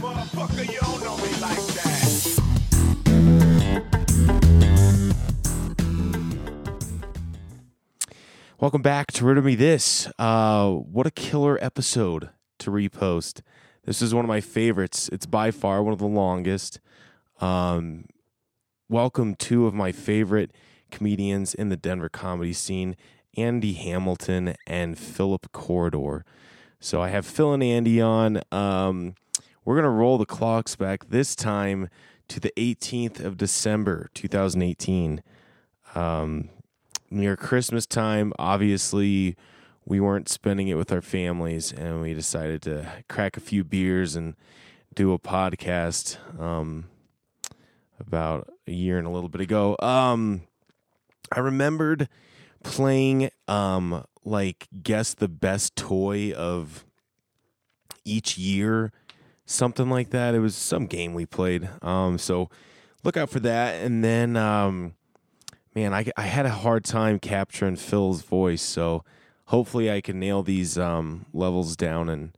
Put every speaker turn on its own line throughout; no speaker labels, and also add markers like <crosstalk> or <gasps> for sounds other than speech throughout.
Motherfucker, you don't know me like that.
Welcome back to Riddle Me This. Uh, what a killer episode to repost. This is one of my favorites. It's by far one of the longest. Um, welcome two of my favorite comedians in the Denver comedy scene, Andy Hamilton and Philip Corridor. So I have Phil and Andy on. Um, we're going to roll the clocks back this time to the 18th of December, 2018 near Christmas time, obviously we weren't spending it with our families, and we decided to crack a few beers and do a podcast um, about a year and a little bit ago. Um, I remembered playing um, like guess the best toy of each year, something like that. It was some game we played. Um, so look out for that, and then. Um, man, I, I had a hard time capturing Phil's voice, so hopefully I can nail these um, levels down and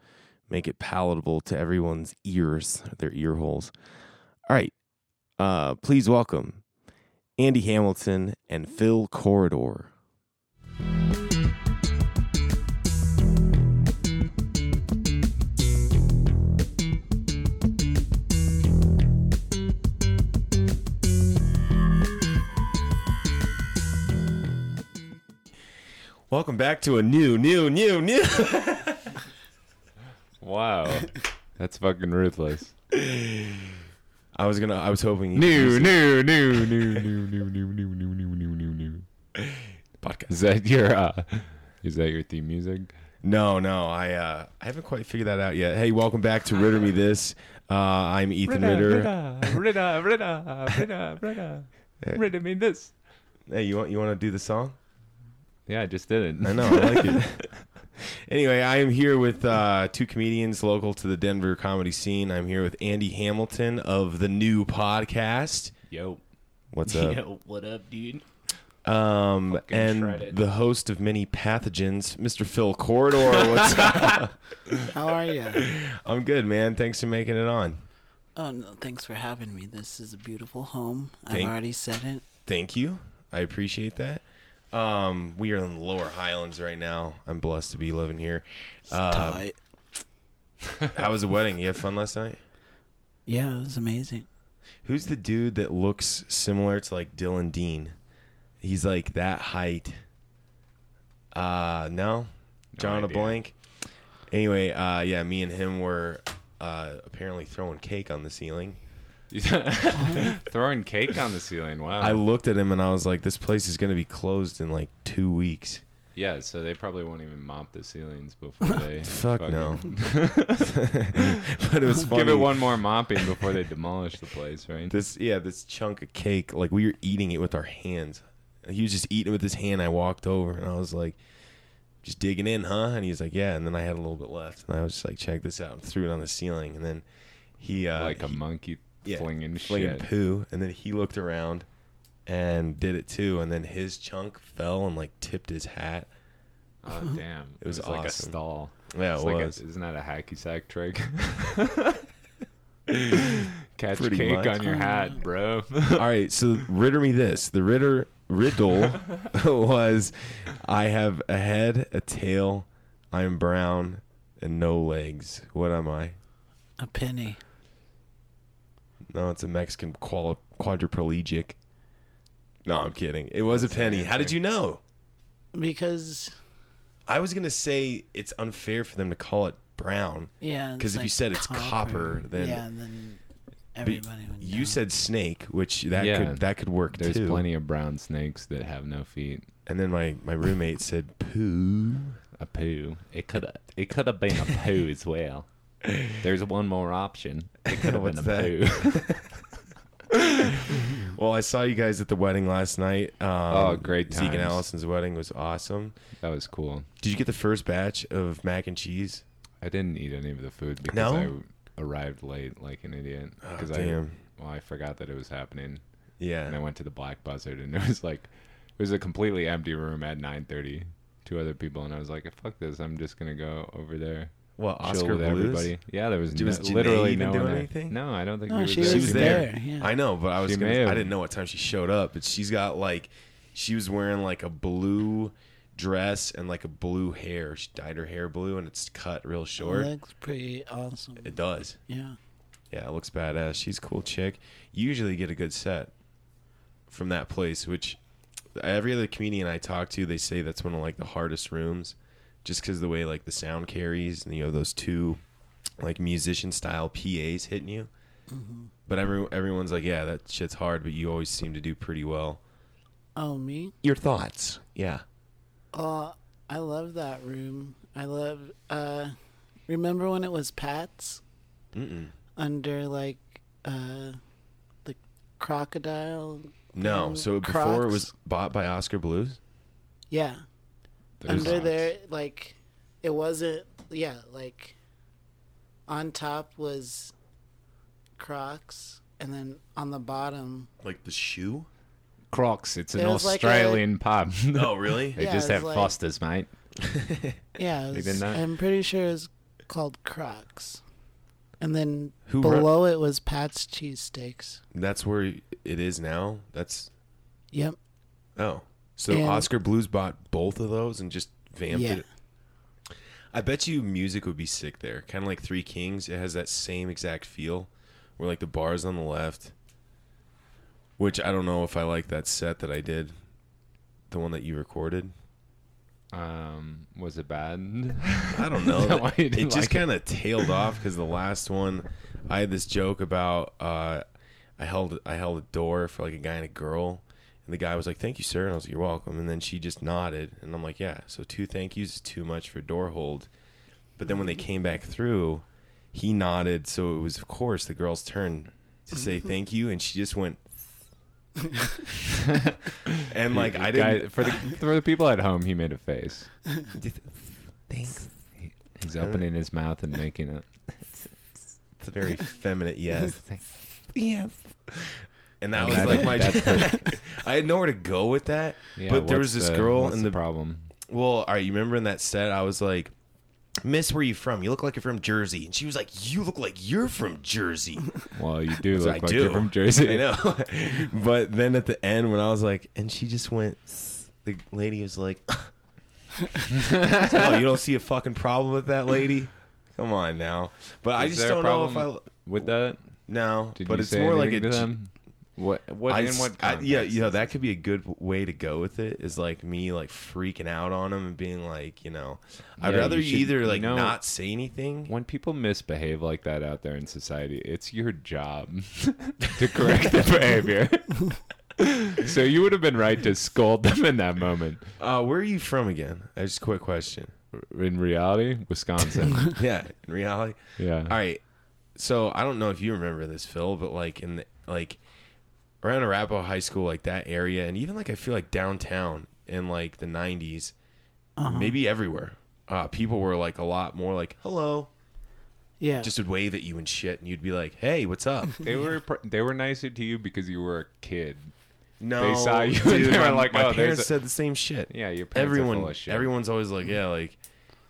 make it palatable to everyone's ears, their ear holes. All right, uh, please welcome Andy Hamilton and Phil Corridor. Welcome back to a new, new, new, new.
<laughs> Wow. That's fucking ruthless.
I was gonna. I was hoping you
New, new, new, new, new, new, new, new, new, new, new, new, new.
podcast.
Is that your uh is that your theme music?
No, no, I uh, I haven't quite figured that out yet. Hey, welcome back to Ritter Me This. Uh, I'm Ethan Ritter.
Rita, Rita, Rita, Rita. Rita mean this.
Hey, you want you want to do the song?
Yeah, I just didn't.
I know, I like it. <laughs> anyway, I am here with uh, two comedians local to the Denver comedy scene. I'm here with Andy Hamilton of the new podcast.
Yo.
What's up?
Yo, what up, dude?
Um, and
shredded.
the host of many pathogens, Mr. Phil Corridor. What's up?
How are you?
I'm good, man. Thanks for making it on.
<laughs> Oh, no, thanks for having me. This is a beautiful home.
Thank-
I've already said it.
Thank you. I appreciate that. Um, we are in the Lower Highlands right now. I'm blessed to be living here. Uh,
Tight.
how was the wedding? You had fun last night?
yeah, it was amazing.
Who's the dude that looks similar to like Dylan Dean? He's like that height. Uh no? John a
idea.
blank. Anyway, uh yeah, me and him were uh apparently throwing cake on the ceiling.
<laughs> Throwing cake on the ceiling. Wow.
I looked at him and I was like, This place is gonna be closed in like two weeks.
yeah, so they probably won't even mop the ceilings
<laughs>
before they
Fuck
fucking- <laughs>
no. <laughs> but it was funny.
Give it one more mopping before they demolish the
<laughs>
place, right?
this yeah, this chunk of cake, like we were eating it with our hands. He was just eating it with his hand. I walked over and I was like, just digging in, huh? And he's like, yeah. And then I had a little bit left, and I was just like, check this out, and threw it on the ceiling. And then he uh,
like a
he-
monkey
yeah,
flinging
flinging
shit.
poo, and then he looked around and did it too. And then his chunk fell and like tipped his hat.
Oh
<laughs>
damn! It
was
was, like a
awesome.
stall.
Yeah, it
It's like a-
was.
isn't that a hacky sack <laughs> trick? Catch
Pretty
cake
much.
on your
Mm.
hat, bro. <laughs>
All right, so ritter me this. The ritter riddle <laughs> was, I have a head, a tail, I am brown, and no legs. What am I?
A penny.
No, it's a Mexican qual- quadriplegic. No, I'm kidding. It was a penny. How did you know?
Because,
I was gonna say it's unfair for them to call it brown
yeah. it's
because if you
like
said it's copper, then
yeah, then
but
everybody would
you
know.
said snake, which that
Yeah.
could that could work
There's
too.
plenty of brown snakes that have no feet.
And then my my roommate said poo.
A poo. It could it could have <laughs> been a poo as well. There's one more option. It could have been
What's
a
that?
<laughs> poo.
Well, I saw you guys at the wedding last night. Um,
Oh, great
Zeke and
times.
Allison's wedding was awesome.
that was cool.
Did you get the first batch of mac and cheese?
I didn't eat any of the food because
No? Oh,
I arrived late like an idiot. Because I
damn.
well, I forgot that it was happening.
Yeah.
and I went to the Black Buzzard, and it was like, it was a completely empty room at 9:30, two other people, and I was like, fuck this, I'm just gonna go over there
What
show
Oscar
with
Blues?
everybody. Yeah, there was,
Dude,
no-
was Janae
literally
even
no
doing
one there.
anything?
No, I don't think
No,
we were
she
there.
She
was
was
there,
there.
yeah.
I know, but I was
She
gonna.
may have.
I didn't know what time she showed up, but she's got like, she was wearing like a blue dress and like a blue hair. She dyed her hair blue and it's cut real short.
Looks pretty awesome.
It does.
Yeah.
Yeah, it looks badass. She's a cool chick. You usually get a good set from that place, which every other comedian I talk to, they say that's one of like the hardest rooms, just because the way like the sound carries and you know those two like musician style PAs hitting you. But every everyone's like, yeah, that shit's hard, but you always seem to do pretty well.
Oh me.
Your thoughts? Yeah.
Uh, I love that room. I love. Uh, remember when it was Pat's
Mm-mm.
under like uh, the crocodile?
No.
Um,
So before it
Crocs?
was bought by Oscar Blues.
Yeah,
There's
under
not.
there, like it wasn't. Yeah, like on top was Crocs, and then on the bottom,
Like the shoe? <laughs>
Crocs. It's an
There was like a-
Australian
<laughs>
pub.
Oh, really?
they
Yeah,
just
it
have
was like-
Fosters, mate.
yeah, it
They did
was,
not-
I'm pretty sure it was called Crocs, and then
Who wrote-
below it was Pat's cheesesteaks.
That's where it is now. That's
Yep.
Oh. So
And-
Oscar Blues bought both of those and just vamped
Yeah.
it. I bet you music would be sick there. Kind of like Three Kings. It has that same exact feel where like the bar's on the left. Which I don't know if I like that set that I did. The one that you recorded.
Um, was it bad?
I don't
<laughs>
know.
that why you
it
didn't
just
like it?
kind of tailed off because the last one, I had this joke about uh, I held I held a door for like a guy and a girl, and the guy was like, "Thank you, sir," and I was like, "You're welcome," and then she just nodded, and I'm like, "Yeah." So two thank yous is too much for door hold, but then when they came back through, he nodded, so it was of course the girl's turn to say thank you, and she just went. <laughs> and <laughs> like I didn't
<laughs> Guy- for the for the people at home, he made a face. Thanks. He's opening his mouth and making it.
It's a very feminine yes.
Yes.
And that
And
was
I
like
think
my. <laughs>
that's
I had nowhere to go with that.
Yeah,
but there
what's
was this
the-
girl
what's
in
the
the.
problem.
well, all right, you remember in that set, I was like, Miss, where you from? You look like you're from Jersey. And she was like, You look like you're from Jersey.
Well, <laughs> you do
So
look
I
like
do.
you're from Jersey.
<laughs> I
<laughs>
know. but then at the end, when I was like, and she just went, "S-" the lady was like, <laughs> oh, you don't see a fucking problem with that lady? Come on now. But I
Is
just
there a
don't know if I.
problem with that.
No,
Did
but
you
it's
say
more like a.
anything to
j-
them? What? What?
I
in
s-
what?
I- yeah,
context?
you know that could be a good way to go with it. Is like me like freaking out on him and being like, you know, I'd
Yeah,
rather
you
you,
should-
either
you
like
know-
not say anything.
When people misbehave like that out there in society, it's
<laughs>
your job <laughs> to correct the behavior. so you would have been right to scold them in that moment.
Uh, where are you from again? I just quick
<laughs>
question.
In reality,
<laughs>
Wisconsin.
yeah, in reality.
Yeah.
All right. So I don't know if you remember this, Phil, but like in the, like around Arapahoe High School, like that area, and even like I feel like downtown in like the '90s,
Uh-huh.
maybe everywhere, uh, people were like a lot more like hello,
Yeah.
just would wave at you and shit, and you'd be like, hey, what's up?
They were pr- they were nicer to you because you were a kid.
No,
They saw you and
dude,
they were
my-
like,
my
"Oh, there's
parents
a-"
said the same shit."
Yeah, your parents are
everyone,
full of shit. Mm-hmm.
everyone's always like, "Yeah, like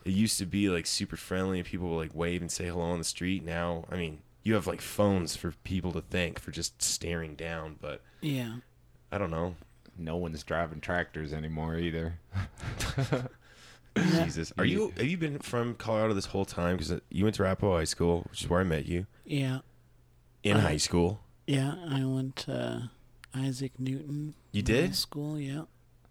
it used to be like super friendly, and people would like wave and say hello on the street." Now, I mean, you have like phones for people to thank for just staring down, but
yeah.
I don't know.
No one's driving tractors anymore either.
<laughs> Jesus, are you have you been from Colorado this whole time? Because you went to Arapahoe High School, which is where I met you
Yeah.
in
Uh-huh.
high school.
Yeah, I went to Isaac Newton.
You
middle
did?
School, yeah.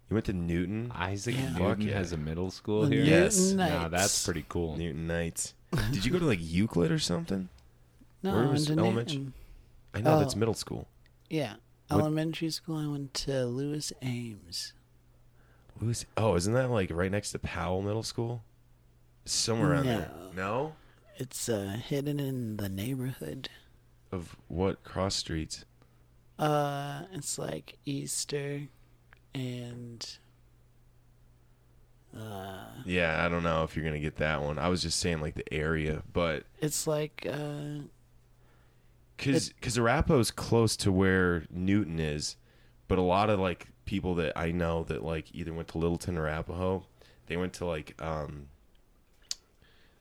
You went to Newton,
Isaac
Yeah.
Fuck
Newton
yeah.
has a middle school
The
here.
Oh, Yes.
Newton
Nah, that's
Knights.
pretty cool.
Newton
<laughs>
Nights. Did you go to like Euclid or something?
No,
where
I went
was
to
elementary?
Newton.
I know
Oh.
Uh,
that's middle school.
Yeah.
What-
Elementary school, I went to Lewis Ames.
Who's? Oh, isn't that like right next to Powell Middle School? Somewhere around there.
No.
No.
It's uh, hidden in the neighborhood.
Of what cross streets?
Uh, it's like Easter and uh,
Yeah, I don't know if you're gonna get that one. I was just saying like the area, but
it's like uh,
because because Arapahoe's close to where Newton is, but a lot of like people that I know that like either went to Littleton or Arapahoe, they went to like um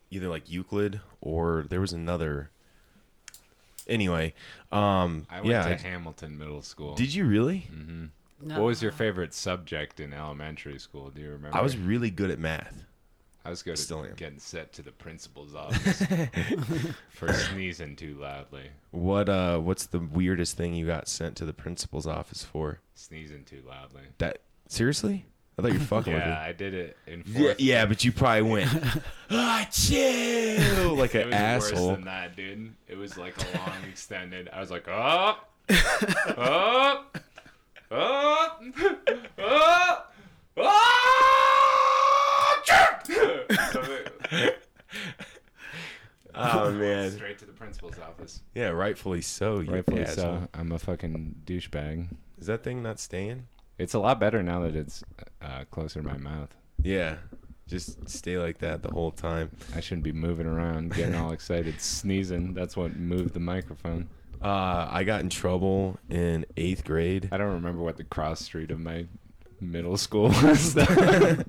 either like Euclid or there was another. Anyway, um,
I went
yeah.
to
I-
Hamilton Middle School.
did you really?
No.
What was your favorite subject in elementary school? Do you remember?
I was really good at math.
I was good
still am.
at getting set to the principal's
<laughs>
office for sneezing too loudly.
What uh? What's the weirdest thing you got sent to the principal's office for?
Sneezing too loudly.
That seriously? I thought you were fucking
<laughs>
with me.
Yeah, I did it in
Yeah,
fourth.
yeah, but you probably went, <laughs> ah,
<laughs>
chill, like
It
an
was worse
asshole.
than that, dude. It was like a long extended. I was like, up, up, up, up, up.
Oh man.
Straight to the principal's office.
Yeah, rightfully so. You
Rightfully
asshole.
so. I'm a fucking douchebag.
Is that thing not staying?
It's a lot better now that it's uh, closer to my mouth.
Yeah, just stay like that the whole time.
I shouldn't be moving around, getting all excited, sneezing. That's what moved the microphone.
Uh, I got in trouble in eighth grade.
I don't remember what the cross street of my middle school was. I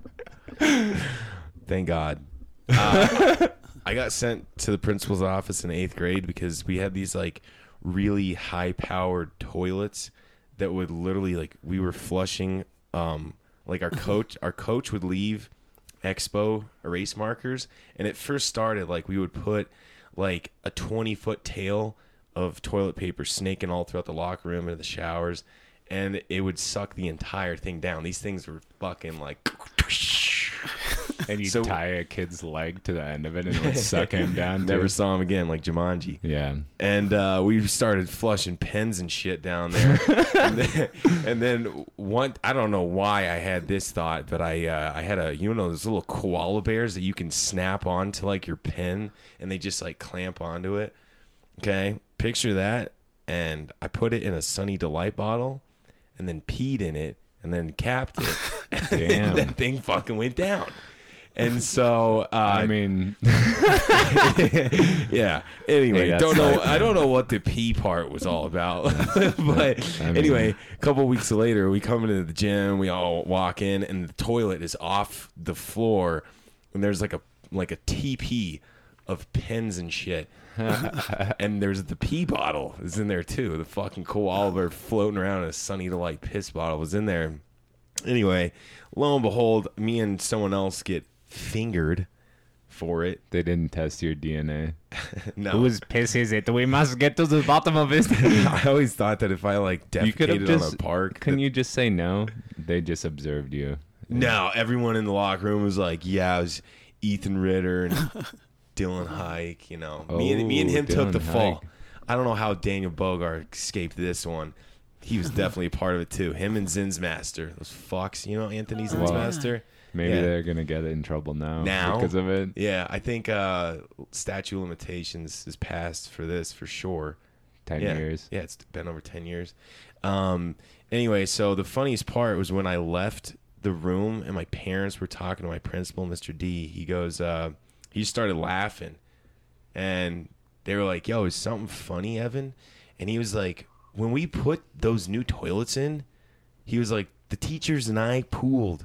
Thank God. <laughs> Uh, I got sent to the principal's office in eighth grade because we had these like really high powered toilets that would literally like we were flushing um like our coach our coach would leave expo erase markers and it first started like we would put like a 20 foot tail of toilet paper snaking all throughout the locker room and the showers and it would suck the entire thing down these things were fucking like
and you
So-
tie a kid's leg to the end of it and it would
<laughs>
suck him down.
never
too.
saw him again like Jumanji.
Yeah.
And uh, we started flushing pens and shit down there. and, then, and then one, I don't know why I had this thought, but I uh, I had a you know those little koala bears that you can snap onto like your pen and they just like clamp onto it. Okay, picture that. And I put it in a Sunny Delight bottle, and then peed in it, and then capped it.
Damn.
and that thing fucking went down. And so uh, <laughs>
I mean,
yeah. Anyway,
Hey, that's
don't know.
like-
I don't know what the pee part was all about,
<laughs>
<laughs> but
I mean-
anyway, a couple weeks later, we come into the gym. We all walk in, and the toilet is off the floor, and there's like a like a TP of pens and
<laughs>
shit. and there's the pee bottle is in there too. The fucking koala bear floating around in a sunny delight piss bottle was in there. Anyway, lo and behold, me and someone else get fingered for it. <laughs>
they didn't test your DNA.
No.
piss is it? We must get to the bottom
<laughs>
of it.
<coughs> I always thought that if I like
You could have
defecated on a
just.
park,
Can
that-
you just say no? They just observed you.
no, everyone in the locker room was like, "Yeah, it was Ethan Ritter and <laughs> Dylan Hike." You know, me and me and
Oh,
him took
Dylan
the fall.
Hike.
I don't know how Daniel Bogart escaped this one. He <laughs> was definitely a part of it too. Him and Zinsmaster, those fucks. You know, Anthony
Wow.
Zinsmaster.
Maybe
Yeah.
they're gonna get in trouble now,
Now?
because of it.
Yeah, I think uh, statute of limitations is passed for this for sure.
Ten
yeah.
years.
Yeah, it's been over 10 years. Um, anyway, so the funniest part was when I left the room and my parents were talking to my principal, Mr. D. He goes, uh, he just started laughing. And they were like, yo, is something funny, Evan? And he was like, when we put those new toilets in, he was like, the teachers and I pooled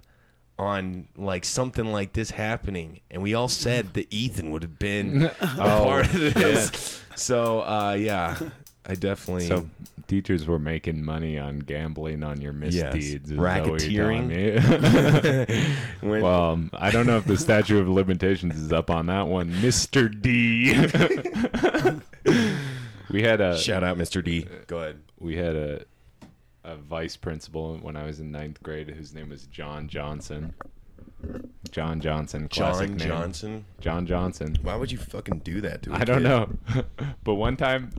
on like something like this happening, and we all said that Ethan would have
<laughs>
been a
Oh,
part of this. So uh, yeah, I definitely
So teachers were making money on gambling on your
Yes.
misdeeds, is that what you're telling me?
<laughs>
<laughs>
went,
well, um, I don't know if the statute of limitations is up on that one, Mister D. <laughs> we had a
shout out Mr. D. uh, Go ahead.
we had a a vice principal when I was in ninth grade whose name was John Johnson. John Johnson, classic
John
name.
Johnson.
John Johnson.
Why would you fucking do that to? I
I don't know, <laughs> but one time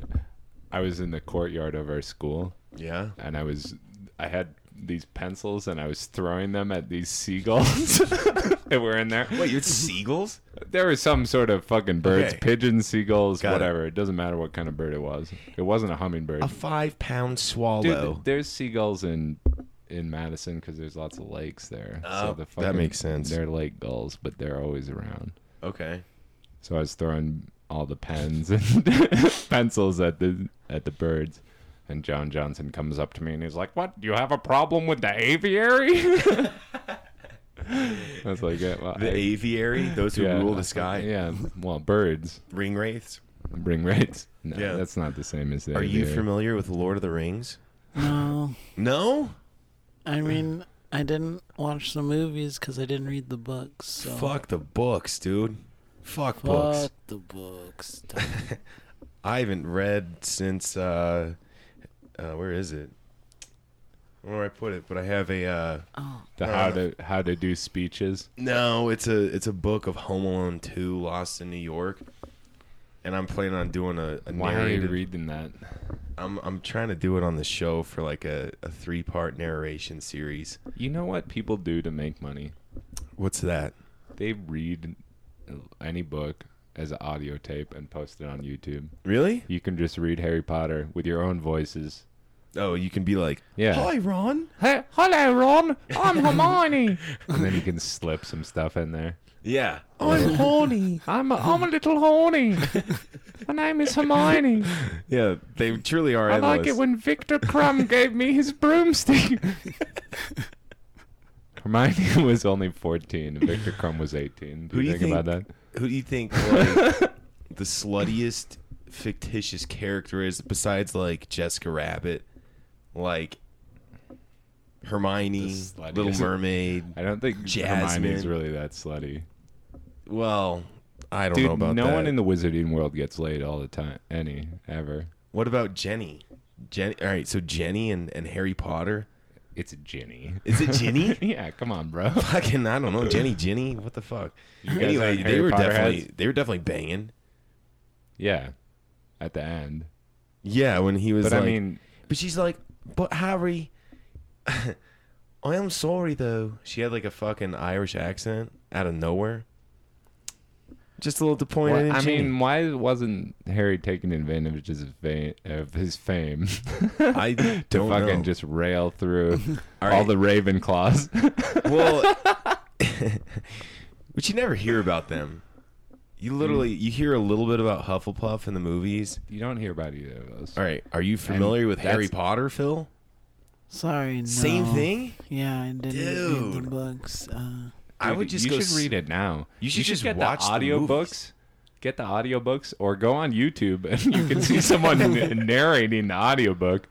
I was in the courtyard of our school
Yeah.
and I was I had these pencils and I was throwing them at these seagulls <laughs> that were in there.
Wait, <laughs> you're seagulls?
There was some sort of fucking birds,
Okay.
pigeons, seagulls,
Got it.
whatever. It. doesn't matter what kind of bird it was. It wasn't a hummingbird.
A five pound
Dude,
swallow.
there's seagulls in in Madison because there's lots of lakes there.
Oh, that makes sense.
They're lake gulls, but they're always around.
okay.
So I was throwing all the pens and <laughs> pencils at the at the birds. And John <laughs> Johnson comes up to me and he's like, "What? Do you have a problem with the aviary?" That's like it. Well,
The
I-
aviary, those who
yeah,
rule the sky,
Yeah. Well, birds.
ring wraiths.
Ring rates. No,
Yeah.
that's not the same as the
Are you
aviary.
familiar with Lord of the Rings?
No,
No.
I mean I didn't watch the movies because I didn't read the books. So
Fuck the books, dude. Fuck,
Fuck
books.
the books. <laughs>
I haven't read since uh, uh where is it? I don't know where I put it, but I have a uh
The how to how to do speeches?
no, it's a it's a book of Home Alone 2 Lost in New York. And I'm planning on doing a, a
Why are you
narrated
reading that?
I'm I'm trying to do it on the show for like a, a three part narration series.
You know what people do to make money?
What's that?
They read any book as an audio tape and post it on YouTube.
Really?
You can just read Harry Potter with your own voices.
Oh, you can be like,
Yeah.
"Hi, Ron."
Hey, hello, Ron. I'm Hermione. <laughs> and then you can slip some stuff in there.
Yeah.
I'm horny. I'm a, I'm a little <laughs> horny. My name is Hermione.
Yeah, they truly are.
I like it
endless.
when Victor Crumb gave me his broomstick. <laughs> Hermione was only 14 and Victor Crumb was 18. Do
Who do you
you, think, about that?
Who do you
<laughs>
think like, the sluttiest fictitious character is besides like Jessica Rabbit, like Hermione,
The sluttiest.
Little Mermaid?
I don't think Hermione's
Jasmine.
really that slutty.
Well, I don't
Dude,
know about
no
that.
one in the wizarding world gets laid all the time. Any, ever.
what about Jenny? Jenny. All right, so Jenny and, and Harry Potter.
It's Ginny.
Is it
<laughs>
Ginny? <laughs>
yeah, come on, bro.
Fucking, I don't know, Jenny, Ginny. What the fuck?
guys
Anyway,
aren't
they
Harry
were
Potter
definitely
heads?
they were definitely banging.
Yeah, at the end.
Yeah, when he was.
But
like,
I mean,
But she's like, but Harry, <laughs> I am sorry though. She had like a fucking Irish accent out of nowhere. Just a little
why-
disappointed. in
I
Ginny.
mean, why wasn't Harry taking advantage of his, va- of his fame? <laughs>
<laughs> I don't
to fucking <laughs>
know.
just rail
<laughs>
through all,
right. <laughs>
the Ravenclaws.
well, but you never hear about them. You literally you hear a little bit about Hufflepuff in the movies.
you don't hear about either of those.
All right, are you familiar with
that's-
Harry Potter, Phil?
Sorry. No.
Same thing.
Yeah, I didn't read
Dude.
the books. Uh,
I would just
you
go
should read it now.
You should just
get
watch the
the audiobooks.
movies.
get the audiobooks or go on YouTube and you can
<laughs>
see someone n- narrating the audiobook.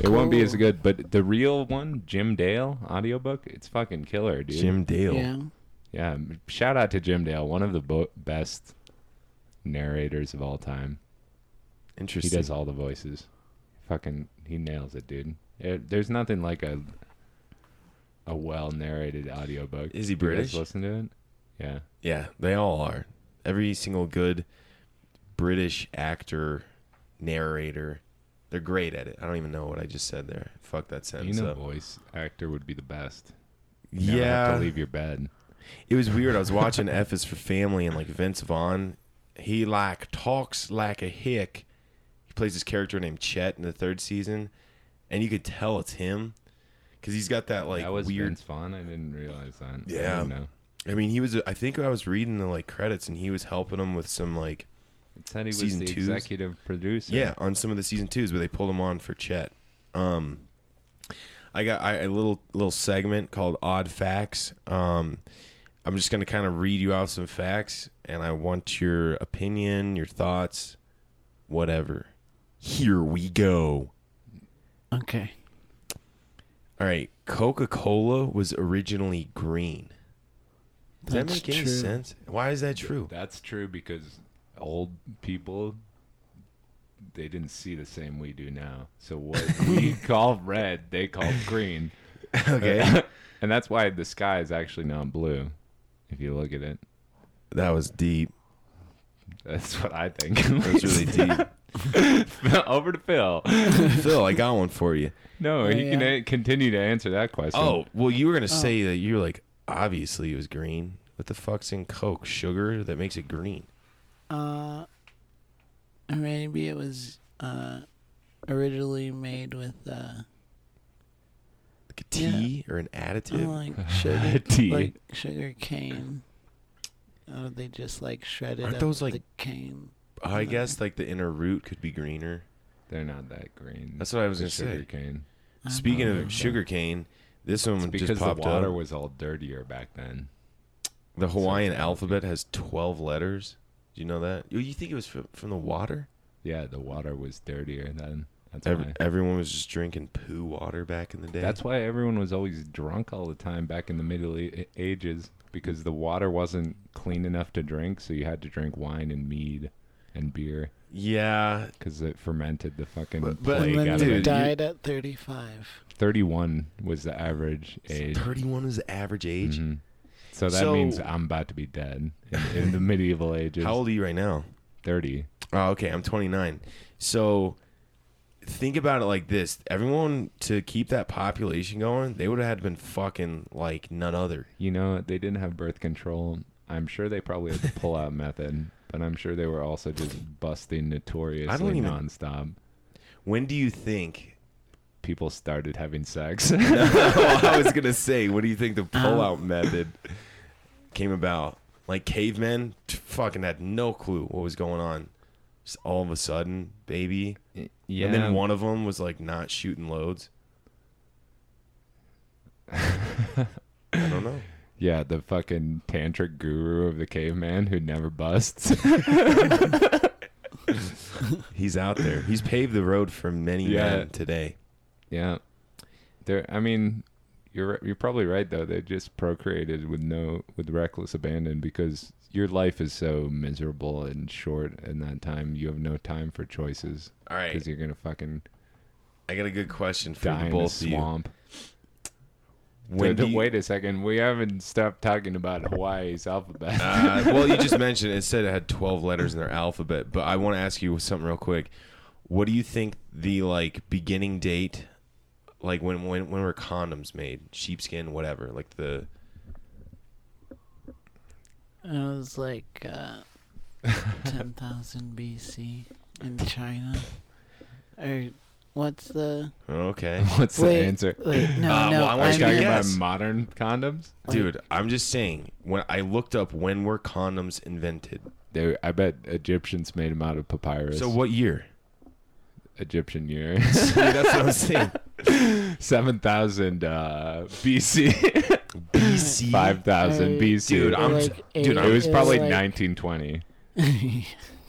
It won't be as
Cool.
good, but the real one, Jim Dale audiobook, it's fucking killer, dude.
Jim Dale.
yeah.
Yeah, m- shout out to Jim Dale, one of the bo- best narrators of all time. He
Interesting.
does all the voices. Fucking, he nails it, dude. Eh, there's nothing like a a well narrated audiobook.
Is he
You guys
British?
Listen to it. Yeah.
Yeah, they all are. Every single good British actor, narrator, they're great at it. I don't even know what I just said there. Fuck that
You
sentence.
know,
up.
voice actor would be the best. You never have
yeah,
to leave your bed.
it was weird. I was watching <laughs> F is for Family and like Vince Vaughn, he like talks like a hick. He plays this character named Chet in the third season, and you could tell it's him because he's got that like
that was
weird.
Vince Vaughn. I didn't realize that. I
Yeah.
didn't know.
I mean, he was. I think I was reading the like credits, and he was helping him with some like
It said he was
Season
the
twos?
executive producer.
Yeah, on some of the season twos, but they pulled him on for Chet. Um, I got I, a little little segment called Odd Facts. Um, I'm just gonna kind of read you out some facts, and I want your opinion, your thoughts, whatever. Here we go.
Okay.
All right, Coca Cola was originally green. Does that
That's
make any
true.
sense? Why is that true?
That's true because old people they didn't see the same we do now. So
<laughs>
what we call red, they call green.
Okay,
<laughs> and that's why the sky is actually not blue. If you look at it,
that was deep.
that's what I think.
That
<laughs>
was <laughs> really deep.
Over to Phil.
Phil, I got one for you.
No, he can
yeah.
a- continue to answer that question.
Oh, well, you were gonna say that you were like, obviously it was green. What the fuck's in Coke? Sugar that makes it green.
Uh, maybe it was uh, originally made with uh,
Like a tea or an additive? <laughs>
like sugar,
Tea.
like sugar cane. Or they just like shredded
Aren't
up
those, like-
the cane.
I guess like the inner root could be greener.
they're not that green.
That's what I was
The
gonna say.
sugarcane.
Speaking
know.
of sugar cane, This one
because
just
the
popped
water
up.
was all dirtier back then.
the Hawaiian alphabet has 12 letters. Do you know that? You- You think it was from, from the water?
Yeah, the water was dirtier then. That's
Every,
why.
Everyone was just drinking poo water back in the day.
That's why everyone was always drunk all the time back in the Middle A- Ages because the water wasn't clean enough to drink, so you had to drink wine and mead and beer
yeah.
because it fermented the fucking
but-
plague
And
and
out of
then they
it.
Oh, you-
died at 35.
31 was the average age.
31 is the average age.
Mhm. So that
So-
means I'm about to be dead in, in the medieval ages.
How old are you right now?
30.
Oh, okay. I'm 29. So think about it like this: everyone to keep that population going, they would have had been fucking like none other.
You know, they didn't have birth control. I'm sure they probably had the pull out method, but I'm sure they were also just busting notoriously
even-
nonstop.
When do you think? <laughs>
People started having sex.
well, I was gonna say, what do you think the pullout method came about? Like cavemen, t- fucking had no clue what was going on. Just all of a sudden, baby.
yeah.
And then one of them was like not shooting loads. I don't know.
Yeah, the fucking tantric guru of the caveman who never busts. <laughs>
He's out there. He's paved the road for many
Yeah.
men today.
yeah. There I mean, you're you're probably right though. They just procreated with no with reckless abandon because your life is so miserable and short in that time. You have no time for choices
All right.
because you're going to fucking
I got a good question for
die
you
in a
both of you.
swamp.
When
Wait,
do you-
wait a second. We haven't stopped talking about Hawaii's
<laughs>
alphabet.
Uh, well, you just mentioned it said it had 12 letters in their alphabet, but I want to ask you something real quick. What do you think the like beginning date, like when when when were condoms made, sheepskin, whatever, like the
It was like uh,
<laughs>
10,000 BC in China. Or what's the.
<laughs>
okay,
<laughs> What's
wait,
the answer?
Wait, no,
Uh,
no.
well, I
Are
wanna
you
I
talking
meant-
about
Yes.
modern condoms?
dude. I'm just saying when I looked up when were condoms invented.
They, I bet Egyptians made them out of papyrus.
So what
<laughs>
year?
Egyptian year <laughs>
That's what I'm saying.
seven thousand uh,
<laughs>
BC,
BC.
five thousand
Uh,
BC.
Dude, I'm-
like
dude,
eight-
I
it was probably
like- <laughs>
nineteen twenty.
All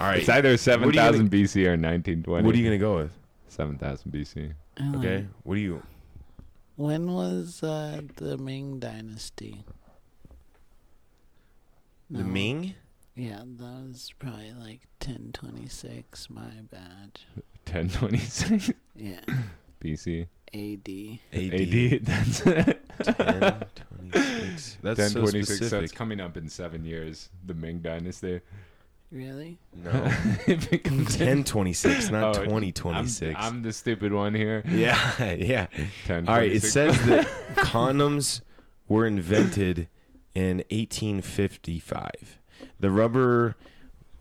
right.
It's either seven thousand BC or nineteen twenty.
What are you gonna go with?
Seven thousand BC.
I'm like,
<laughs> Okay. What do you?
When was uh, the Ming Dynasty?
The
No.
Ming.
Yeah, that was probably like 1026. My bad.
Ten twenty six <laughs>
Yeah,
BC.
AD.
AD. That's
10,
<laughs>
26. That's
ten
so
twenty six. So
specific.
it's coming up in seven years. The Ming Dynasty. <laughs>
Really?
No.
It becomes-
1026, not
Oh, I'm-
2026.
I'm, I'm the stupid one here.
yeah, <laughs> yeah.
Ten.
All right, it
26.
says
<laughs>
that condoms were invented in 1855. The rubber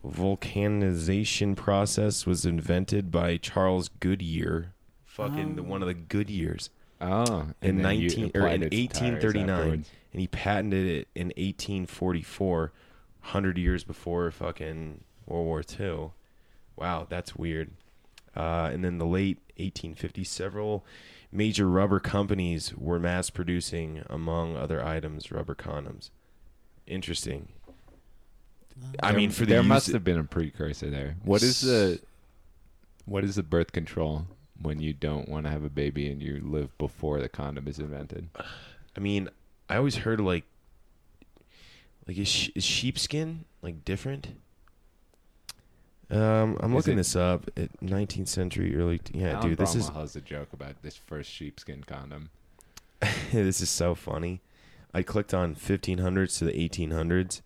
vulcanization process was invented by Charles Goodyear, fucking
Oh.
the, one of the Goodyears,
oh,
in
and then you
19 or
applied
in
it to tires
1839,
afterwards.
and he patented it in 1844, 100 years before fucking World War II. Wow, that's weird. Uh, and then the late 1850s, several major rubber companies were mass producing, among other items, rubber condoms. Interesting. I
There-
mean, for the
there
use-
must have been a precursor there. What is the what is the birth control when you don't want to have a baby and you live before the condom is invented?
I mean, I always heard like, like is, sh- is sheepskin like different? Um, I'm
Is
looking
it-
this up. It, 19th century, early. Yeah,
Alan
dude, this is
Bromwell has a joke about this first sheepskin condom.
<laughs> this is so funny. I clicked on 1500s to the 1800s,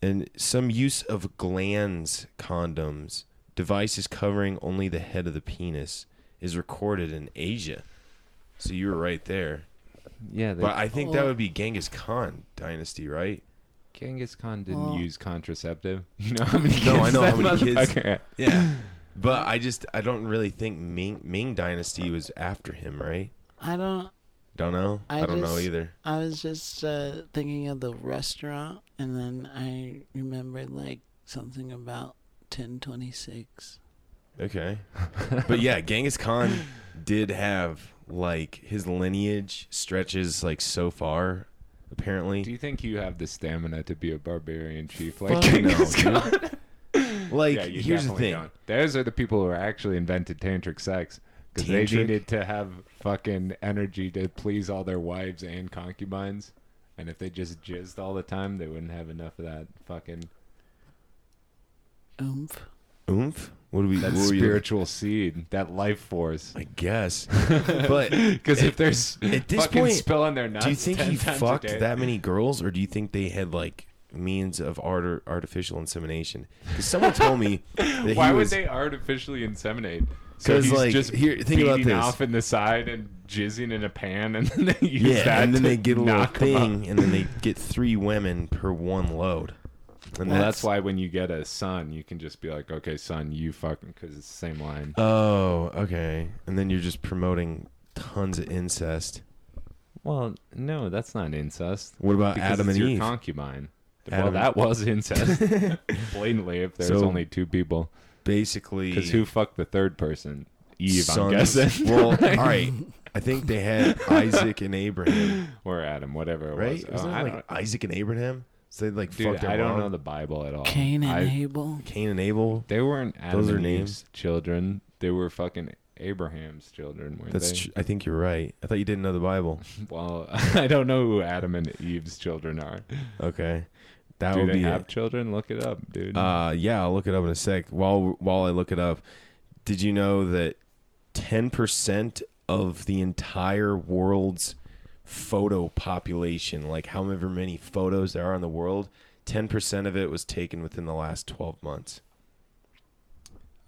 and some use of glands condoms, devices covering only the head of the penis, is recorded in Asia. So you were right there.
Yeah,
But I think that
Oh.
Well-
would be Genghis Khan dynasty, right?
Genghis Khan didn't
Well-
use contraceptive. <laughs> You know how many kids?
No, I know
that
how many kids-
motherfucker had?
Yeah. <clears throat> But I just I don't really think Ming Ming Dynasty was after him, right?
I don't.
Don't know. I,
I
don't know
just-
either.
I was just uh, thinking of the restaurant, and then I remembered like something about 1026.
<laughs>
Okay. but yeah, Genghis Khan did have like his lineage stretches like so far. Apparently,
Do you think you have the stamina to be a barbarian chief like
Fuck
<laughs> Genghis
no,
Khan?
like
Yeah, you
here's the
definitely
thing.
don't. Those are the people who actually invented tantric sex because they
Tantric?
needed to have fucking energy to please all their wives and concubines. And if they just jizzed all the time, they wouldn't have enough of that fucking
Oomph.
Oomph. What do we?
that
what were you-
spiritual seed, that life force.
I
<laughs>
guess, but
Because if there's
<laughs> at this
fucking
point,
spilling their nuts,
do you think
10
he
times a
fucked
day-
that many girls, or do you think they had like means of art- artificial insemination? Because someone told
<laughs>
me that
Why
he
would
was,
they artificially inseminate?
'Cause,
he's
like,
just
here- think about
beating
this.
off in the side and jizzing in a pan, and then they use
yeah,
that
and then
to
they get a little
knock 'em up.
thing, and then they get three women per one load. And
Well, that's why when you get a son, you can just be like, okay, son, you fucking, because it's the same line.
Oh, okay. And then you're just promoting tons of incest.
Well, no, that's not incest.
What about
Because
Adam
it's
and
your
Eve?
concubine.
Adam-
well, that was
<laughs>
incest. Blatantly, if there's
So-
only two people.
Basically,
Because who fucked the third person? Eve, I'm
sons- <laughs>
guessing.
well, all right. I think they had Isaac and Abraham,
or Adam, whatever it
right?
was.
Isn't
Oh,
it
I
like
don't,
Isaac and Abraham? So they like
dude,
fucked their
I don't
mom.
know the Bible at all.
Cain and
Oh, I-
Abel.
Cain and Abel.
They weren't Adam
Those are
and
names.
Eve's children. They were fucking Abraham's children, weren't
That's.
they?
Tr- I think you're right. I thought you didn't know the Bible.
Well, <laughs> I don't know who Adam and Eve's children are.
Okay, that
Do
would
they
be
have
it.
children? Look it up, dude.
Uh, yeah, I'll look it up in a sec. While while I look it up, did you know that ten percent of the entire world's photo population, like however many photos there are in the world, ten percent of it was taken within the last twelve months?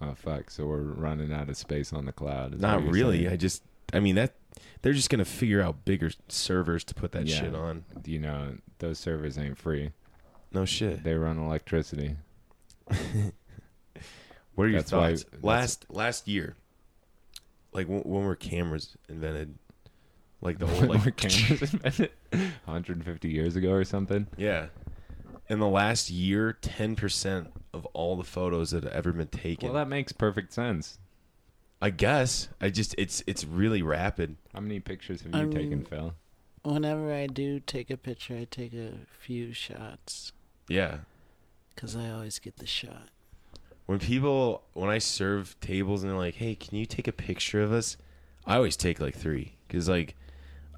oh fuck! So we're running out of space on the cloud. is what
Not
you're
really.
saying.
I just, I mean that they're just gonna figure out bigger servers to put that
Yeah.
shit on.
You know, those servers ain't free.
No shit.
They run
<laughs>
electricity.
What are your
That's why-
thoughts?
that's-
last last year, like when, when were cameras invented? Like <laughs> the whole
<laughs> Like
like
cameras, 150 years ago or something.
yeah. In the last year, ten percent of all the photos that have ever been taken.
Well, that makes perfect sense.
I guess I just it's it's really rapid.
How many pictures have you
Um,
taken, Phil?
Whenever I do take a picture, I take a few shots
Yeah.
because I always get the shot.
When people when I serve tables and they're like, "Hey, can you take a picture of us?" I always take like three because like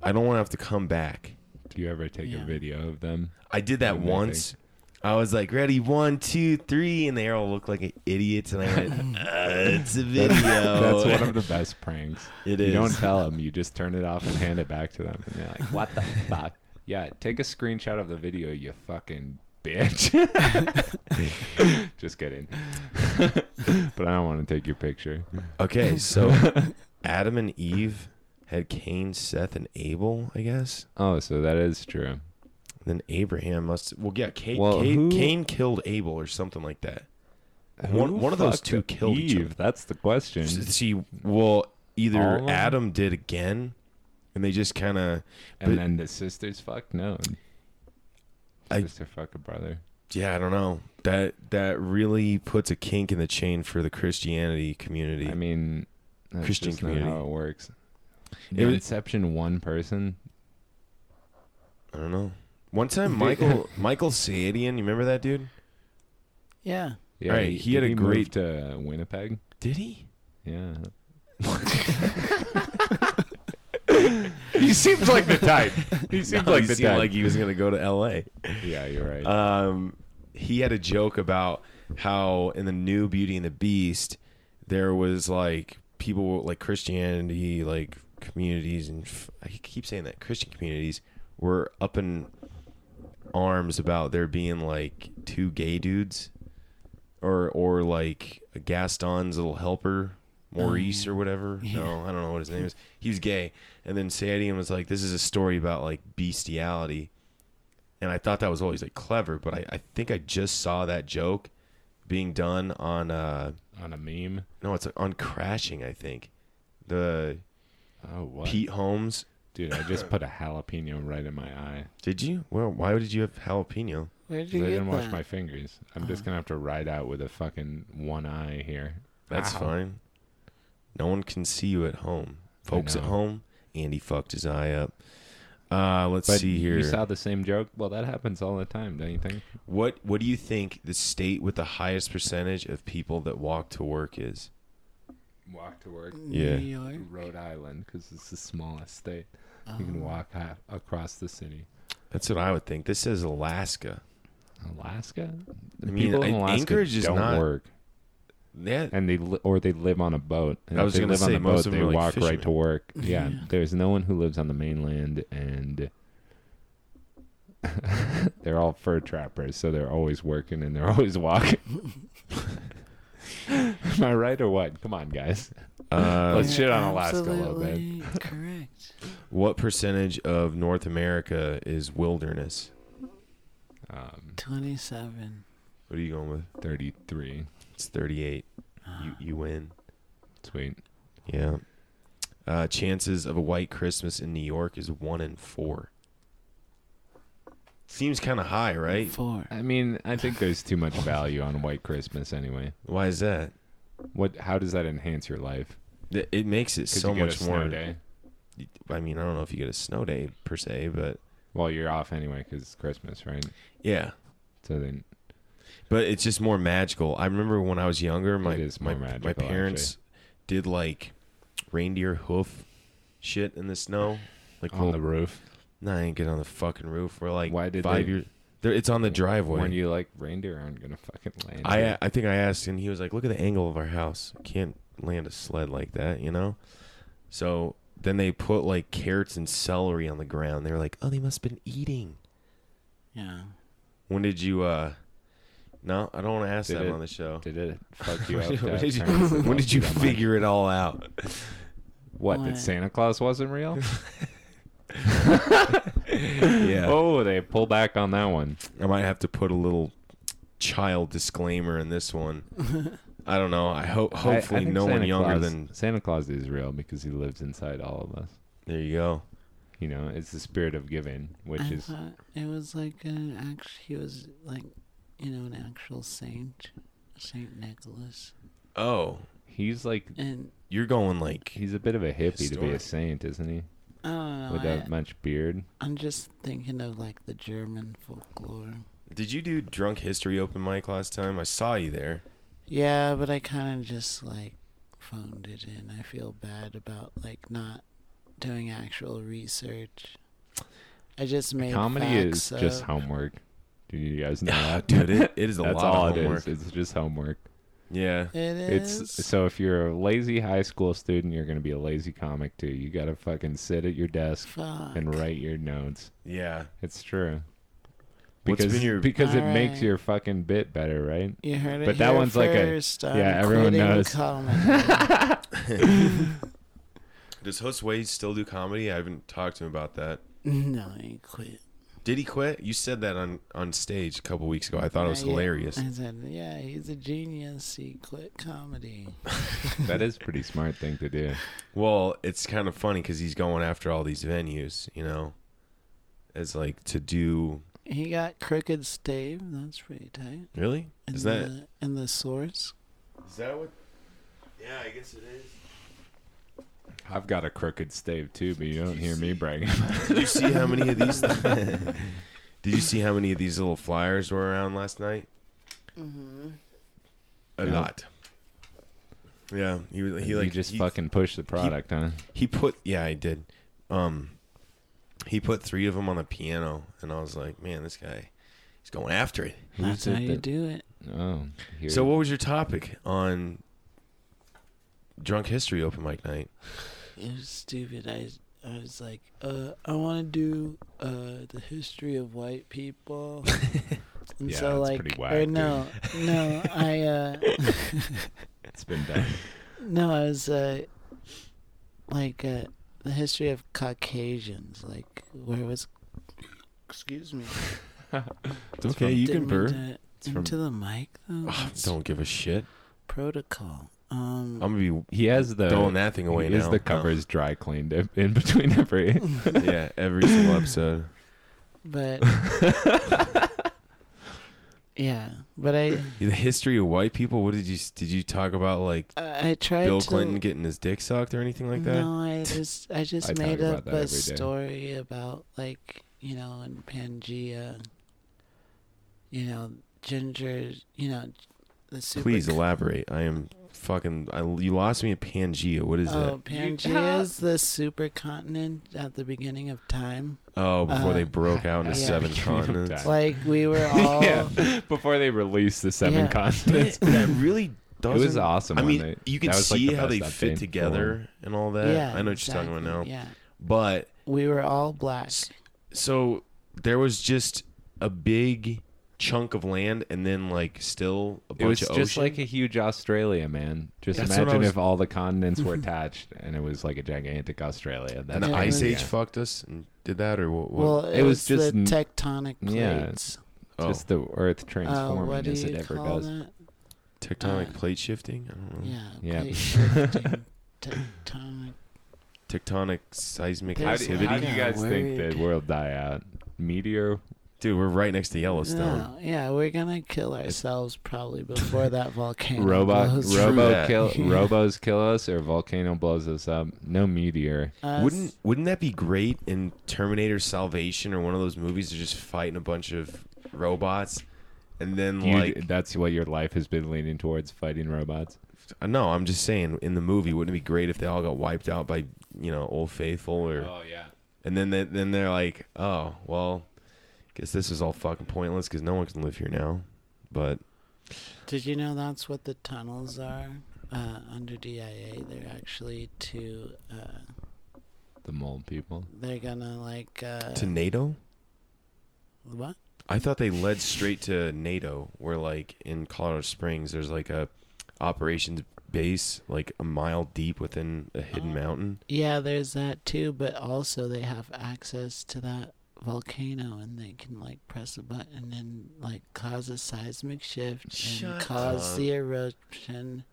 I don't want to have to come back.
Do you ever take
Yeah.
a video of them?
I did that
What do they
once. I was like, ready, one, two, three, and they all look like idiots. And I went, <laughs> uh, it's a video.
<laughs> That's one of the
<laughs>
best pranks.
It
You don't
is.
tell them. You just turn it off and hand it back to them. And they're like,
<laughs>
what the fuck? Yeah, take a screenshot of the video, you fucking
<laughs>
bitch. just kidding. but I don't want to take your picture. <laughs>
Okay, so Adam and Eve had Cain, Seth, and Abel, I guess.
Oh, so that is true.
Then Abraham must. Well, yeah, Cain,
Well,
Cain,
who-
Cain killed Abel or something like that. One-
Who
one of those
fucked
two killed each
Eve?
other.
That's the question.
See, well,
All
either
of 'em?
Adam did again, and they just kind of.
and
but-
then the sisters fucked? No.
I-
Sister fuck a brother.
Yeah, I don't know. That that really puts a kink in the chain for the Christianity community.
I mean, that's
Christian
just not
community.
how it works.
It
The
was-
Inception one person.
I don't know. One
<laughs>
time, Michael Michael Sadian, you remember that dude?
Yeah.
Yeah,
Right, he had
did
a
move
great-
to Winnipeg.
Did he?
Yeah. he seems like
<laughs>
the type. He seems
No,
like
he
the
seemed
type.
like he was gonna go to L.A.
yeah, you're right.
Um, he had a joke about how in the new Beauty and the Beast there was like people like Christianity, like communities, and f- I keep saying that Christian communities were up in arms about there being like two gay dudes, or or like Gaston's little helper. Maurice or whatever. No, I don't know what his name is. He was gay. And then Sadian was like, this is a story about like bestiality and I thought that was always like clever, but I, I think I just saw that joke being done on uh
On a meme.
no, it's on crashing, I think. The
Oh what?
Pete Holmes.
Dude, I just put a jalapeno right in my eye.
Did you? Well, why did you have jalapeno?
Where did
'Cause
you
I
get
didn't wash
that?
my fingers. I'm just
Oh.
gonna have to ride out with a fucking one eye here.
That's
Ow.
fine. No one can see you at home. Folks at
know.
home, Andy fucked his eye up. Uh, let's
But
see here.
you saw the same joke. Well, that happens all the time, don't you think?
what What do you think the state with the highest percentage of people that walk to work is?
Walk to work,
Yeah.
New York.
Rhode Island, because it's the smallest state. You
Oh.
can walk half across the city.
That's what I would think. This says Alaska.
Alaska. The
I mean,
people in
I-
Alaska
Anchorage is
don't
not-
work,
Yeah,
<laughs> and they li- or they live on a boat. And
I
if
was
they
gonna
live on
say,
the
most
boat.
of
They
them are, like,
walk right to
fishermen.
work. Yeah,
Yeah.
there's no one who lives on the mainland, and <laughs> they're all fur trappers, so they're always working and they're <laughs> always walking. <laughs> Am I right or what? Come on, guys.
uh,
Let's shit on Alaska a little bit.
Absolutely Correct.
what percentage of North America is wilderness?
Um,
Twenty-seven.
What are you going with?
Thirty-three.
It's 38. You you win.
Sweet.
Yeah. Uh, chances of a white Christmas in New York is one in four. Seems kind of high, right?
Four.
I mean, I think there's too much value on White Christmas anyway.
Why is that?
What? How does that enhance your life?
Th- It makes it
'Cause
so
you get a
much
snow
more.
day.
I mean, I don't know if you get a snow day per se, but
Well, you're off anyway because it's Christmas, right?
yeah.
So then,
But it's just more magical. I remember when I was younger, my
It is
my,
more
my
magical,
parents did like reindeer hoof shit in the snow, like
on the
little-
roof.
No, I ain't get on the fucking roof. We're like
Why did
five
they-
years. There, it's on the driveway.
When you like reindeer aren't gonna fucking land.
I
here.
I think I asked, and he was like, "Look at the angle of our house. Can't land a sled like that, you know." So then they put like carrots and celery on the ground. They were like, "Oh, they must have been eating."
Yeah.
When did you? uh No, I don't want to ask
Did
them
it-
on the show.
did it fuck you up.
<laughs>
to
when
have
uh, did you, <laughs>
parents that
when
loved
did you
that much?
figure it all out?
what
What?
that Santa Claus wasn't real?
<laughs> yeah,
Oh, they pull back on that one.
I might have to put a little child disclaimer in this
<laughs>
one. I don't know. I hope
I- I
hopefully
think
no one
Santa
younger
Claus-
than
Santa Claus is real because he lives inside all of us.
there you go.
You know, it's the spirit of giving, which
I
is
thought it was like an act. He was like, you know, an actual saint, Saint Nicholas,
Oh,
he's like
and
you're going like
he's a bit of a hippie to be
Story.
a saint, isn't he?
oh, I don't know.
Without much beard.
I, I'm just thinking of like the German folklore.
Did you do drunk history open mic last time? I saw you
<laughs>
there.
Yeah, but I kind of just like phoned it in. I feel bad about like not doing actual research. I just made
Comedy is
facts up.
just homework. Do you guys
<laughs>
know that?
Dude, it, it is a
That's
lot
all
of
it
homework.
is. It's just homework.
Yeah.
It is.
It's so if you're a lazy high school student, you're gonna be a lazy comic too. You gotta fucking sit at your desk
fuck.
and write your notes.
Yeah.
It's true.
What's
Because
been your-
because it makes
Alright.
your fucking bit better, right?
You heard it.
But that
here
one's like a-
first. I'm
yeah, everyone
quitting
knows.
comedy.
Does Huss Wade still do comedy? I haven't talked to him about that.
<laughs> no, I quit.
Did he quit? You said that on, on stage a couple weeks ago. I thought it was
Not yet.
hilarious.
I said, yeah, he's a genius. He quit comedy.
that is a pretty smart thing to do.
Well, it's kind of funny because he's going after all these venues, you know? It's like to do.
He got Crooked Stave. That's pretty tight.
Really? uh,
And
Is that.
The, and the source.
Is that what. Yeah, I guess it is.
I've got a crooked stave too, but you don't
<laughs>
hear me bragging.
Did you see how many of <laughs> these? Did you see how many of these little flyers were around last night? Mm-hmm. A
Yep.
lot. Yeah, he was- he like
you just
he,
fucking push the product, huh?
he put yeah I did, um, he put three of them on the piano, and I was like, man, this guy, he's going after it.
Who's
That's how
it
you
that-
do it.
Oh, here.
So, what was your topic on drunk history open mic night?
It was stupid. I I was like, uh, I want to do uh the history of
<laughs>
white people. And
Yeah,
so
that's
like,
pretty whack,
or
dude.
no, no, I uh,
<laughs> it's been done.
no, I was uh, like uh, the history of Caucasians. Like, where was? Excuse me.
<laughs> It's okay,
Didn't mean to-
from-
Into the mic though. That's
Oh, Don't give a shit.
protocol. Um,
I'm gonna be
He has the
throwing that thing away
he has
now. <laughs>
the covers dry cleaned up in between every. <laughs>
<laughs> yeah, every single episode.
but Yeah, but I
The history of white people. What did you did you talk about like
I I tried
Bill
to
Clinton getting his dick sucked or anything like that?
No, I just I just
I talk
made
about
up
that
a
every day.
story about like you know in Pangea, you know ginger, you know the super.
Please elaborate. I am fucking. I, you lost me at Pangea. What is
oh,
that?
Pangea is the supercontinent at the beginning of time.
Oh, before
uh,
they broke out into
yeah. <laughs>
seven
Kingdom
continents.
Time.
Like we were
<laughs>
all.
yeah, before they released the seven
Oh. Yeah. <laughs>
continents.
that really
It
doesn't.
was awesome.
I
when
mean,
they,
you can
that was, like,
see
the
how
best
they
update
fit
for
together and all that.
Yeah,
I know what you're talking about
exactly,
now.
Yeah,
But
we were all black.
S- so there was just a big chunk of land, and then like still a
It was
bunch
just
of ocean.
like a huge Australia, man. Just
That's what I
imagine
was-
if all the continents were attached and it was like a gigantic Australia. That's
and the
Yeah,
what
ice
we
age
got.
fucked us and did that, or what? what?
Well, it,
it was
was,
just
the
n-
tectonic
yeah,
plates.
oh,
Just the Earth
Uh,
transforming
what do
as
you
it ever
call
does.
that?
Oh.
tectonic
uh,
plate shifting. I don't know.
Yeah,
Yeah.
plate shifting, tectonic.
Tectonic seismic
There's
How do,
activity.
how do you guys think
Word.
the world die out? Meteor?
Dude, we're right next to Yellowstone.
No, yeah, we're gonna kill ourselves probably before that volcano.
Robot,
blows.
True
robo
that.
<laughs>
kill,
Yeah.
robos kill us, or volcano blows us up. No meteor.
Us-
Wouldn't wouldn't that be great in Terminator Salvation or one of those movies? They're just fighting a bunch of robots, and then
You,
like
that's what your life has been leaning towards: fighting robots.
no, I'm just saying in the movie, wouldn't it be great if they all got wiped out by you know Old Faithful or
Oh, yeah.
and then they, then they're like, oh well, guess this is all fucking pointless because no one can live here now. But
Did you know that's what the tunnels are uh, under DIA? They're actually to. Uh,
The mold people.
they're gonna like. Uh,
to NATO,
what?
I thought they led straight to NATO, where like in Colorado Springs, there's like a operations base like a mile deep within a hidden mountain.
Yeah, there's that too, but also they have access to that volcano and they can like press a button and like cause a seismic shift and
Shut
cause
up.
the eruption.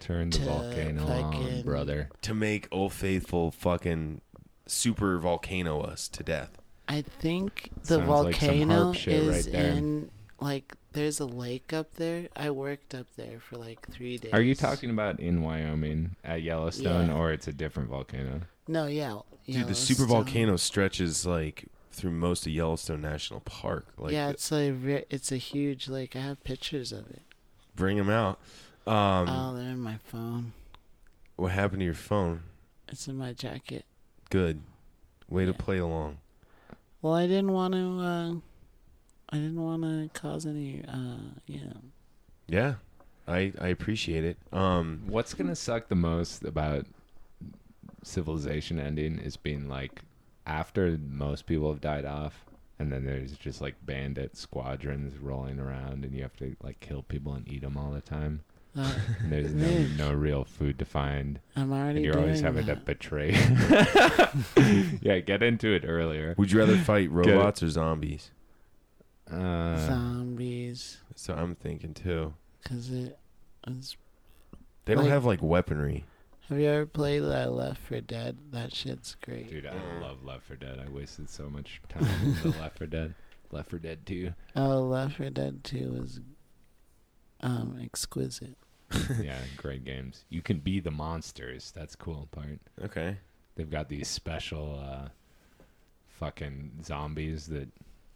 Turn the
To
volcano on,
fucking-
brother.
to make Old Faithful fucking super volcano us to death.
I think the
Sounds like some
volcano
harp shit
is
right there.
in like there's a lake up there. I worked up there for like three days.
Are you talking about in Wyoming at Yellowstone,
Yeah.
or it's a different volcano?
No, yeah.
Dude, the super
Yellowstone.
volcano stretches like through most of Yellowstone National Park. Like,
uh,
yeah, it's a re- it's a huge lake. I have pictures of it.
bring them out. Um,
oh, they're in my phone.
what happened to your phone?
It's in my jacket.
Good. Way to
Yeah.
play along.
Well, I didn't want to. Uh, I didn't want to cause any. Uh, you know.
Yeah, I I appreciate it. Um,
What's gonna suck the most about civilization ending is being like after most people have died off, and then there's just like bandit squadrons rolling around, and you have to like kill people and eat them all the time. <laughs>
Uh,
And there's no, no real food to find,
I'm already.
and you're always
doing
having to
<laughs> that.
betray. <laughs> yeah, get into it earlier.
would you
<laughs>
rather fight
it.
robots or zombies?
Uh,
zombies
So I'm thinking too.
because it was.
They don't
Like-
have like weaponry.
Have you ever played that Left for Dead? That shit's great.
dude, I love Left 4 Dead. I wasted so much time
<laughs>
with Left 4 Dead. Left 4 Dead 2.
Oh, Left for Dead Two was um exquisite.
yeah, great games. You can be the monsters. That's cool part.
Okay.
They've got these special uh, fucking zombies that,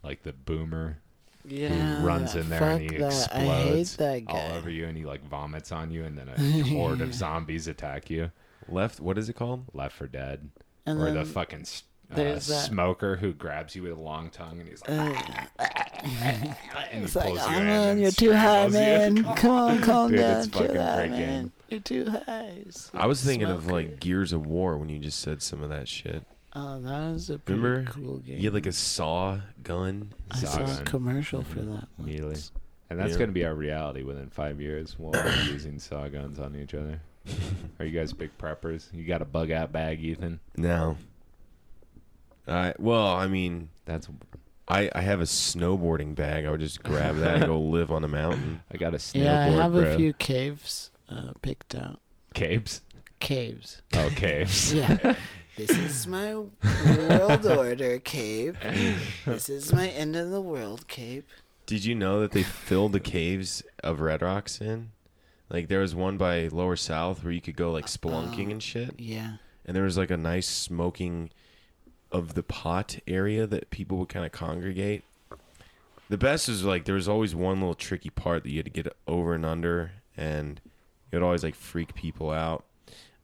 like the boomer,
Yeah,
runs in there
fuck
and he
that. I hate
explodes
that guy.
all over you, and he like vomits on you, and then a
<laughs>
horde of zombies attack you.
Left. What is it called?
Left for dead,
and
or
then,
the fucking s- uh,
there's that-
smoker who grabs you with a long tongue, and he's like, "Ah,"
uh,
<laughs> and he
it's
pulls
like,
you
oh,
in
man,
and
you're too high,
strangles you." <laughs>
man. Come on, calm
Dude,
down,
it's
chill
fucking
out,
great game.
man. You're too high. S-
I was thinking of
smoker.
like Gears of War when you just said some of that shit.
Oh, that was a pretty
Remember?
cool game.
You had like a saw gun.
I saw a
Zaxxon.
commercial for
Mm-hmm.
that.
Really?
once.
And that's
Yeah.
going to be our reality within five years. We'll all be using saw guns on
<laughs>
each other. Are you guys big preppers? You got a bug out bag, Ethan?
No. I well, I mean,
That's
I I have a snowboarding bag. I would just grab that <laughs> and go live on a mountain.
I got a snowboard.
Yeah, I have
bro.
a few caves uh, picked out.
capes.
<laughs>
Caves.
Oh, capes.
Yeah. this is
<laughs>
my world order cape. This is my end of the world cape.
Did you know that they filled the caves of Red Rocks in? Like there was one by Lower South where you could go like spelunking and shit,
Yeah.
and there was like a nice smoking of the pot area that people would kind of congregate. The best is like there was always one little tricky part that you had to get over and under, and it would always like freak people out.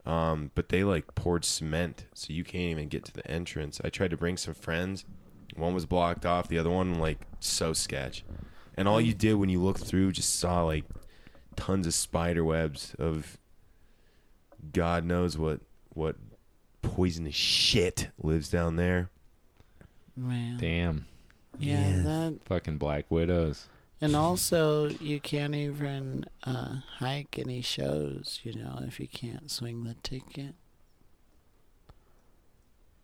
Um, but they like poured cement, so you can't even get to the entrance. I tried to bring some friends. One was blocked off. The other one like so sketch. And all you did when you looked through just saw like tons of spider webs of God knows what what poisonous shit lives down there.
Man.
Damn.
Yeah.
Yeah.
That
Fucking Black Widows.
and also you can't even uh, hike any shows. You know, if you can't swing the ticket.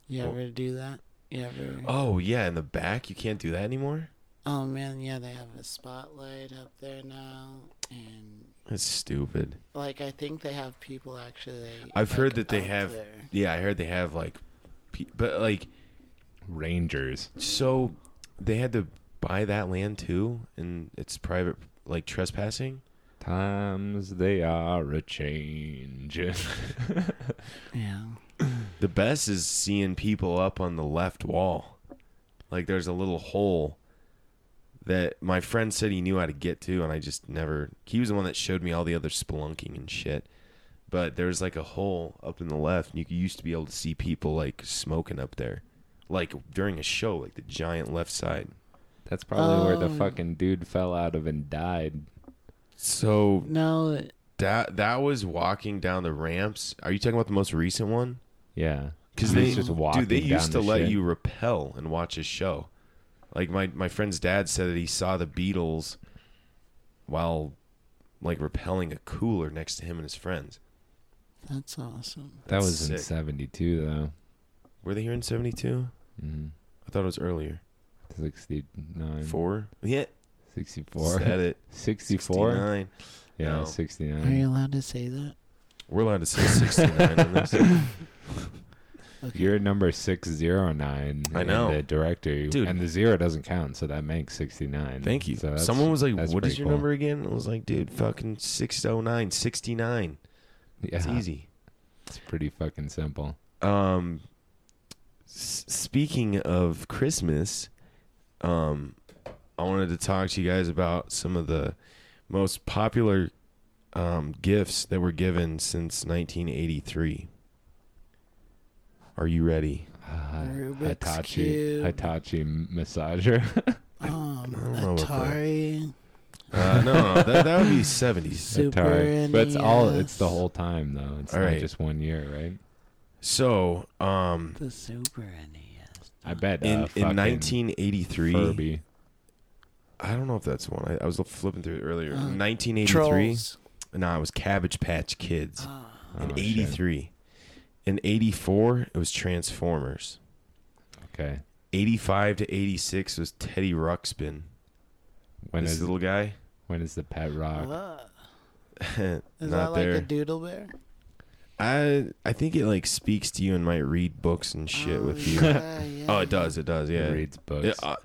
You
Well-
ever do that? You ever?
Oh yeah, in the back you can't do that anymore.
Oh man, yeah, they have a spotlight up there now, and
That's stupid.
like I think they have people actually.
I've
like,
heard that they
up
have.
there.
Yeah, I heard they have like, pe- but like
Rangers.
so they had to buy that land too, and it's private like trespassing.
Times they are a change. <laughs>
Yeah.
The best is seeing people up on the left wall. Like there's a little hole that my friend said he knew how to get to, and I just never. He was the one that showed me all the other spelunking and shit. But there's like a hole up in the left, and you used to be able to see people like smoking up there, like during a show, like the giant left side.
That's probably where the
Oh.
fucking dude fell out of and died.
So
No,
that that was walking down the ramps. Are you talking about the most recent one?
Yeah.
Because
He
they
was just walking
dude, they
down
used to
the
let
shit.
you repel and watch a show. Like my my friend's dad said that he saw the Beatles while like repelling a cooler next to him and his friends.
that's awesome.
That
That's
was in
sick.
'72 though.
Were they here in seventy two?
Mm-hmm.
I thought it was earlier.
69,
Four? Yeah.
64,
Said
<laughs>
it.
64.
69.
Yeah,
No.
69.
Are you allowed to say that?
We're allowed to say sixty nine on this.
<laughs> You're at number 609.
I
in
know.
The director.
Dude.
And the zero doesn't count, so that makes 69.
Thank you.
So that's-
Someone was like,
that's
What is
pretty
your
cool.
number again? I was like, dude, fucking 609, 69.
Yeah,
It's easy.
It's pretty fucking simple.
um s- speaking of christmas um i wanted to talk to you guys about some of the most popular um gifts that were given since 1983 are you ready
Uh,
Rubik's
Hitachi,
Cube.
Hitachi massager. <laughs>
Um,
don't know about that.
Atari,
uh no, no that, that would be 70s
Super E
Atari. But it's all it's the
NES,
whole time though. It's
All
not
right.
just one year, right?
so um
The Super E NES.
I bet
in,
uh,
in
fucking
1983
Furby.
i don't know if that's one i, I was flipping through it <gasps> earlier
Uh,
1983
Trolls.
no nah, it was cabbage patch kids
Ah,
Oh,
in
shit.
83 in 84 it was transformers
Okay.
85 to 86 was teddy ruxpin
When
this
is
little guy
when is the pet rock?
what?
<laughs> not
Is that like
there
a doodle bear?
i i think it like speaks to you and might read books and shit
Oh,
with you
yeah, yeah.
<laughs> oh it does it does yeah
It reads books.
it, uh,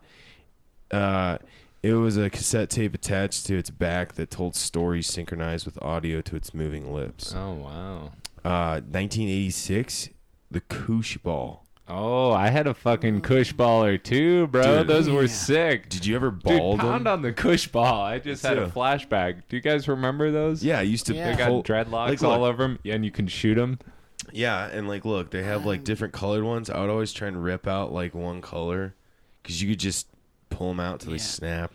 uh, it was a cassette tape attached to its back that told stories synchronized with audio to its moving lips
oh wow.
uh 1986 the koosh ball
Oh, I had a fucking cush baller too, bro.
Dude.
Those were
Yeah.
sick.
did you ever
Dude,
ball
pound
them?
on the cush ball. I just had a
too.
flashback. Do you guys remember those?
yeah i used to
Yeah.
They got
pull-
dreadlocks
like,
all
look.
over them, and you can shoot them.
Yeah, and like, look, they have like different colored ones. I would always try and rip out like one color because you could just pull them out till they
Yeah.
snap.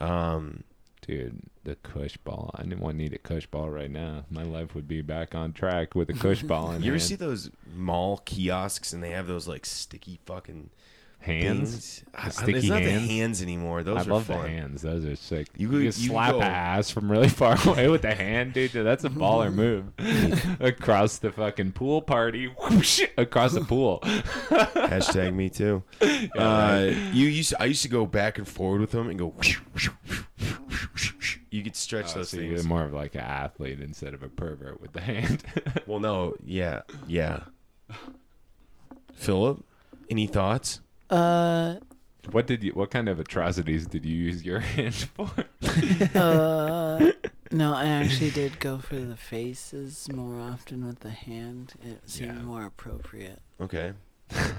Um,
Dude, the cush ball. I didn't want to need a cush ball right now. My life would be back on track with a cush ball in
<laughs> you ever
hand.
see those mall kiosks and they have those like sticky fucking
hands?
things? I- I-
sticky
it's not
hands?
the hands anymore. Those
I
are
love
fun.
the hands. Those are sick.
You
You,
could-
can
you
slap
go-
a ass from really far <laughs> away with the hand, dude. That's
<laughs>
a baller move. <laughs> across the fucking pool party. <laughs> Whoosh, across the pool.
Hashtag me
<laughs>
too. Uh, you used I used to go back and forward with them and go. You could stretch
Oh,
those
so
things.
you're more of like an athlete instead of a pervert with the hand. <laughs>
Well, no, yeah, yeah. Philip, any thoughts?
Uh,
What did you? What kind of atrocities did you use your <laughs> hands for?
Uh,
<laughs>
no, I actually did go for the faces more often with the hand. It seemed
Yeah.
more appropriate.
Okay.
I'm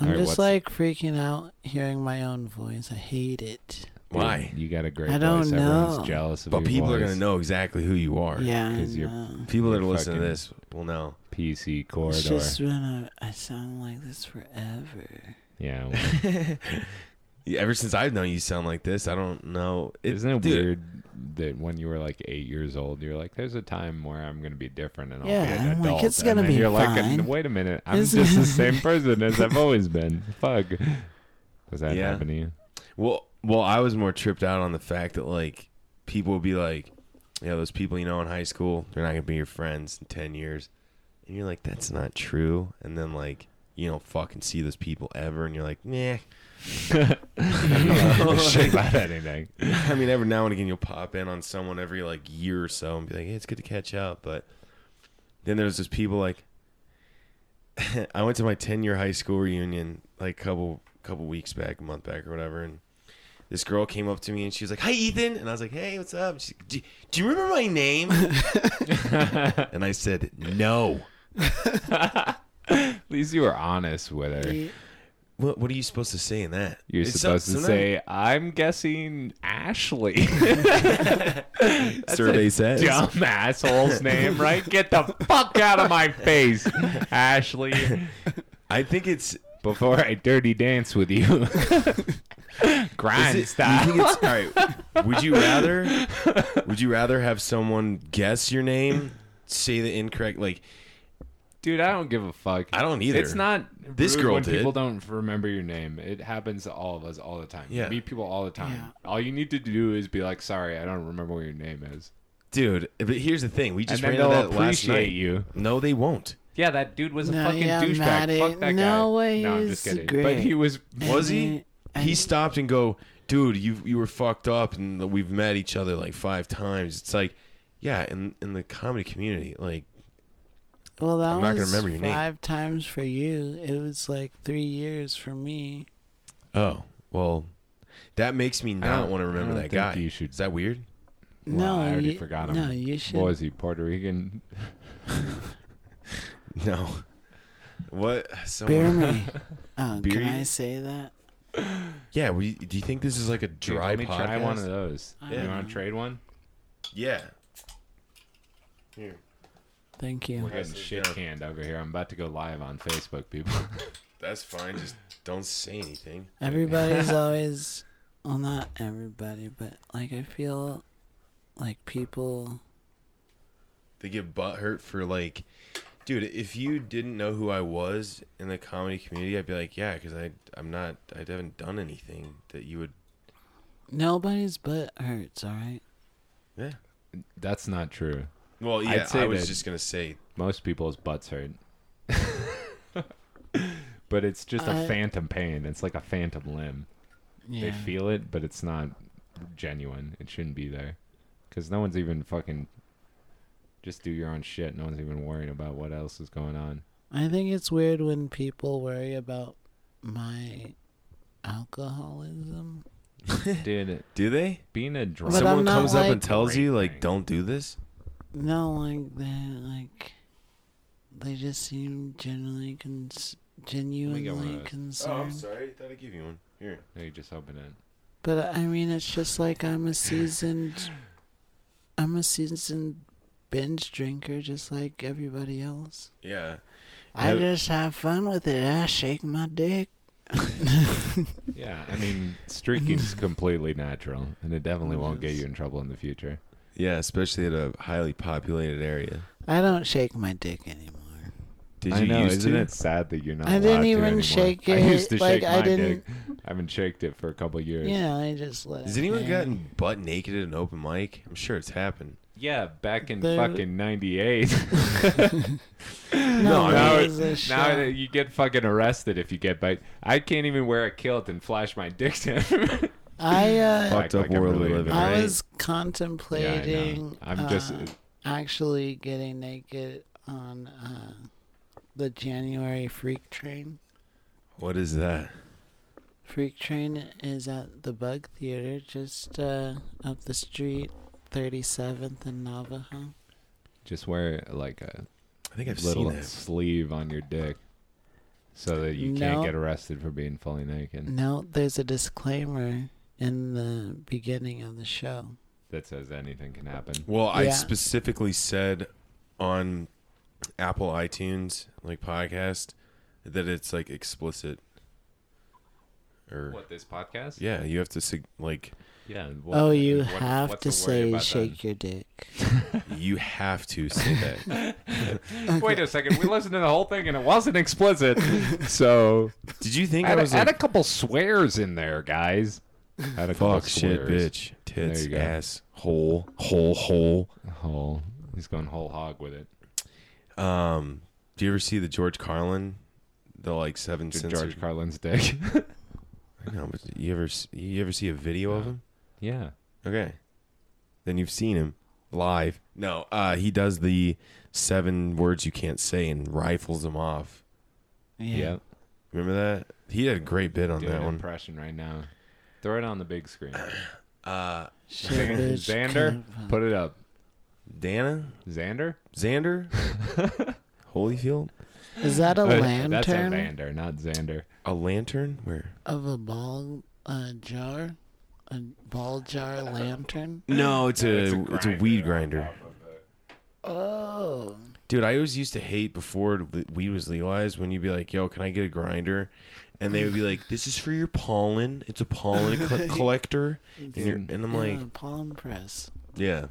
Alright, what's-
just like freaking out hearing my own voice. I hate it.
Why?
Dude, you got a great.
I don't
voice.
know.
Everyone's jealous of
But
your
people are
voice.
gonna know exactly who you are.
yeah, I
'cause you're-
know.
People that are
You're
listening to
fucking-
this will know.
PC corridor.
It's just been a, I sound like this forever.
Yeah,
Yeah, ever since I've known you, sound like this. I don't know. <laughs> It,
Isn't it
dude,
weird that when you were like eight years old, you're like, "There's a time where I'm going to be different and I'll be
Yeah,
an
I'm like,
adult."
"It's
and
gonna
then
be
you're
fine."
like, "Wait a minute, I'm
It's
just
gonna
the
<laughs>
same person as I've always been." Fuck. Does that
Yeah.
happen
<laughs>
to you?
Well, well, I was more tripped out on the fact that like people would be like, "Yeah, those people you know in high school, they're not gonna be your friends in ten years," and you're like, "That's not true." And then like you don't fucking see those people ever, and you're like, <laughs> "Nah."
I
Oh,
don't give a shit about anything.
I mean, every now and again you'll pop in on someone every like year or so and be like, "Hey, it's good to catch up," but then there's just people like. <laughs> I went to my 10 year high school reunion like couple couple weeks back, a month back or whatever, and this girl came up to me and she was like, "Hi, Ethan," and I was like, "Hey, what's up?" She's like, do, do you remember my
<laughs>
name? and I said, "No."
At least you were honest with her.
You-
What, what are you supposed to say in that?
You're
It's so-
supposed to
sometimes-
say, "I'm guessing
<laughs>
Ashley."
survey says.
Dumb asshole's name, right? Get the fuck out of my face, Ashley.
I think it's
Before I dirty dance
<laughs>
with you, grind
Is it-
style.
you think it's- all
<laughs>
right. Would you rather? Would you rather have someone guess your name, say the incorrect? Like
Dude, I don't give a fuck.
I don't either.
It's not
This
rude
girl
when
did.
people don't remember your name. It happens to all of us all the time.
Yeah.
You meet people all the time. All you need to do is be like, "Sorry, I don't remember what your name is,"
dude. But here's the thing. We just
and
ran
then
into
they'll
that last
appreciate
night.
you.
No, they won't.
Yeah, that dude was a
No,
fucking
yeah,
douchebag.
Maddie,
Fuck that guy.
no way,
No, I'm
he's
just kidding.
great.
But he was.
Was
mean,
he?
I-
He stopped and go, dude. You you were fucked up, and we've met each other like five times. It's like, yeah, in in the comedy community, like
Well, that
I'm not gonna
was
remember your name.
five times for you. It was like three years for me.
oh well, that makes me not
don't-
want to
I
remember
don't
that guy.
think you should-
Is that weird?
Well,
no,
I already
you,
forgot him.
No, you should.
What was he? Puerto Rican.
No. What? Someone,
<laughs>
Bear me. Oh,
Beer
can I
you?
say that?
Yeah, we, do you think this is like a
Dude,
dry
let me
podcast?
try one of those.
Yeah.
You want to trade one?
Yeah.
Thank you.
We're getting shit
down.
canned over here. I'm about to go live on Facebook, people. <laughs>
That's fine. Just don't say anything.
<laughs>
Everybody's always, well, not everybody, but like I feel like people.
They get butt hurt for like, dude. If you didn't know who I was in the comedy community, I'd be like, yeah, because I I'm not I haven't done anything that you would.
Nobody's butt hurts, all right?
Yeah.
That's not true.
Well,
I'd
yeah.
say
I was
that-
just gonna say.
Most people's butts hurt. <laughs> but it's just a
I-
phantom pain. It's like a phantom limb. They
Yeah.
feel it, but it's not genuine. It shouldn't be there. Because no one's even fucking. Just do your own shit. No one's even worrying about what else is going on.
I think it's weird when people worry about my alcoholism.
Dude,
Do they?
being a drunk.
Eh. But I'm
Someone
not,
comes up
like-
and tells you like,
Right.
don't do this.
No, like they like they just seem genuinely cons-
one of
genuinely
those.
concerned.
Oh, sorry. Thought I'd give you one. Here.
They just open it.
but I mean, it's just like I'm a seasoned, I'm a seasoned binge drinker, just like everybody else.
Yeah.
I
Have-
just have fun with it. I shake my dick.
Yeah, I mean,
<laughs>
streaking's completely natural, and it definitely won't get you in trouble in the future.
Yeah, especially at a highly populated area.
I don't shake my dick anymore.
Did you
I know,
used
isn't
to?
it sad that you're not?
I
allowed
didn't
to
even
anymore?
shake
I used
it,
to
like,
shake
I
my dick.
didn't-
I haven't shaked it for a couple years.
You know, I just let.
Has
it
anyone
hang.
gotten butt naked at an open mic? I'm sure it's happened.
Yeah, back in
The-
fucking <laughs> '98.
No,
I mean-
now,
it was a
now
shot.
that you get fucking arrested if you get bite. I can't even wear a kilt and flash my dick to <laughs> everyone.
I uh,
Fucked up world we live in.
I
right?
was
Yeah, I
contemplating.
know. I'm just.
uh, actually getting naked on uh, the January Freak Train.
What is that?
Freak Train is at the Bug Theater, just uh, up the street, 37th and Navajo.
Just wear like a
I think I've
little
seen that.
sleeve on your dick, so that you
No.
can't get arrested for being fully naked.
No, there's a disclaimer in the beginning of the show.
That says anything can happen.
Well, I
Yeah.
specifically said on Apple iTunes like podcast that it's like explicit. Or
What this podcast?
yeah, you have to sig- like
Yeah.
oh, you have to say shake your dick.
you have to say
<laughs>
that.
Wait a second. We listened to the whole thing and it wasn't
<laughs>
explicit. So
Did you think I
add,
was
a, add
like
a couple swears in there, guys. Add a couple
fuck shit
swears.
bitch tits
you go.
ass hole hole hole?
Whole. He's going whole hog with it.
Um, do you ever see the George Carlin, the like seven
Dude,
censored?
George Carlin's dick. <laughs>
I know, but you ever s- you ever see a video of
No.
him?
yeah.
Okay, then you've seen him live. No, uh, he does the seven words you can't say and rifles them off.
Yeah. <laughs>
Yeah.
Remember that? He had a great bit on
Doing
that
an
one.
impression right now. Throw it on the big
<coughs>
screen.
Uh,
Shit, bitch,
Xander,
cunt,
put it up.
Dana
Xander?
<laughs> Xander Holyfield,
Is that a
Uh, <laughs> That's a
lantern
Vander, not Xander.
a lantern where?
of a ball uh, jar? A ball jar lantern?
No, it's a it's a, weed grinder.
Oh.
Dude, I always used to hate before le- weed was legalized when you'd be like, "Yo, can I get a grinder?" And they would be like, "This is for your pollen. It's a <laughs> pollen co- collector." And, you're, and I'm like,
yeah, palm press.
"Yeah,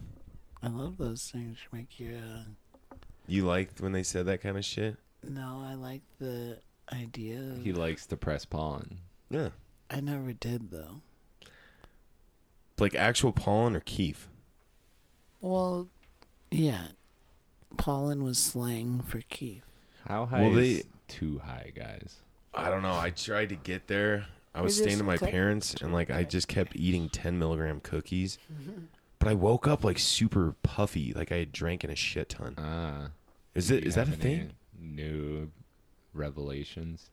I love those things. Make you. Uh,
you liked when they said that kind of shit."
no, I like the idea. Of,
He likes to press pollen.
Yeah,
I never did though.
like actual pollen or keef.
Well, yeah. Pollen was slang for
<laughs>
Keith.
How high
Well,
is
they-
too high, guys?
I don't know. I tried to get there. I was
It
staying
is
at my
cut-
parents, and like I just kept eating ten milligram cookies. But I woke up like super puffy, like I had drank in a shit ton.
Ah.
Is
Do
it
you
is that a
have any
thing?
New revelations.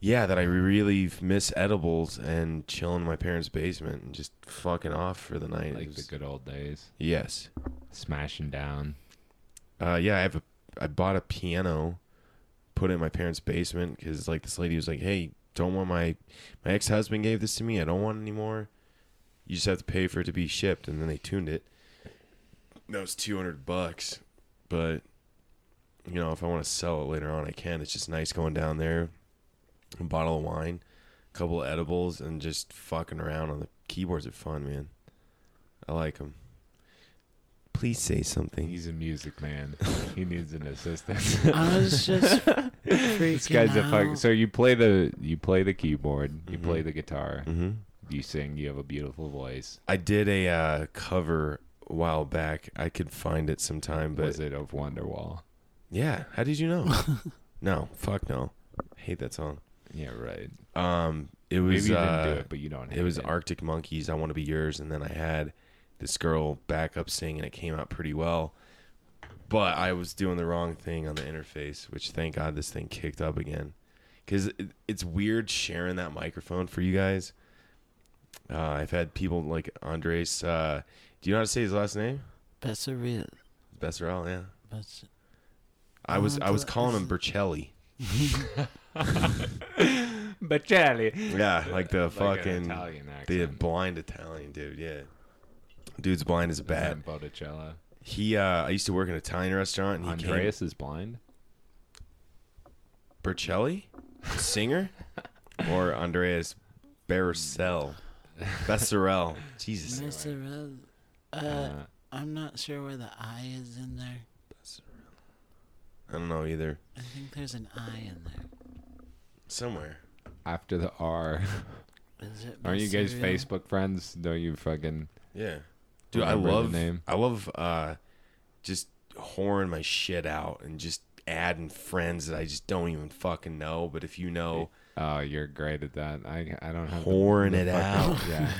Yeah, that I really miss edibles and chilling in my parents' basement and just fucking off for the night. It
Like the
was-
good old days.
yes.
Smashing down.
Uh, yeah, I have a. I bought a piano, put it in my parents' basement because like this lady was like, "Hey, don't want my my ex husband gave this to me. I don't want it anymore. You just have to pay for it to be shipped." And then they tuned it. That was two hundred bucks, but you know if I want to sell it later on, I can. It's just nice going down there, a bottle of wine, a couple of edibles, and just fucking around on the keyboards are fun, man. I like them. Please say something.
He's a music <laughs> man. he needs an <laughs> assistant.
I was just freaking
this guy's a
out.
fuck. So you play the you play the keyboard, you play the guitar,
mm-hmm.
you sing. You have a beautiful voice.
I did a uh, cover a while back. I could find it sometime, but
Was it of Wonderwall?
yeah. How did you
<laughs>
know? no, fuck no. I hate that song.
Yeah, right.
Um, it
Maybe
was
you
uh,
didn't do it, but you don't.
it
hate
was Arctic Monkeys. I want to be yours, and then I had this girl backup sing, and it came out pretty well. But I was doing the wrong thing on the interface, which thank God this thing kicked up again, because it, it's weird sharing that microphone for you guys. Uh, I've had people like Andres. Uh, do you know how to say his last name?
Besserit.
Besserell, yeah.
Bess-
I was
Uh,
I was
but-
calling him Bercelli.
But Charlie,
Yeah, like the
like an
fucking
Italian
the
accent.
blind Italian dude. Yeah, dude's blind as a bat.
And Botticello.
He uh, I used to work in an Italian restaurant. And he
Andreas is blind.
came, Bercelli,
<laughs>
singer, or Andreas Barcel, Besserell. Jesus,
Besserit. Uh,
Uh,
I'm not sure where the I is in there.
I don't know either.
I think there's an I in there.
Somewhere.
after the <laughs> R,
Is it?
aren't you guys
Besserit?
Facebook friends? Don't you fucking
Yeah, dude, I
Remember the
love
name.
I love uh, just whoring my shit out and just adding friends that I just don't even fucking know. But if you know.
Oh, you're great at that. I I don't have the-
pouring it out.
fucking- <laughs> Yeah.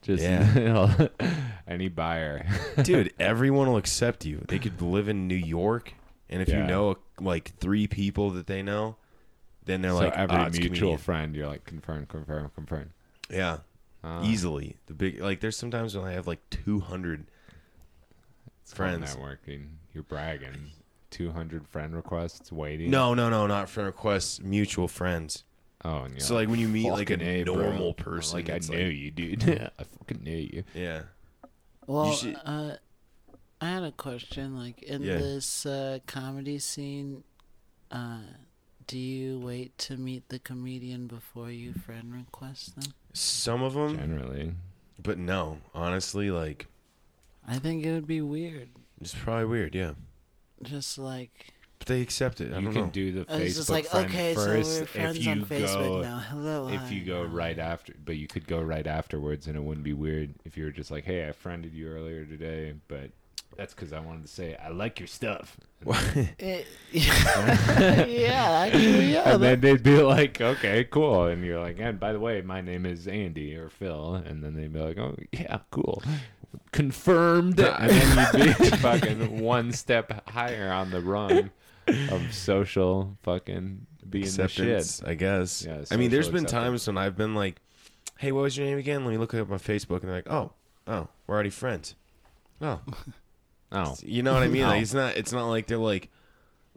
Just <laughs> any buyer.
Dude, everyone will accept you. They could live in New York, and if you
Yeah.
know like three people that they know, Then they're
so
like
every
"Ah, it's
mutual
comedian."
friend, you're like confirm, confirm, confirm.
Yeah,
Ah,
easily the big like. There's sometimes when I have like 200
it's called
friends.
networking. You're bragging. Two hundred friend requests waiting.
No, no, no, not friend requests. Mutual friends.
Oh, and you're
So like when you meet like a
"Fucking A, bro."
normal person,
like I
it's
knew you,
<laughs>
dude. <laughs> I fucking knew you.
Yeah.
Well,
should-
uh, I had a question. Like in
Yeah.
this uh, comedy scene, uh, do you wait to meet the comedian before you friend request them?
Some of them,
Generally,
but no. Honestly, like
I think it would be weird.
it's probably weird. Yeah,
Just like
but they accept it. I
you
don't
can
know.
do the
I was
Facebook
just like,
friend
okay,
first.
so we're friends
if you
on
go,
Facebook now. Hello.
if you
hi.
go right after, but you could go right afterwards, and it wouldn't be weird if you were just like, "Hey, I friended you earlier today," but that's because I wanted to say I like your stuff.
<laughs>
And,
Eh, <laughs>
<laughs>
yeah, actually, yeah.
and then
that-
they'd be like, "Okay, cool," and you're like, "And by the way, my name is Andy or Phil," and then they'd be like, "Oh, yeah, cool." Confirmed, and then you'd <laughs> be fucking one step higher on the rung of social fucking being the shit.
acceptance, I guess.
Yeah,
I mean, there's
social
been
acceptance.
times when I've been like, "Hey, what was your name again?" Let me look it up on Facebook, and they're like, "Oh, oh, we're already friends." <laughs> Oh,
Oh,
you know what I mean? Like,
No.
it's not. It's not like they're like,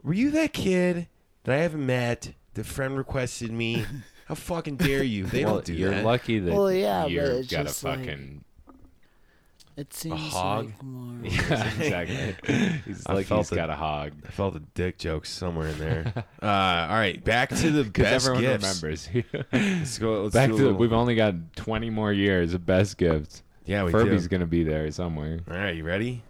"Were you that kid that I haven't met? The friend requested me. How fucking dare you?" They
well,
don't do
you're
that.
lucky that
Well, yeah, but
you've
it's
got a
just like- <laughs>
fucking
it seems
hog?
like
<laughs>
more.
yeah, exactly. He's
I
like
felt
he's
it.
got a hog
I felt a dick joke somewhere in there. <laughs> uh, all right, back to <laughs> the
because
best
everyone
gifts.
remembers.
<laughs> Let's go. Let's
Back
do a
to
little-
we've only got 20 more years of best gifts.
yeah, we
Furby's
do.
gonna be there somewhere.
All right, you ready?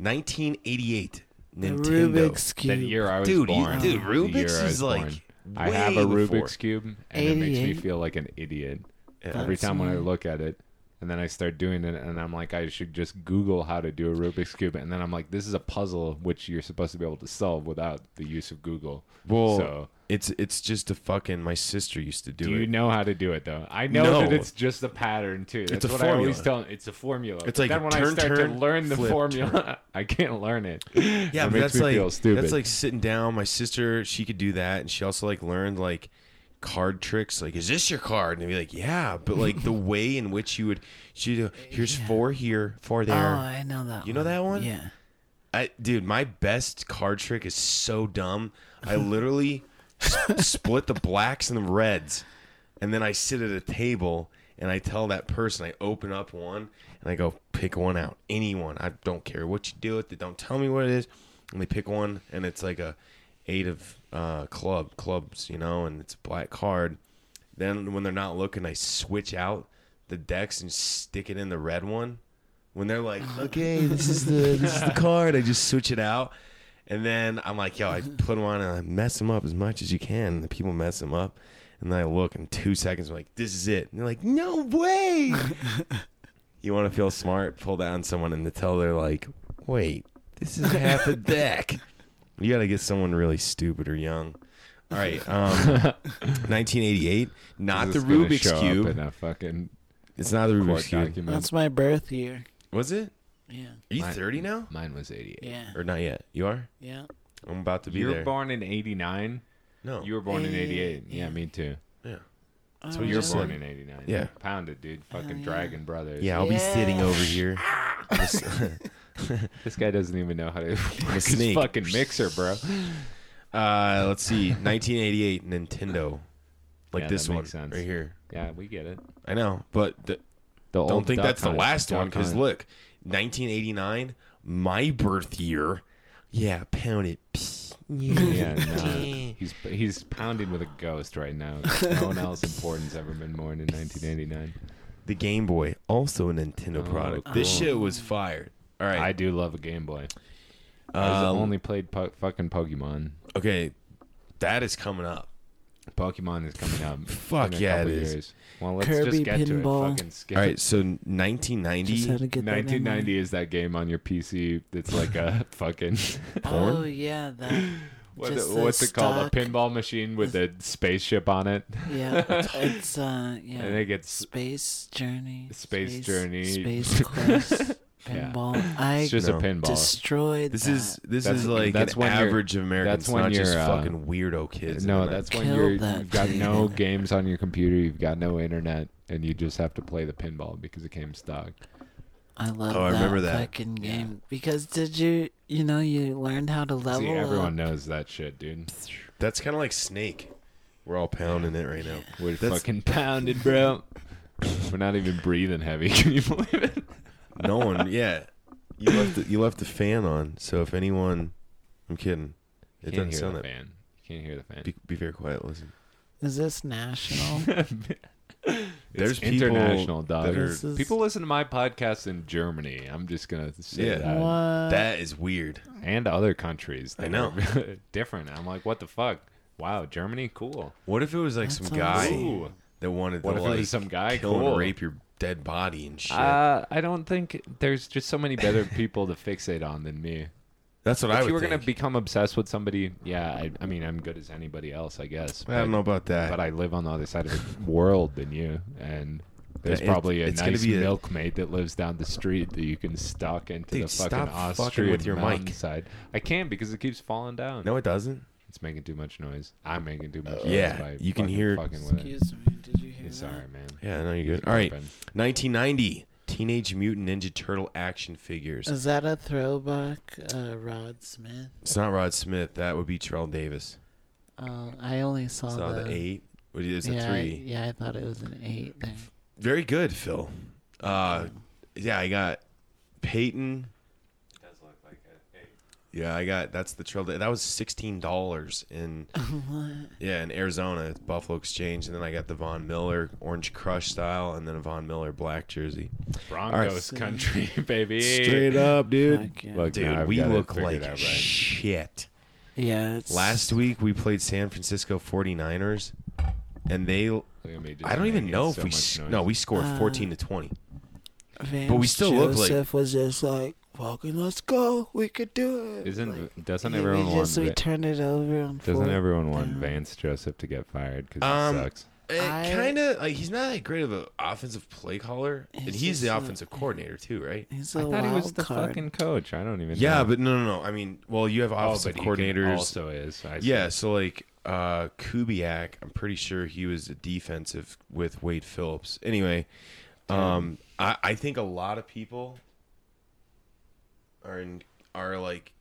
1988
The
Nintendo.
Rubik's
That
cube.
year I was
dude,
born.
you, dude,
the year
Rubik's
I was
is like.
born. I have a
way
Rubik's
before.
cube, and it makes me
88?
feel like an idiot
Yeah.
every
That's
time when I
mine.
look at it. And then I start doing it, and I'm like, I should just Google how to do a Rubik's cube. And then I'm like, this is a puzzle which you're supposed to be able to solve without the use of Google.
Well,
so
it's it's just a fucking. My sister used to do,
do,
it.
you know how to do it though? I know
No.
that it's just a pattern too. That's
a
what I always
formula.
tell. It's a formula.
It's like
But then when
turn,
I start
turn,
to learn the
flip,
formula, <laughs> I can't learn it.
yeah,
It
but
makes
that's
me
like
feel stupid.
that's like sitting down. My sister, she could do that, and she also like learned like card tricks. Like, is this your card? And they'd be like, yeah, but like <laughs> the way in which you would, she would here's four here, four
Oh,
there.
I know that.
You know that one?
Yeah.
I dude, my best card trick is so dumb. I literally s- split the blacks and the reds, and then I sit at a table and I tell that person I open up one and I go pick one out, anyone. I don't care what you do with it. Don't tell me what it is. And they pick one, and it's like a eight of uh, club clubs, you know, and it's a black card. Then when they're not looking, I switch out the decks and stick it in the red one when they're
<laughs>
like, okay, this is the this is the card. I just switch it out, and then I'm like, yo, I put them on and I mess them up as much as you can. And the people mess them up, and then I look in two seconds. I'm like, this is it. And they're like, no
<laughs>
way. you want to feel smart? Pull down someone and tell they're like, wait, this is half a deck. You got to get someone really stupid or young. All right, um,
<laughs>
1988. Not
This
the
is gonna
Rubik's
show up
cube.
in a fucking
It's not the
court
Rubik's cube.
document.
That's my birth year.
Was it?
Yeah.
Are you
My-
30 now?
Mine was 88.
Yeah.
Or not yet. You are?
Yeah.
I'm about to be
You were
there.
born in 89.
no.
You were born in
Yeah, yeah,
88.
yeah.
Yeah, me too.
Oh,
So you're
You're
Just
born
like-
in 89.
Yeah.
Pound it, dude. Fucking
yeah.
Dragon Brothers.
yeah, I'll be
Yeah.
sitting over here.
This guy doesn't even
<laughs>
know how to work his
snake.
fucking mixer, bro.
Uh, let's see. 1988 Nintendo. Like
Yeah,
this
that
one
makes sense.
right here.
Yeah, we get it.
I know, but th-
The
don't
old
think
Duck
that's the
Hunt.
last one
Duck
because
Hunt.
look, 1989, my birth year. Yeah, pound it. Psst.
<laughs>
<laughs>
Yeah, no. he's he's pounding with a ghost right <laughs> now. No one else important's ever been born in 1989.
The Game Boy, also a Nintendo
Oh,
product. This
cool.
shit was fired. All
I
right.
do love a Game Boy. I
um,
only played po- fucking Pokemon.
okay, that is coming up.
Pokemon is coming up.
Fuck
in a
yeah, it
couple
is.
years. Well, let's
Kirby
just get to it.
Pinball.
Fucking skip
All right, so 1990.
Just had to get that in there.
1990 is that game on your PC that's like a fucking
Oh yeah, that.
what,
just the
what's it called? A
stock-
pinball machine with a spaceship on it, <laughs>
Yeah, it's uh, yeah.
and it gets
Space Journey.
Space Journey. <laughs>
Space Quest.
Yeah.
pinball. I
It's just
No.
a pinball.
destroyed.
This
that.
is this
That's-
is like
that's
an
when you're-
average American.
that's
That's
when
not just
you're, uh,
fucking weirdo kids.
no,
in the
that's when
Kill
you're,
that
you've got
thing.
no games on your computer. You've got no internet, and you just have to play the pinball because it came stock.
I love.
Oh, I
that
remember that.
fucking game because did you you know you learned how to level
See, everyone
up.
knows that shit, dude.
night. that's kind of like Snake. We're all pounding it right now.
We're
That's-
fucking pounded, bro. We're not even breathing heavy. <laughs> Can you believe it?
No one, yeah. You left the, you left the fan on, so if anyone, I'm kidding. It
You
doesn't
can't hear
sound
the
that.
fan. You can't hear the fan.
Be, be very quiet. Listen,
Is
<laughs>
this national?
<laughs> there's
It's
people
international, dog.
that are-
This is-
People listen to my podcast in Germany. I'm just gonna say
Yeah.
that,
what?
that
Uh,
is weird.
and other countries.
I
that
know.
are <laughs> different. I'm like, what the fuck? Wow, Germany, cool.
What if it was like
That
some
sounds-
guy
Ooh.
that wanted
What
to
if it was
like
some guy?
kill
Cool.
and rape your dead body and shit?
Uh, I don't think there's just so many better <laughs> people to fixate on than me.
that's what I
if
would.
you were
think.
gonna become obsessed with somebody, yeah, I, I mean, I'm good as anybody else, I guess.
I don't know about that.
but I live on the other side of the world than you, and there's
It-
probably a
it's gonna
nice
be a-
milkmaid that lives down the street that you can stalk into the
Dude,
fucking
stop fucking
Austrian
with your mic.
side. I can because it keeps falling down.
no, it doesn't.
it's making too much noise. I'm making too much noise.
Uh, Yeah,
by
you can
fucking
hear-
Fucking with it.
Excuse me. Did you hear
Yeah,
that?
Sorry, man.
Yeah, no, you're good. All right,
Open.
1990 Teenage Mutant Ninja Turtle action figures.
Is that a throwback, uh, Rod Smith?
It's not Rod Smith. That would be Terrell Davis.
Uh, I only saw,
It's not
the,
the eight. It is a
yeah, I-
three.
yeah, I thought it was an eight thing.
Very good, Phil. Uh, yeah, I got Peyton. Yeah, I got that's the trail. That was sixteen dollars
<laughs>
in yeah in Arizona at Buffalo Exchange, and then I got the Von Miller Orange Crush style, and then a Von Miller black jersey.
Broncos country, <laughs> baby.
up, dude.
Fuck yeah.
Look,
Dude,
now I've
we
got it
look
figured
like
out right.
shit.
yeah, it's
Last week we played San Francisco 49ers, and they
Look at me just
I don't even
making
know if
so
we
much
s-
noise.
no we scored
Uh,
fourteen to twenty.
Vance
but we still look like-
Joseph was just like fucking. Let's go. We could do it.
Isn't
Like,
doesn't
he-
everyone
we
want?
just we
Va-
turned it over. On
doesn't
fourth
everyone want
down.
Vance Joseph to get fired because
Um,
he sucks?
I-
kind of like he's not that great of an offensive play caller, and
He's
he's the
just a-
offensive coordinator too, right?
He's
I
a
thought
wild
he was the
card.
fucking coach. I don't even.
Yeah,
know.
but no, no, no. I mean, well, you have
Oh,
offensive
but he can-
coordinators.
also is. I see.
yeah, so like uh Kubiak, I'm pretty sure he was a defensive with Wade Phillips. Anyway, um, I, I think a lot of people are in, are like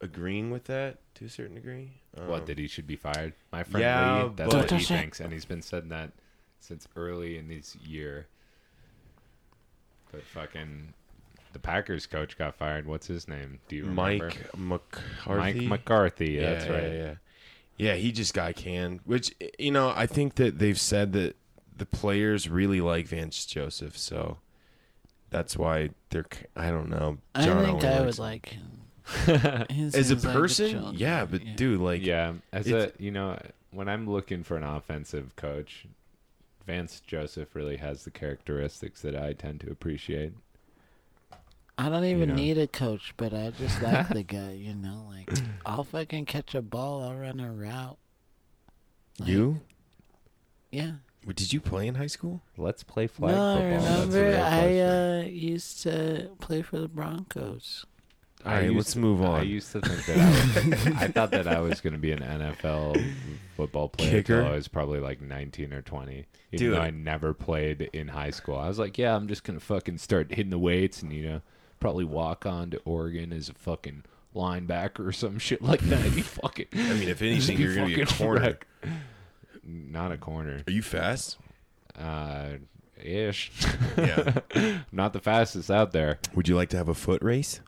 agreeing with that to a certain degree. Um,
What that he should be fired? My friend
Yeah,
Lee. That's
but-
what he
Don't touch it.
thinks, and he's been saying that since early in this year. But fucking, the Packers coach got fired. What's his name? Do you remember?
Mike McCarthy.
Mike McCarthy.
Yeah,
that's right.
Yeah, yeah. Yeah, he just got canned. Which you know, I think that they've said that the players really like Vance Joseph, so that's why they're. c- I don't know.
I
John
think
Elway
I
likes
would
him. <laughs>
like him.
as a person. yeah, but dude, like,
yeah, as a
it's-
you know, when I'm looking for an offensive coach, Vance Joseph really has the characteristics that I tend to appreciate.
I don't even
know.
need a coach, but I
<laughs>
just like the guy. You know, like I'll fucking catch a ball. I'll run a route. Like,
you
Yeah.
did you play in high school?
Let's play flag
No, I
football. That's a
remember
real
I
question.
uh, used to play for the Broncos.
All right,
used
let's
to-
move
I
on.
used to think that I, was, <laughs> I thought that I was going to be an NFL football player
Kicker?
until I was probably like 19 or 20. Even
Dude.
though I never played in high school, I was like, yeah, I'm just going to fucking start hitting the weights and you know probably walk on to Oregon as a fucking linebacker or some shit like that.
<laughs>
You fucking.
I
<laughs>
mean, if anything,
you
you're gonna be a
fucking
corner.
wreck. Not a corner,
Are you fast?
uh, ish. <laughs>
Yeah.
Not the fastest out there.
Would you like to have a foot race?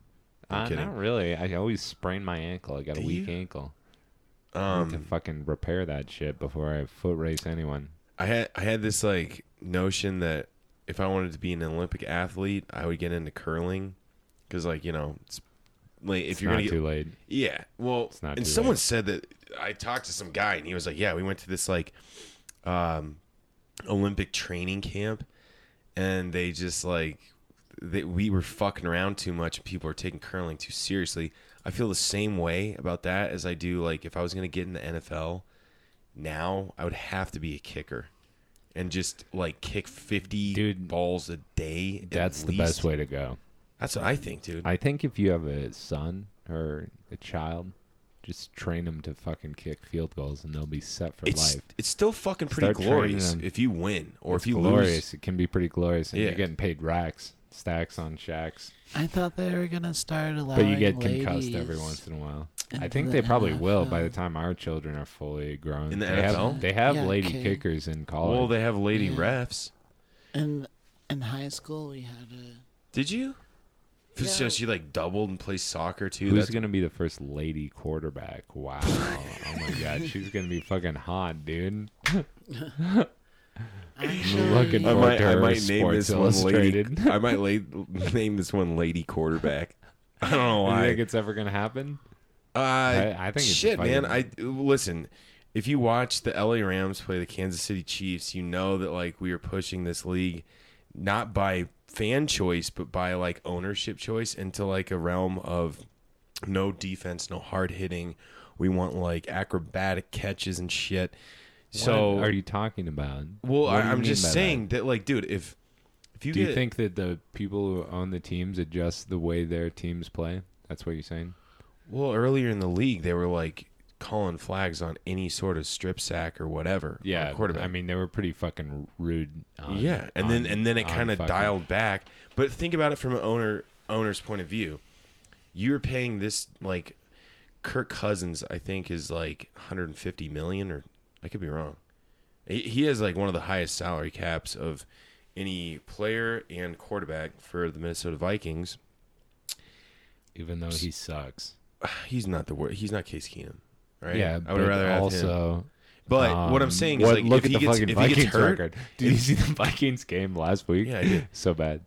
I'm
Uh,
kidding.
not really. I always sprain my ankle. I got a
Do
weak
you? Um,
ankle. I need to fucking repair that shit before I foot race anyone.
I had I had this like notion that if I wanted to be an Olympic athlete, I would get into curling because like you know, it's, like if
It's
you're
not
gonna get,
too late.
yeah, well,
It's not
and
too
someone
late.
said that I talked to some guy and he was like, yeah, we went to this like um, Olympic training camp and they just like they, we were fucking around too much and people are taking curling too seriously. I feel the same way about that as I do like if I was gonna get in the NFL now, I would have to be a kicker. And just like kick fifty
Dude,
balls a day. at
That's the
least.
best way to go.
That's what I think, dude.
I think if you have a son or a child, just train them to fucking kick field goals and they'll be set for
it's
life.
it's still fucking pretty
Start training
glorious
them.
if you win or
It's
if you
glorious.
lose.
It can be pretty glorious. And
Yeah.
you're getting paid racks, stacks on shacks.
I thought they were gonna start allowing.
But you get
ladies
concussed every once in a while. I
into
think
the
they probably will by the
NFL.
time our children are fully grown.
In the
they
NFL?
have, they have
Yeah,
lady
okay.
kickers in college.
Well, they have lady
Yeah.
refs.
In in high school, we had
<laughs>
a
Did you? So
Yeah.
she like doubled and plays soccer too.
Who's
That's-
gonna be the first lady quarterback?
<laughs>
Wow! oh my god, she's gonna be fucking hot, dude.
actually.
looking
I
for-
might,
to
I
her
might name
Sports
this one lady. <laughs>
Illustrated.
I might la- name this one lady quarterback. I don't know
Do you
why.
think it's ever gonna happen?
uh,
I- I think it's
shit, man. I
fucking-
listen. If you watch the LA Rams play the Kansas City Chiefs, you know that like we are pushing this league not by fan choice, but by like ownership choice into like a realm of no defense, no hard hitting. We want like acrobatic catches and shit. So
what are you talking about?
Well,
What
I,
do you
I'm
mean
just
by that?
saying that? like, dude, if if you
Do
get,
you think that the people who own the teams adjust the way their teams play? That's what you're saying.
well, earlier in the league, they were like calling flags on any sort of strip sack or whatever. on a
Yeah,
quarterback.
I mean, they were pretty fucking rude. On,
yeah, and then
on-
and then it
on
kind of
fucking-
dialed back. But think about it from an owner owner's point of view. You're paying this like Kirk Cousins, I think, is like 150 million, or I could be wrong. He- He has like one of the highest salary caps of any player and quarterback for the Minnesota Vikings. <sighs>
even though he sucks.
he's not the worst. He's not Case Keenum, right?
Yeah,
I would
but
rather have him.
also.
But what I'm
um,
saying
what-
is, like,
look
if
at
he
the
gets
fucking
if
Vikings
he gets hurt <laughs>
record. <laughs> Did you see the Vikings game last week?
Yeah, I did.
<laughs> So bad.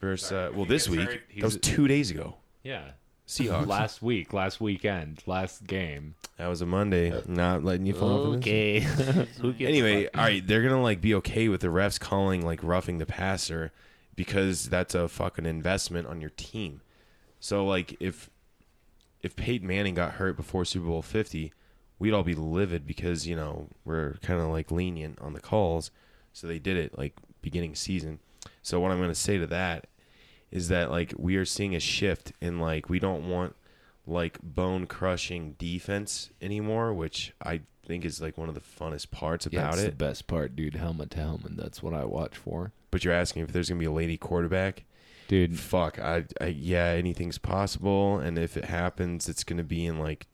versus uh, well, this
gets
week
hurt,
that was
he's-
two days ago.
Yeah.
Seahawks.
Last week, last weekend, last game.
that was a Monday. Not letting you fall off. of this.
<laughs>
Anyway, all right, they're gonna like be okay with the refs calling like roughing the passer because that's a fucking investment on your team. So like if if Peyton Manning got hurt before Super Bowl fifty, we'd all be livid because you know we're kind of like lenient on the calls. So they did it like beginning season. So what I'm gonna say to that is that like we are seeing a shift in like we don't want like bone crushing defense anymore, which I think is like one of the funnest parts about
it's
it.
the best part, dude. Helmet to helmet. That's what I watch for.
But you're asking if there's gonna be a lady quarterback.
Dude,
Fuck, I, I yeah, anything's possible, and if it happens, it's gonna be in like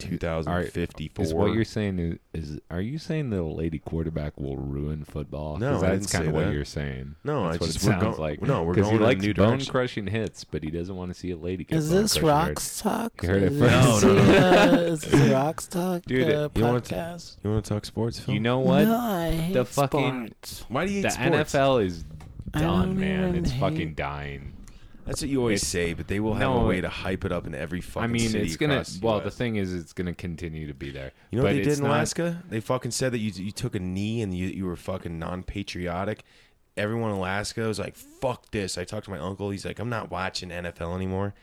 is what
2054.
you're saying is, is are you saying that a lady quarterback will ruin football? 'Cause
No, I
that's
didn't
kind
say
of what
that.
you're saying.
No,
that's
I
what
just-
it
we're
sounds
going-
like.
no, we're
'Cause
going in
he
a
likes
new
bone
direction.
crushing hits, but he doesn't want to see a lady. Get
Is this
rocks?
Rocks Talk?
You heard it
Is
first.
this,
No, no,
uh,
<laughs>
is this Rocks Talk
Dude,
uh,
you wanna t-
podcast?
you want to talk sports? Phil?
You know what?
No, I hate
The fucking-
sports.
why do you hate
the
sports?
NFL is
I
done,
don't
man.
even
It's fucking
hate-
dying.
That's what you always say, but they will have a
No,
way
it-
to hype it up in every fucking.
I mean,
city
it's gonna.
across
Well, the
US.
thing is, it's gonna continue to be there.
You know what
But
they did
it's
in
not-
Alaska? They fucking said that you you took a knee and you you were fucking non patriotic. Everyone in Alaska was like, "Fuck this." I talked to my uncle. He's like, "I'm not watching NFL anymore."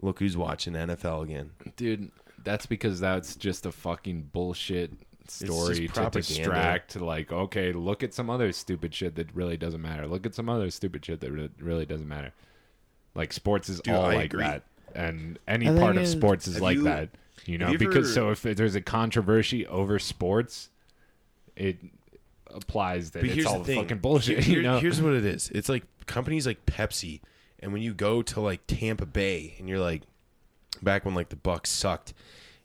Look who's watching NFL again.
dude. That's because that's just a fucking bullshit story
just
to
propaganda.
distract. Like, okay, look at some other stupid shit that really doesn't matter. Look at some other stupid shit that re- really doesn't matter. Like sports is
Dude,
all
I
like
agree.
that, and any
I think
part of
it-
sports is
Have
like
you-
that. You know,
you ever-
because so if there's a controversy over sports, it applies that it's all fucking bullshit.
Here-
you know,
Here's what it is. It's like companies like Pepsi, and when you go to like Tampa Bay, and you're like, back when like the Bucks sucked,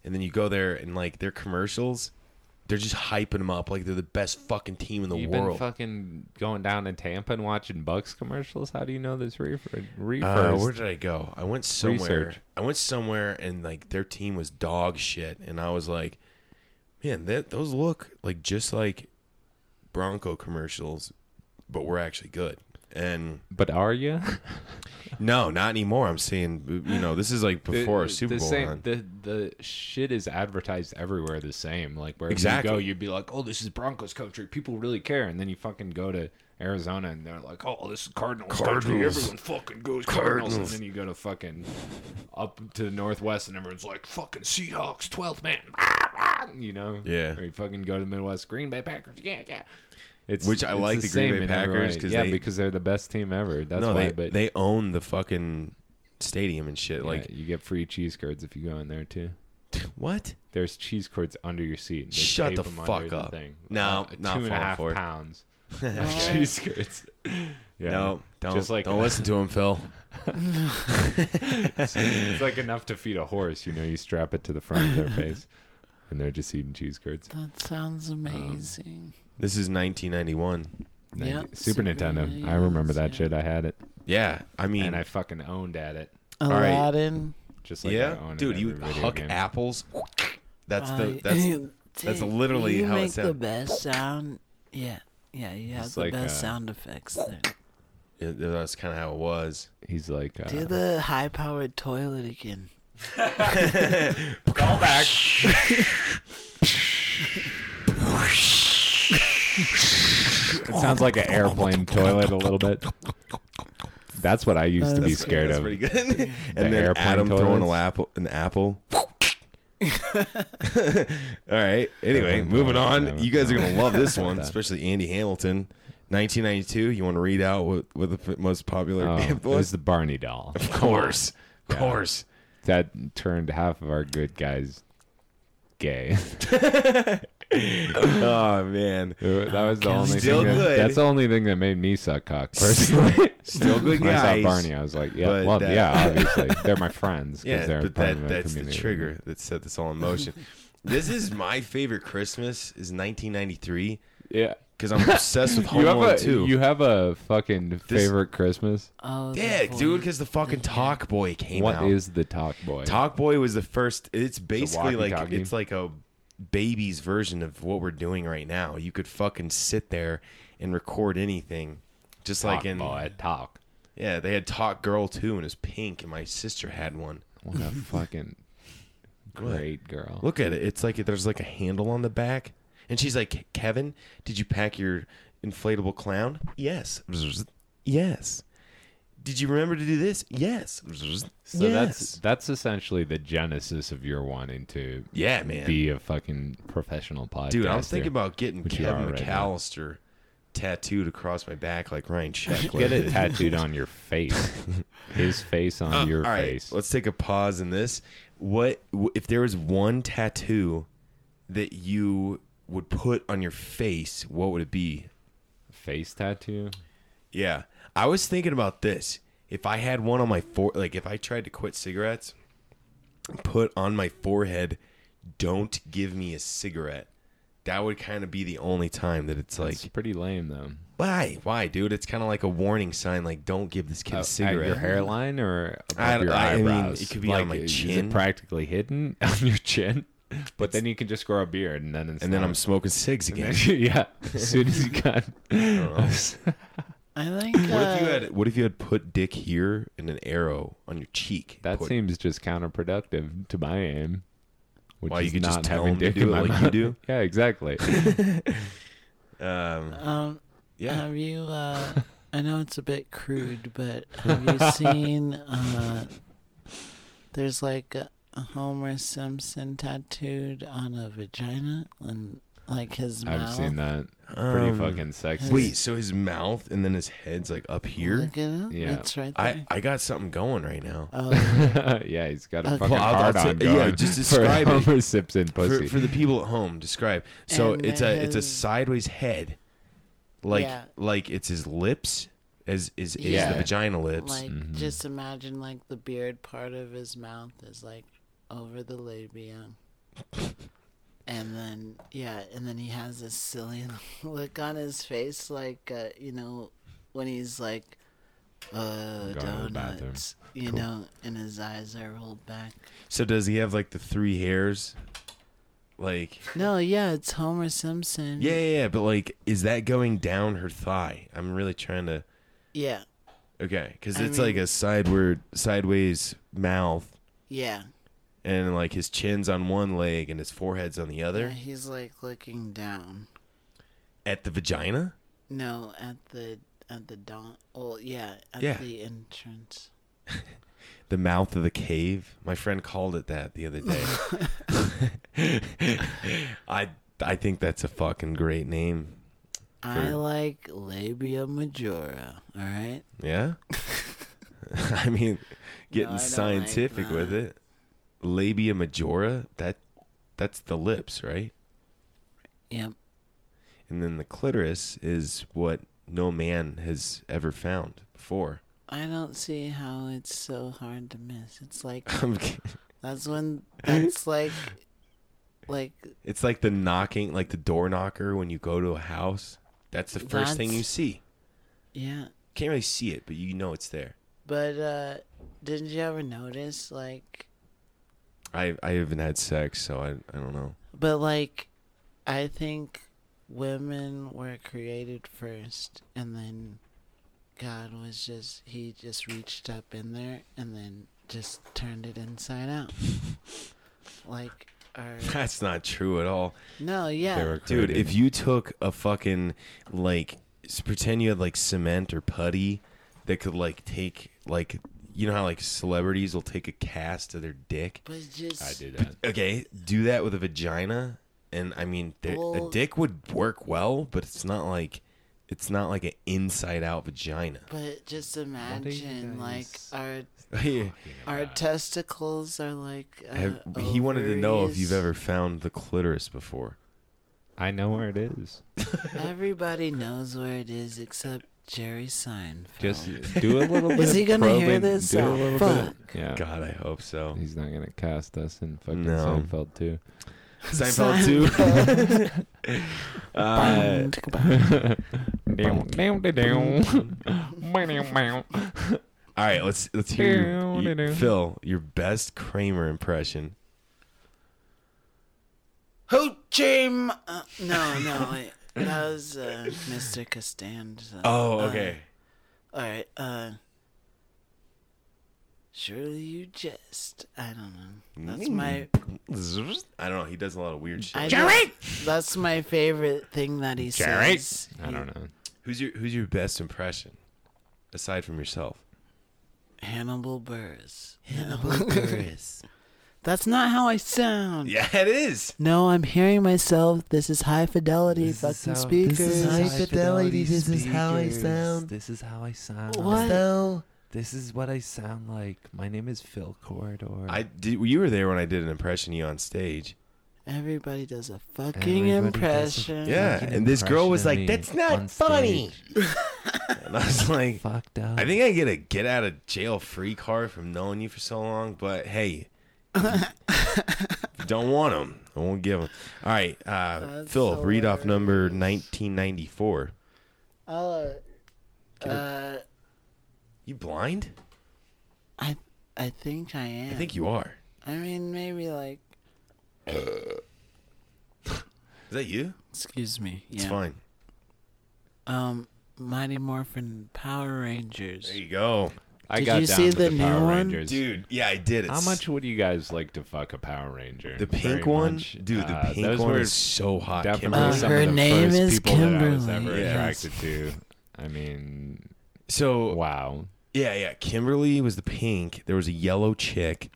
and then you go there and like their commercials, they're just hyping them up like they're the best fucking team in the
You've
world.
been fucking going down to Tampa and watching Bucks commercials. How do you know this reefer?
Uh,
reefers?
where did I go? I went somewhere.
Research.
I went somewhere and like their team was dog shit, and I was like, man, that those look like just like Bronco commercials, but we're actually good. And
but are <laughs> you
no, not anymore. I'm saying, you know, this is like before a Super
the
Bowl.
Same,
run.
the the shit is advertised everywhere the same. Like wherever
Exactly.
you go, you'd be like, "Oh, this is Broncos country. People really care." And then you fucking go to Arizona, and they're like, "Oh, this is Cardinals, country.
Cardinals.
Everyone fucking goes Cardinals. And
Cardinals.
then you go to fucking up to the Northwest, and everyone's like, "Fucking Seahawks, 12th man." <laughs> You know?
Yeah.
Or you fucking go to the Midwest, Green Bay Packers. Yeah, yeah. It's,
Which I
it's
like the Green
same
Bay
in every
Packers
way.
'cause
yeah,
they-
because they're the best team ever. That's
no,
why.
they
but
they own the fucking stadium and shit.
Like
Like
you get free cheese curds if you go in there too.
what?
There's cheese curds under your seat. They
Shut
tape
the
'em
fuck
under the
up.
thing.
No,
Uh,
not
two and a
falling
half
for it. <laughs>
pounds.
What?
cheese curds. Yeah. <laughs>
No, don't
Just like-
don't listen to him, Phil.
it's, it's like enough to feed a horse. You know, you strap it to the front
<laughs>
of their face, and they're just eating cheese curds.
That
Oh.
sounds amazing.
This is 1991.
Yeah,
Ninety- Super,
Super
Nintendo. I
Nintendo,
remember that
yeah.
shit. I had it,
Yeah, I mean,
and I fucking owned at it.
right.
Aladdin.
Just like I
yeah,
own
dude,
every
you
video
huck
game.
apples. That's the
I- <laughs>
that's
Take-
literally
you
how it
make the
sound-
best sound. Yeah, yeah, you have
It's
the
like,
best
uh,
sound effects there.
yeah, that's kind of how it was.
He's like,
Do
uh,
the high-powered toilet again.
call back. it sounds
<laughs>
like an airplane toilet a little bit. That's what I used to be
That's-
scared
That's
of.
pretty good. and then
airplane
Adam throwing
toilets.
an apple. An apple. <laughs> All right. Anyway,
Airplane
moving
toilets,
on.
yeah.
You guys are gonna love this one,
That.
especially Andy Hamilton, 1992. You want to read out what, what the f- most popular
Oh,
band
it was
<laughs>
the Barney doll.
Of course, of course.
that turned half of our good guys gay. <laughs>
Oh man,
that was the only
Still
thing that-
good.
that's the only thing that made me suck cock personally. <laughs>
still good
When I
guys.
saw Barney, I was like, yeah,
but
well,
that- <laughs>
yeah, obviously they're my friends. 'cause
Yeah,
they're
but
part of
that, that's the
community.
trigger that set this all in motion. this is my favorite Christmas is 1993
Yeah,
because I'm obsessed with Home
you have
Alone
a
2.
you have a fucking favorite Christmas.
Oh, the
yeah,
voice.
dude, because the fucking Talk Boy came
What
out.
is the talk boy?
Talk Boy was the first. It's basically like
walkie-talkie.
it's like a baby's version of what we're doing right now. You could fucking sit there and record anything, just
talk
like in
boy talk.
yeah, they had Talk Girl too, and it was pink, and my sister had one.
What
<laughs>
a fucking great girl.
Look at it. It's like there's like a handle on the back. And she's like, Kevin, did you pack your inflatable clown? Yes. Yes. Did you remember to do this? Yes.
so that's that's essentially the genesis of your wanting to
yeah, man.
be a fucking professional podcaster.
Dude, I was thinking about getting
Which you are
Kevin
right now.
McAllister tattooed across my back like Ryan Sheckler.
<laughs> get it tattooed on your face. His face on your
Oh, All right,
face.
let's take a pause in this. What w- if there was one tattoo that you would put on your face? What would it be?
Face tattoo.
Yeah. I was thinking about this. If I had one on my fore like if I tried to quit cigarettes, put on my forehead, don't give me a cigarette. That would kind of be the only time that it's like,
It's pretty lame though.
why, why, dude? It's kind of like a warning sign, like, don't give this kid
Uh,
a
At your
cigarette.
hairline or above
I-
your
I mean,
eyebrows.
it could be on my
is
chin.
It practically hidden <laughs> on your chin. But then you can just grow a beard, and then it's
and then
not-
I'm smoking cigs again. <laughs>
<laughs> yeah. As soon as you got, <laughs>
I think.
what if you
uh,
had, what if you had put dick here and an arrow on your cheek?
that
Put-
seems just counterproductive to my aim. Which
Why,
is
you could
not
just tell
having
him to
dick
do
in
it
my
like you
mouth.
do?
<laughs> Yeah, exactly. <laughs>
Um,
Um,
yeah.
Have you? Uh, I know it's a bit crude,
<laughs>
but have you seen? Uh, there's like a, a Homer Simpson tattooed on a vagina and like his mouth.
I've seen that. Pretty
Um,
fucking sexy.
Wait, so his mouth and then his head's like up here?
Look it up.
Yeah.
It's right
I,
there.
I got something going right now.
oh,
<laughs> yeah, he's got a
Okay.
fucking
Well, I'll-
hard
I'll
on
t- yeah,
going.
just
<laughs> for
describe it.
Homer Simpson
for,
pussy.
for the people at home describe so
And
it's a it's a
his-
sideways head like
Yeah.
like it's his lips as is is
Yeah.
the vagina lips
like just imagine like the beard part of his mouth is like over
<laughs>
the labia. And then yeah, and then he has this silly <laughs> look on his face like uh, you know when he's like
Going
uh
to the
donuts, you know, and his eyes are rolled back.
so does he have like the three hairs like
No, yeah, it's Homer Simpson.
yeah yeah, yeah but like is that going down her thigh i'm really trying to
Yeah.
okay because
I
it's like
mean-
a sideward sideways mouth
Yeah.
and like his chin's on one leg and his forehead's on the
Yeah,
other
He's like looking down.
at the vagina
No, at the at the dawn. Well, yeah, at
Yeah.
the entrance.
the mouth of the cave. My friend called it that the other
<laughs>
day. <laughs> I I think that's a fucking great name.
I like <laughs> labia majora. All right.
Yeah. <laughs> I mean, getting
I don't like
scientific with
that.
it. Labia majora, that that's the lips, right?
Yep.
And then the clitoris is what no man has ever found before. <laughs>
I don't see how it's so hard to miss. It's like
I'm kidding.
that's when that's like like
it's like the knocking, like the door knocker when you go to a house. That's the first thing
That's-
you see.
yeah.
Can't really see it, but you know it's there.
But uh didn't you ever notice like
I I haven't had sex, so I I don't know. <laughs>
But like, I think women were created first, and then God was just he just reached up in there and then just turned it inside out. like, or,
That's not true at all.
no, yeah,
They were
Dude,
created.
if you took a fucking like s- pretend you had like cement or putty that could like take like you know how like celebrities will take a cast of their dick.
but just
I did that.
Okay, do that with a vagina, and I mean there,
Well-
a dick would work well, but it's not like it's not like an inside out vagina.
But just imagine, like
guys-
our
Have-
our testicles are like. Uh,
he wanted to know if you've
ovaries.
ever found the clitoris before.
I know where it is.
Everybody knows where it is except Jerry Seinfeld.
Just do a
<laughs>
little bit.
Is he
of
gonna hear
probing,
this?
Do a
Oh,
little
fuck.
bit. Yeah.
God, I hope
<laughs>
so.
He's not gonna cast us in fucking
No.
Seinfeld too. <laughs>
Seinfeld too. <laughs> Uh,
<laughs>
All right, let's let's hear your-
Down,
your-
down.
Phil your best Kramer impression.
Hoochie! Uh, no, no, wait. That was uh, Mr. Costanza.
Oh.
all right. Uh, surely you jest. I don't know. That's
Mm.
my.
I don't know. He does a lot of weird shit.
I just- That's my favorite thing that he says.
I don't know.
who's your Who's your best impression aside from yourself?
Hannibal Burris.
<laughs>
Hannibal Burris. That's not how I sound.
Yeah, it is.
No, I'm hearing myself. This is high fidelity fucking speakers.
fidelity. This is how I sound.
This is how I sound.
What?
This is what I sound like. My name is Phil Corridor.
I did. You were there when I did an impression of you on stage.
Everybody does a fucking
Everybody does a-
impression.
Yeah,
Fucking
and this girl was
impression
like,
of
"That's
me on
not funny." <laughs>
stage.
And I was like,
Fucked up.
"I think I get a get out of jail free card from knowing you for so long." But
<laughs>
hey, don't want them. I won't give them. All right, uh,
That's
Phil, read off number
hilarious.
1994.
Oh, uh,
You blind?
I I think I am.
I think you are.
I mean, maybe like.
Is that you?
Excuse me. Yeah.
It's fine.
Um, Mighty Morphin Power Rangers.
There you go,
I
Did
got
you
down
see
with the,
the new
Power
one?
Rangers.
dude. Yeah, I did it.
How much would you guys like to fuck a Power Ranger?
The
Very
pink one,
much.
dude. The
Uh,
pink
those
one
were
is so hot.
Definitely
Kimberly.
Uh,
some
her
of the
name
first
is
people that I was
Kimberly.
ever
Yes.
attracted to. I mean,
so
wow.
Yeah, yeah. Kimberly was the pink. There was a yellow
<laughs>
chick.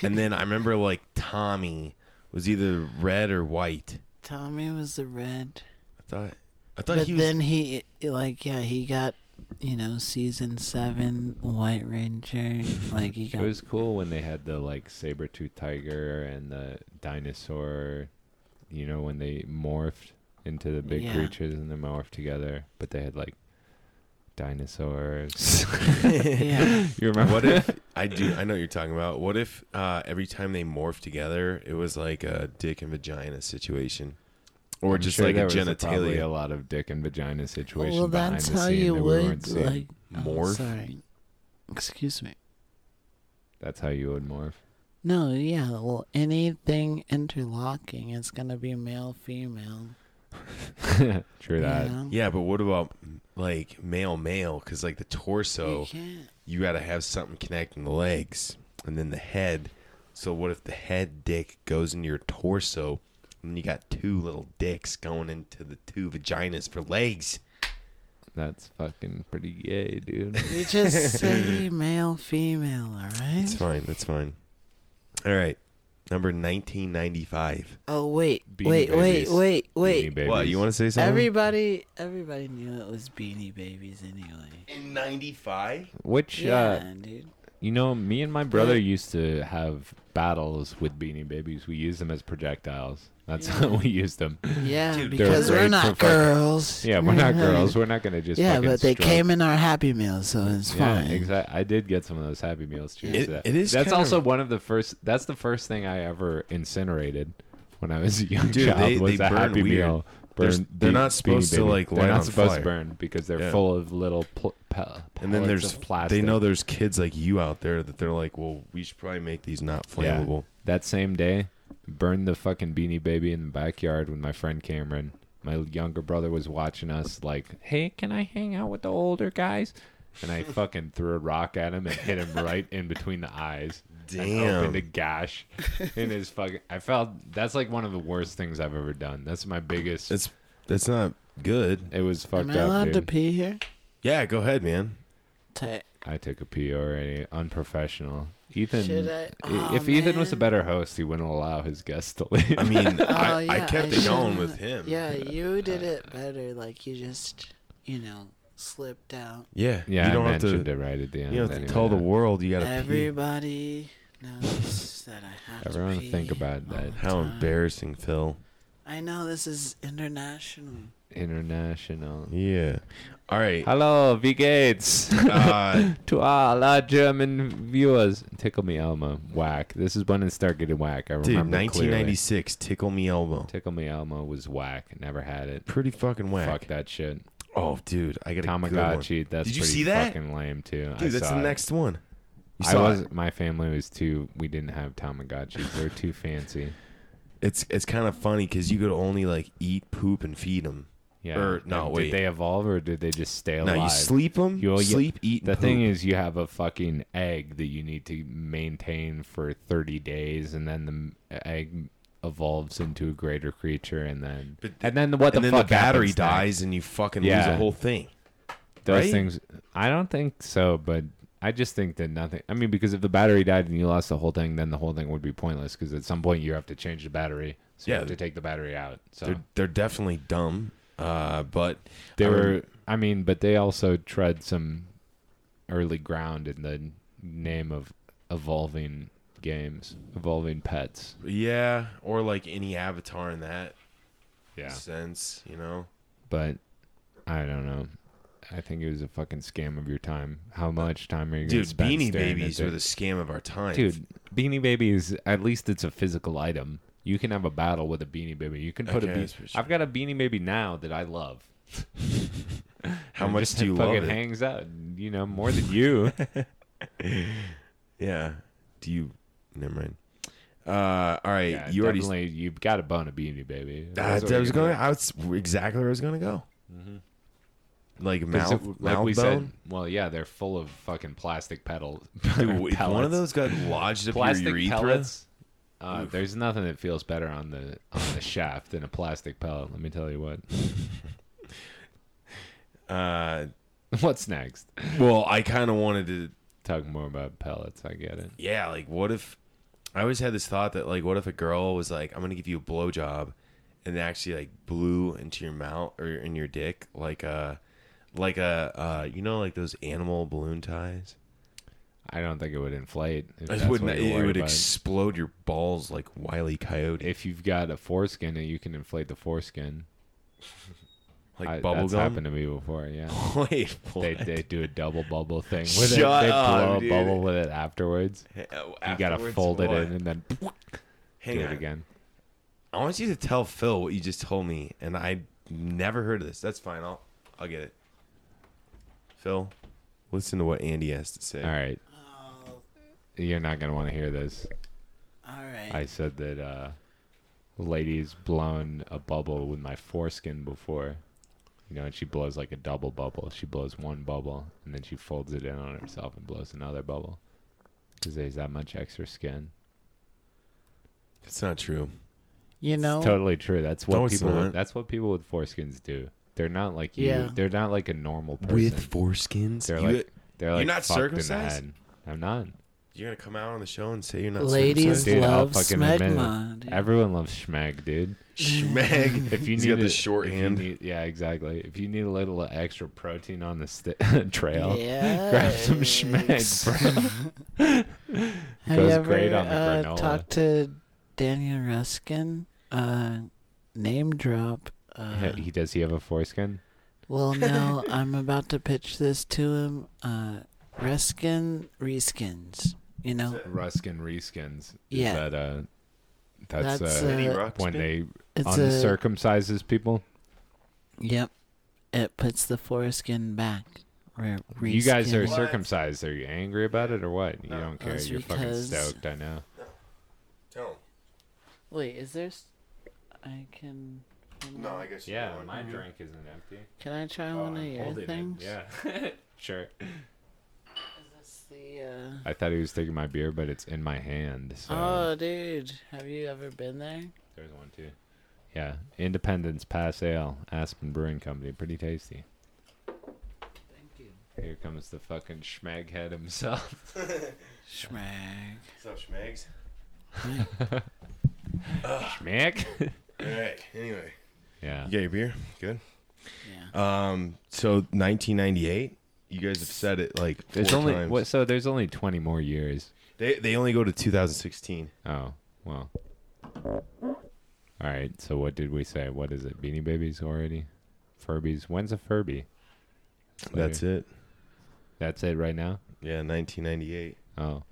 and then I remember like Tommy was either red or white.
Tommy was the red,
I thought I thought
but
he was
then he like yeah he got you know season seven White Ranger like
<laughs>
he
It
got
was cool when they had the like saber tooth tiger and the dinosaur. You know when they morphed into the big
Yeah.
creatures and they morphed together, but they had like
<laughs>
dinosaurs.
<laughs>
<laughs>
yeah
you remember
What if I do I know what you're talking about. What if uh, every time they morphed together it was like a dick and vagina situation? Or
I'm
just
sure
like a
there was Probably
genitalia
a lot of dick and vagina <laughs> situation.
well
behind
that's
the
how
scene that
you
we
would
weren't seeing.
like oh,
morph.
sorry excuse me
That's how you would morph.
No, yeah. Well, anything interlocking is gonna be male female.
True that.
You,
yeah, but what about like male male? Because like the
know?
torso,
you can't.
you got to have something connecting the legs and then the head. So what if the head dick goes into your torso and you got two little dicks going into the two vaginas for legs?
That's fucking pretty gay,
<laughs>
dude.
We
<laughs>
just say male female, all
That's
right?
fine. That's fine. All right. Number 1995.
Oh wait,
Beanie
wait,
Babies.
wait, wait,
Beanie
wait.
Babies.
What, you want to say something?
Everybody, everybody knew it was Beanie Babies anyway.
In 95?
Which
Yeah,
uh, <sighs>
dude.
You know, me and my brother used to have battles with beanie babies. We used them as projectiles. That's how <laughs> we used
<laughs>
them.
Yeah,
Dude,
they're
because we're
great
not
for fucking-
girls.
Yeah, we're
<laughs>
not girls. We're not gonna just.
yeah,
fucking
but they
stroke.
came in our Happy Meal, so it's
Yeah,
fine.
exactly. I did get some of those Happy Meals. Cheers
It-
to that.
it is
That's
kind
also
of-
one of the first. That's the first thing I ever incinerated when I was a young
Dude,
child.
they-
was
they
a
burn
Happy
weird.
Meal.
They're-
Burn-
they're
Be-
not supposed
Beanie
to,
Baby.
like,
They're
light
not
on
supposed to
fire.
burn because they're
Yeah.
full of little pl- pa-
And then
pellets
there's
of plastic.
they know there's kids like you out there that they're like, well, we should probably make these not
Yeah.
flammable.
That same day, burned the fucking beanie baby in the backyard with my friend Cameron. My younger brother was watching us, like, hey, can I hang out with the older guys?
<laughs>
And I fucking threw a rock at him and hit him right in between the eyes. And
Damn.
opened a gash in his fucking. I felt that's like one of the worst things I've ever done. That's my biggest.
It's that's not good.
it was fucked
Am I
up.
allowed
dude.
to pee here?
Yeah, go ahead, man.
Tight.
I took a pee already. Unprofessional. Ethan.
Should I-
i- if
Aw,
Ethan was a
man.
better host, he wouldn't allow his guests to leave.
I mean, I,
<laughs> Oh,
I
yeah,
kept
I
it going
shouldn't-
with him.
Yeah, you did it better. Like you just, you know, slipped out.
yeah,
yeah,
You don't
I
have to.
mentioned it right at the end.
You don't have to
anyway.
tell the world you got to pee.
Everybody knows that I have
Everyone
to pee.
think about
all
that.
the
How
time.
embarrassing, Phil.
I know this is international.
International.
Yeah. All right.
Hello,
<laughs>
V Gates.
Uh,
to all our German viewers. Tickle me Elmo. Whack. This is when it started getting whack. I
dude,
remember. clearly.
1996, Tickle Me Elbow.
Tickle me Elmo was whack. Never had it.
Pretty fucking whack.
Fuck that shit.
Oh, dude, I got a good one.
Tamagotchi. That's
Did you
pretty
see that?
fucking lame too. I
Dude, that's
saw
the
it.
next one. You
I
saw
was
it.
my family was too. We didn't have Tamagotchis. They were
<laughs>
too fancy.
It's it's kind of funny because you could only like eat, poop, and feed them.
Yeah.
Or- Er, no,
And
wait.
Did they evolve or did they just stay alive?
No, you sleep them.
You- you-
sleep, eat.
The
and
thing
poop.
is, you have a fucking egg that you need to maintain for 30 days, and then the m- egg evolves into a greater creature, and then
But
and then what the
and then
fuck
the battery
happens
dies and you fucking lose
Yeah.
the whole thing.
next? Those
right?
things, I don't think so, but I just think that nothing. I mean, because if the battery died and you lost the whole thing, then the whole thing would be pointless. Because at some point you have to change the battery, so you
Yeah.
have to take the battery out. So
They're they're definitely dumb. Uh, but
They
I rem-
were, I mean, but they also tread some early ground in the name of evolving games, evolving pets.
yeah, or like any avatar in that
Yeah.
sense, you know.
But I don't know. I think it was a fucking scam of your time. How much time are you going
Dude,
to spend?
beanie
staring at
babies
the-
were the scam of our time.
<laughs> Dude, beanie babies, at least it's a physical item. You can have a battle with a beanie baby. You can put
Okay,
a beanie.
that's for sure.
I've got a beanie baby now that I love.
how
It
much
just
do you love
fucking
it?
hangs out, you know, more than you.
Yeah. Do you? Never mind. Uh, all right.
Yeah,
you already.
definitely, you've got to bone a beanie baby.
Uh,
That's what
I was
you're gonna
going. I was exactly where I was going to go. Like
do. 'Cause
mouth,
it-
mouth bone.
well, yeah, they're full of fucking plastic <laughs> pedals.
Dude, if one of those got lodged up
plastic
your urethra.
pellets. Uh, there's nothing that feels better on the on the shaft than a plastic pellet. Let me tell you what. <laughs>
Uh,
What's next?
well, I kind of wanted to.
Talk more about pellets. I get it.
Yeah, like what if? I always had this thought that like, what if a girl was like, "I'm gonna give you a blowjob," and they actually like blew into your mouth or in your dick, like a, like a, uh, you know, like those animal balloon ties.
I don't think it would inflate. If
It
that's
wouldn't.
what you're
It
worried
would
about.
explode your balls like Wiley Coyote,
if you've got a foreskin, you can inflate the foreskin.
like
I,
bubble
that's
gum. <laughs>
happened to me before. Yeah.
Wait,
They,
what?
they
<laughs>
do a double bubble thing with it. They
Shut
blow
up,
a
dude.
bubble with it afterwards. You gotta
Afterwards,
fold
what?
it in and then
Hang
do
on.
it again.
I want you to tell Phil what you just told me, and I never heard of this. That's fine. I'll I'll get it. Phil, listen to what Andy has to say.
All right,
Oh,
you're not gonna want to hear this.
all right.
I said that uh, lady's blown a bubble with my foreskin before, you know, and she blows like a double bubble. She blows one bubble and then she folds it in on herself and blows another bubble because there's that much extra skin.
It's not true.
you know,
It's totally true. That's what
No, it's
people.
not.
That's what people with foreskins do. They're not like you.
Yeah.
They're not like a normal person.
With foreskins,
They're
You-
like they're like
not
fucked in the
circumcised?
head. I'm not.
You're gonna come out on the show and say you're not circumcised?
Ladies
Dude, I'll
love
fucking admit it.
smegma. dude.
Everyone loves schmeg, <laughs> dude.
Schmeg.
If you
He's
need
got the
a-
shorthand.
if you need- yeah, exactly. If you need a little extra protein on the sti <laughs> trail,
Yeah.
grab some <laughs> schmeg, Goes
<laughs> Have you ever
great on the
uh,
granola.
talked to Daniel Ruskin? Uh, name drop.
bro.
Uh,
he does. He have a foreskin. <laughs>
well, no, I'm about to pitch this to him. Uh, Ruskin Reskins. You know,
Ruskin reskins.
Yeah.
Is that, uh, that's,
That's,
uh,
Eddie
Uh,
Ruxpin?
when they
it's a
uncircumcises people.
yep. It puts the foreskin back. Re-
You guys are
reskin.
circumcised. Are you angry about it or what? You don't care.
That's
You're fucking
because-
stoked. I know.
<laughs> Tell him.
Wait, is there? s- I can.
No, I Oh, guess. you
Yeah,
don't.
my drink isn't empty.
Can I try one of your things?
Yeah. <laughs> sure.
It's the, uh,
I thought he was taking my beer, but it's in my hand. So
Oh, dude, have you ever been there?
there's one too. Yeah, Independence Pass Ale, Aspen Brewing Company. Pretty tasty.
Thank you.
Here comes the fucking schmeghead himself. <laughs>
Schmag.
What's up, Schmegs?
Schmeck.
All right. Anyway.
<laughs> yeah.
You got your beer? Good.
Yeah.
Um. So 1998. You guys have said it like four
There's only
times.
what? So there's only 20 more years.
They they only go to 2016.
Oh well. All right. So what did we say? What is it? Beanie Babies already? Furbies. When's a Furby?
That's it.
That's it right now.
Yeah, 1998.
Oh,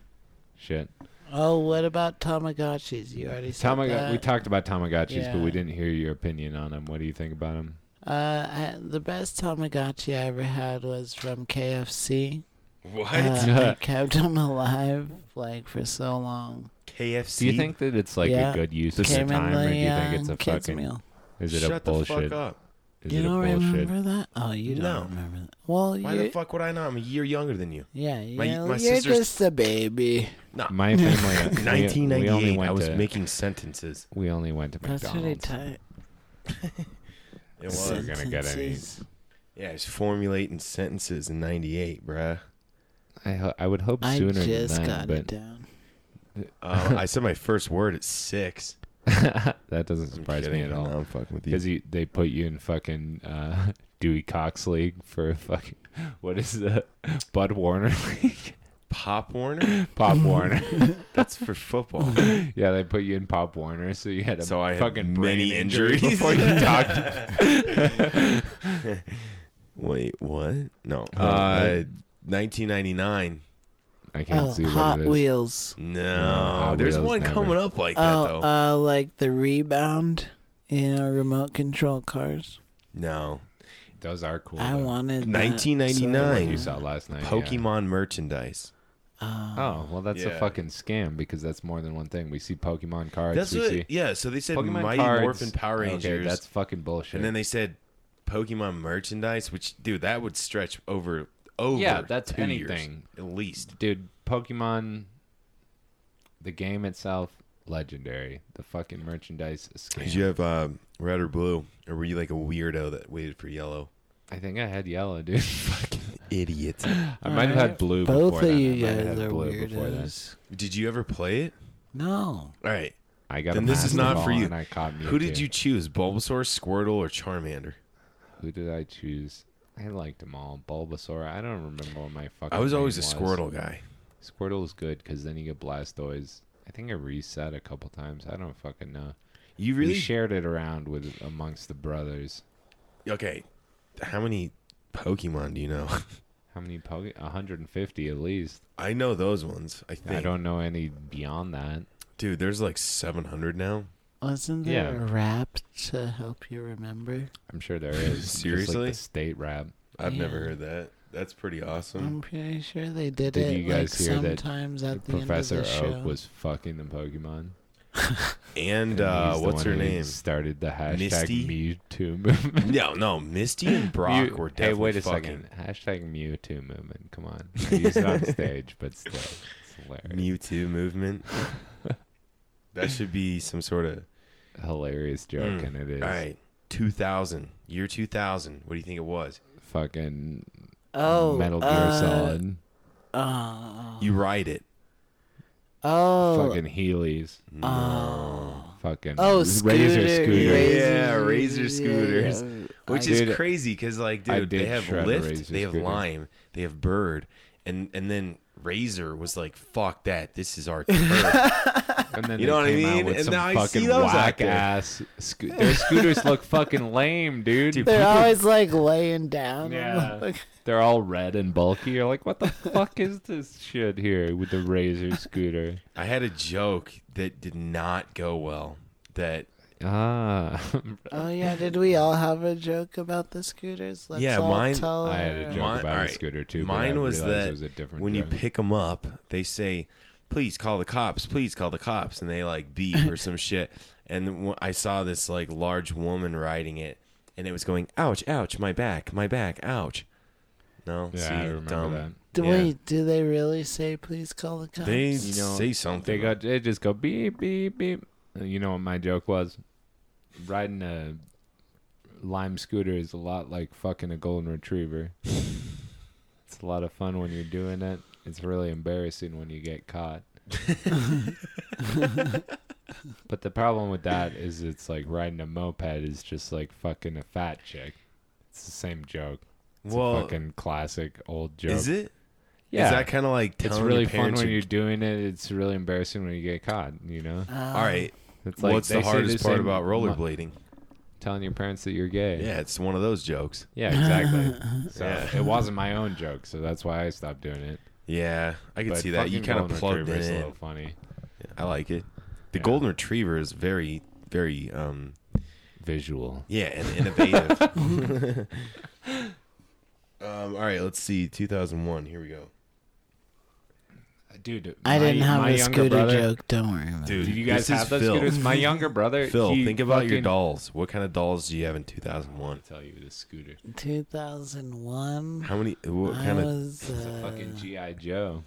shit.
Oh, what about Tamagotchis? You already said
Tamago-
that.
we talked about Tamagotchis, but we
Yeah.
didn't hear your opinion on them. What do you think about them?
uh, I, the best Tamagotchi I ever had was from KFC.
What?
Uh, I kept them alive like for so long.
KFC.
Do you think that it's like
Yeah.
a good use of your
Came
time,
in
or
the
do you
uh,
think it's a
kids
fucking?
meal.
Is it
Shut
a
the
bullshit?
fuck up.
Is
you
it a
don't
bullshit?
remember that? Oh, you don't
No.
remember that. Well,
Why
you,
the fuck would I know? I'm a year younger than you.
yeah, you
My-
know,
my
you're
sister's-
just a baby.
My family. uh, we- We, only
1998.
went
I was
to,
making sentences.
We only went to
That's pretty
McDonald's.
tight.
It
was. We're gonna get any-
Sentences.
Yeah, it's formulating sentences in '98, bruh.
I, ho- I would hope
I
sooner
just
than
got
that,
it down.
<laughs>
Um, I said my first word at six.
but <laughs> that doesn't
I'm
surprise me
kidding.
at all.
No, I'm fucking with you.
Because they put you in fucking uh, <laughs> Dewey Cox League for fucking <laughs> what is the <laughs> Bud Warner <laughs> League?
Pop
<laughs>
Warner? <laughs>
Pop Warner.
That's for
<laughs>
football.
yeah, they put you in Pop Warner, so you had a
So I had
fucking
many
brain injury
injuries.
<laughs>
before you talked.
<laughs> Wait, what? No. Uh, 1999.
I can't
Oh,
see what
Hot
it is.
Wheels.
No,
Hot
there's
Wheels
one
never.
coming up like that
Oh,
though.
uh, like the rebound, you know, remote control cars.
no,
Those are cool.
I
though.
wanted that,
1999.
so- uh,
You saw last night. yeah.
Pokemon merchandise.
Oh well, that's
Yeah.
a fucking scam because that's more than one thing. We see Pokemon cards.
That's
we
what.
see
Yeah, so they said
Pokemon
Mighty
cards.
Morphin Power
Okay,
Rangers,
that's fucking bullshit.
and then they said Pokemon merchandise, which dude, that would stretch over over.
Yeah, that's
two years,
anything.
at least.
dude, Pokemon, the game itself, legendary. The fucking merchandise is
Did
scam.
you have uh, red or blue, or were you like a weirdo that waited for yellow?
I think I had yellow, dude. <laughs>
Idiot.
I might have had blue.
Both
before
of
then.
you
I might have
guys
had
are
blue before then.
weirdos.
Did you ever play it?
No.
All right.
I got.
Then
a
this is not
basketball
for you.
and I caught
Who did
Mewtwo.
you choose? Bulbasaur, Squirtle, or Charmander?
Who did I choose? I liked them all. Bulbasaur. I don't remember what my fucking.
I was always a
name
Squirtle guy.
Squirtle was good because then you get Blastoise. I think I reset a couple times. I don't fucking know.
You
We
really
shared it around with amongst the brothers.
Okay. How many Pokemon do you know? <laughs>
How many Pokemon? 150 at least.
I know those ones. I think.
I don't know any beyond that.
Dude, there's like 700 now.
Wasn't there
Yeah.
a rap to help you remember?
I'm
<laughs>
sure there is. Just like
Seriously?
the state rap.
I've never
Yeah.
heard that. That's pretty
I'm
Um,
awesome.
pretty sure they did,
Hmm. Did
it
you guys
like
hear that
sometimes at the
Professor
end of the show.
Oak was fucking the Pokemon.
And
he's
uh,
the
what's
one
her
who
name?
Started the hashtag
Misty?
Mewtwo movement.
<laughs> no, no, Misty and Brock
<laughs> Mew-
were
hey,
definitely
wait a
fucking
second. Hashtag Mewtwo movement. Come on. I used
<laughs>
it on stage, but still. It's hilarious.
Mewtwo
<laughs>
movement. that should be some sort of
hilarious joke,
Mm.
and it is
All right. 2000, year 2000. What do you think it was?
fucking
oh,
Metal Gear
uh,
Solid.
Oh,
You ride it.
Oh,
fucking Heelys,
oh,
fucking
oh,
Razor
scooter,
Scooter.
Yeah, razor
yeah,
scooters.
yeah.
which
I-
is
did-
crazy because like
I
dude they
did
have
shred a
lift
Razor
they have
scooter.
lime they have bird and and then razor was like fuck that this is
<laughs>
our turf.
And then
You
they
know what I
came out
mean?
with
And
some
now I see
fucking
those out
whack
there.
ass. Sco- their scooters look fucking lame, dude. <laughs>
They're always like laying down. <laughs>
yeah, they're all red and bulky. You're like, what the fuck is this shit here with the
<laughs>
Razor scooter?
i had a joke that did not go well that
Ah,
Oh yeah, did we all have a joke about the scooters? Let's
Yeah,
all
mine-
<laughs>
Tell
I had a
her.
joke
Mine-
about
all
a
right.
scooter too. but I
mine was
realized
that
it was a different
when
joke.
you pick them up they say please call the cops please call the cops and they like beep or
<laughs>
some shit and then wh- i saw this like large woman riding it and it was going ouch ouch my back my back ouch no
Yeah,
see, um,
I remember
dumb.
that.
Do,
Yeah.
Wait, do they really say please call the cops?
They
You know,
say something.
They go, they just go beep beep beep. And you know what my joke was? Riding a lime scooter is a lot like fucking a golden
<laughs>
retriever. it's a lot of fun when you're doing it. It's really embarrassing when you
<laughs>
get caught. but the problem with that is it's like riding a moped is just like fucking a fat chick. It's the same joke. It's a
well,
fucking classic old joke.
is it?
Yeah.
Is that kind of like telling
it's really
your
fun
parents
when
you're-
you're doing it. It's really embarrassing when you get caught. You know,
All right.
it's
What's
they
the
say
hardest part
same-
about rollerblading?
Telling your parents that you're gay.
Yeah, it's one of those jokes.
Yeah,
<laughs>
exactly. so
Yeah.
it wasn't my own joke, so that's why I stopped doing it.
Yeah, I can
But
see that. You
fucking
kind of
golden
plugged
retriever
it
is a
in.
little funny
I like it. The
Yeah.
golden retriever is very, very, um,
visual.
yeah, and innovative.
<laughs>
um, all right, let's see. 2001. Here we go.
Uh, Dude,
I
my-
didn't have
my
a
younger
scooter
brother-
joke. Don't worry about
Dude,
Did you guys
this is
have those
Phil.
scooters? My younger brother.
Phil,
he
think about your
fucking-
dolls. What kind of dolls do you have in 2001?
I tell you the scooter.
it. 2001.
How many? What
I
kind of?
was,
It's a
uh,
fucking GI Joe.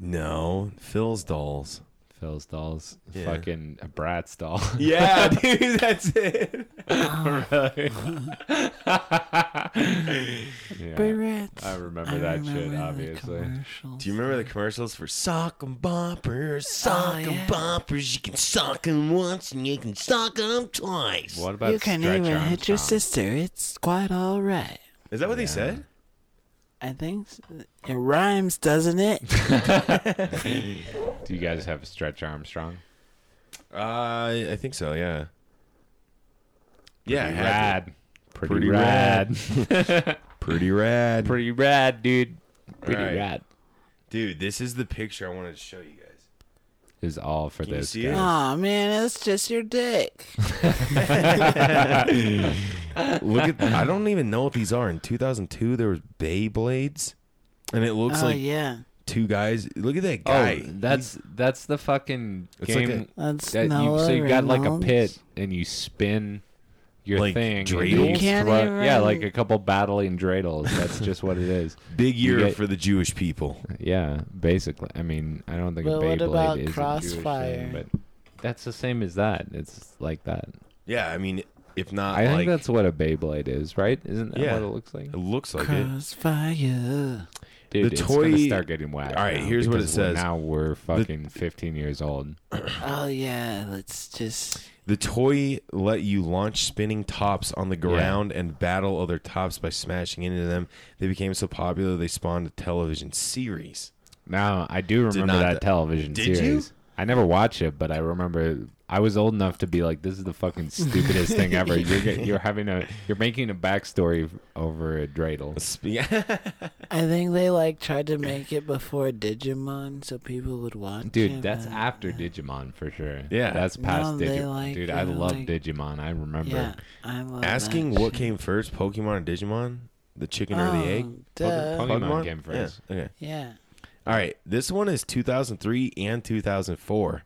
No, Phil's dolls.
Phil's dolls.
Yeah.
Fucking a Bratz doll. <laughs>
<laughs> Yeah, dude, that's it.
Yeah.
Barrettes.
I remember that shit,
the
obviously.
commercials.
Do you remember the commercials for sock 'em bumpers,
Oh,
sock 'em
yeah.
bumpers? You can sock 'em once and you can sock 'em twice.
What about
you can
Stretch
even hit
Armstrong?
your sister. It's quite all right.
Is that what they said?
I think s it rhymes,
<laughs>
doesn't it?
Do you guys have a Stretch Armstrong?
Uh, I think so. Yeah. yeah,
Pretty
I had
rad. Pretty,
Pretty
rad.
it. Pretty rad,
<laughs> Pretty rad, dude. Pretty
Alright.
rad.
dude. This is the picture I wanted to show
<laughs>
you guys.
Is all for
Can you
this.
see it?
guy.
Aw, man, that's just your dick.
Look at. I don't even know what these are. In 2002, there was Beyblades, and it looks
oh,
like
yeah.
two guys. Look at that guy.
Oh, that's that's the fucking
It's like
game.
That's
that you,
Noah
so you got like a
Reynolds.
pit and you spin your
Like
thing. and
dreidels? You
can't
throw-
even
yeah,
run.
like a couple battling dreidels. That's just what it is. <laughs>
Big
You
year
get-
for the Jewish people.
Yeah, basically. I mean, I don't think
But
a
what
Beyblade
about
is a
Crossfire?
Jewish thing, but that's the same as that. It's like that.
Yeah, I mean, if not,
I think
like,
that's what a Beyblade is, right? Isn't that
Yeah.
what it looks like?
it looks like it.
Crossfire.
Dude,
The
it's gonna
toy-
start getting whacked.
All right,
now
here's what it
because we're-
says.
Now we're fucking 15 years old.
Oh, yeah, let's just.
The toy let you launch spinning tops on the ground and battle other tops by smashing into them. They became so popular they spawned a television series.
Now I do remember
not
that
th-
television
Did you?
series. I never watched it, but I remember I was old enough to be like, "This is the fucking stupidest thing
<laughs>
ever." You're get- you're having a you're making a backstory over a dreidel.
Yeah.
I think they like tried to make it before Digimon so people would watch it.
Dude, that's
but-
after Digimon for sure.
Yeah.
that's past
No, they
Digimon.
like-
Dude, I
they
love
like-
Digimon. I remember.
Yeah, I love that
Asking what
shit.
came first, Pokemon or Digimon? The chicken or the egg?
Oh, duh.
Pokemon came
Yeah,
first.
Okay.
Yeah.
All right. This one is 2003 and 2004.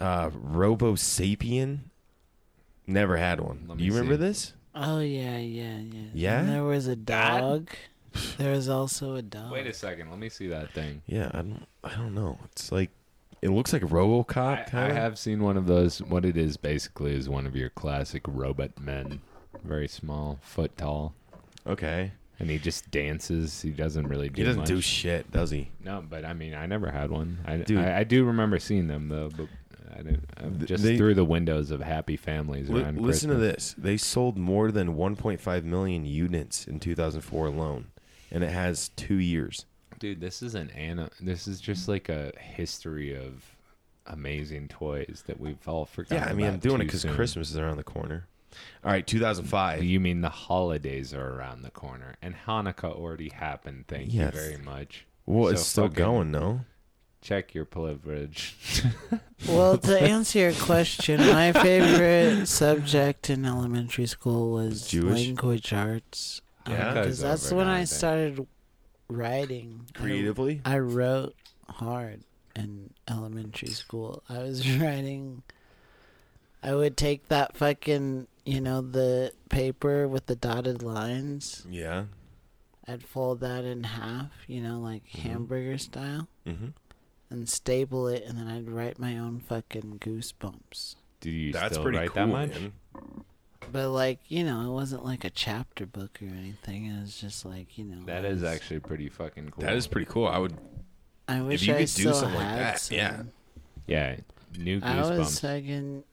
Uh, Robo Sapien. Never had one.
Let me
You remember
see.
this?
Oh yeah, yeah, yeah. And
Yeah?
there was a
That-
dog. There was also a dog.
Wait a second, let me see that thing.
Yeah, I don't. I don't know. It's like it looks like RoboCop.
I, I
Kind of.
have seen one of those. What it is basically is one of your classic robot men, very small, foot tall,
Okay.
and he just dances. He doesn't really do.
He doesn't
much.
do shit, does he?
No, but I mean, I never had one. I,
Dude.
I, I do remember seeing them though, but I didn't. I'm
Th-
just
they-
through the windows of happy families
Li-
around.
listen to
Christmas.
this. They sold more than 1.5 million units in 2004 alone, and it has two years.
dude. This is an ana. This is just like a history of amazing toys that we've all forgotten.
Yeah, I mean, I'm
about
doing it
too
because
soon.
Christmas is around the corner. All right, 2005.
You mean the holidays are around the corner, and Hanukkah already happened. Thank
Yes.
you very much.
Well,
So
it's still
fucking
going, no?
Check your privilege. <laughs>
Well, to answer your question, my favorite subject in elementary school was
Jewish?
language arts.
Yeah.
Because that's when I
Nowadays.
started writing. I-
Creatively?
I wrote hard in elementary school. I was <laughs> writing. I would take that fucking, you know, the paper with the dotted lines.
Yeah.
I'd fold that in half, you know, like hamburger style,
Mm-hmm.
and staple it, and then I'd write my own fucking goosebumps.
Do you
That's
still
pretty
write
cool,
that much?
man.
But like, you know, it wasn't like a chapter book or anything. It was just like, you know,
That
I
is
was-
actually pretty fucking cool.
That is pretty cool. I would.
I wish
you
I
could do
still
something like
had
that,
some.
yeah.
yeah. New
I
goosebumps.
was <laughs> fucking.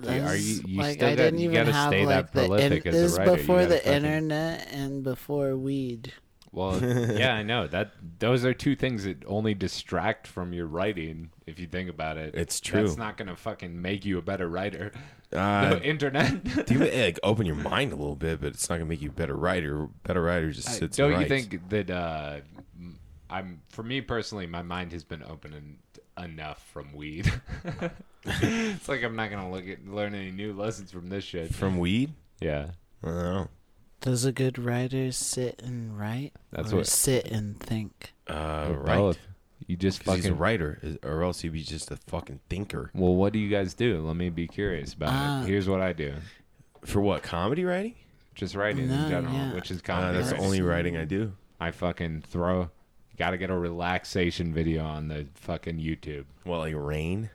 Dude, are
that's-
you- you
like
still
I
got-
didn't
you
even
gotta
have
stay that
like the in,
prolific as a
this is
writer. You
before
gotta
the
fucking-
internet and before weed.
Well, yeah, I know that. Those are two things that only distract from your writing. If you think about it,
It's true.
That's <laughs> not gonna fucking make you a better writer.
Uh,
<laughs> the internet.
do you like open your mind a little bit, but it's not gonna make you a better writer. Better writer just
I-
sits. and
don't you
writes.
think that uh, m- I'm for me personally, my mind has been open en- enough from weed. <laughs> it's like I'm not gonna look at learn any new lessons from this shit.
from weed?
Yeah,
I don't know.
Does a good writer sit and write?
That's
or
what-
Sit and think.
Uh, right.
Both. You just
'Cause he's a
fucking
writer, is- or else he'd be just a fucking thinker.
Well, what do you guys do? Let me be curious about
Ah.
it. Here's what I do.
For what comedy writing?
Just writing
No,
in general,
yeah.
which is
Uh,
comedy.
that's the
writing.
only writing I do.
I fucking throw. Got to get a relaxation video on the fucking YouTube.
What, like rain?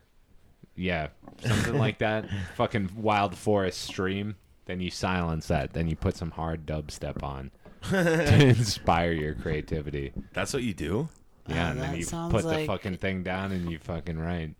Yeah, something like that.
<laughs>
Fucking wild forest stream. Then you silence that. Then you put some hard dubstep on
<laughs>
to inspire your creativity.
That's what you do?
Yeah,
Ah,
and then
that
you
sounds
put the
like-
fucking thing down and you fucking write.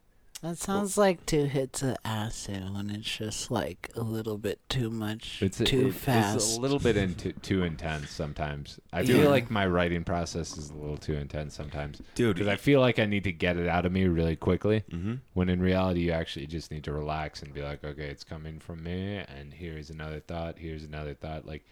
That sounds like two hits of acid when it's just like a little bit too much,
It's
too
it-
fast.
It's a little bit into too intense sometimes. I
Yeah.
feel like my writing process is a little too intense sometimes,
Dude,
because I feel like I need to get it out of me really quickly.
mm-hmm.
When in reality, you actually just need to relax and be like, okay, it's coming from me, and here's another thought, here's another thought. Like,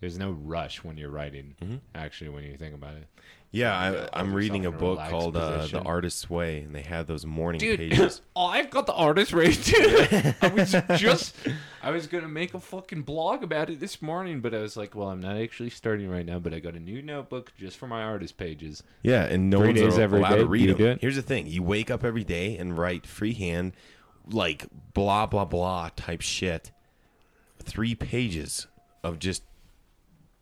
there's no rush when you're writing.
Mhm.
Actually, when you think about it,
Yeah, I, I'm
yourself
reading a
in a
book
relaxed
called uh,
position.
The Artist's Way, and they have those morning
dude. <coughs>
pages.
<clears throat> oh, I've got the artist right too.
<laughs>
I was just, I was gonna make a fucking blog about it this morning, but I was like, well, I'm not actually starting right now, but I got a new notebook just for my artist pages.
Yeah, and no
Three
one's
days
al-
every
allowed
day?
to
Do
read
you
them.
do it?
Here's the thing: you wake up every day and write freehand, like blah blah blah type shit. Three pages of just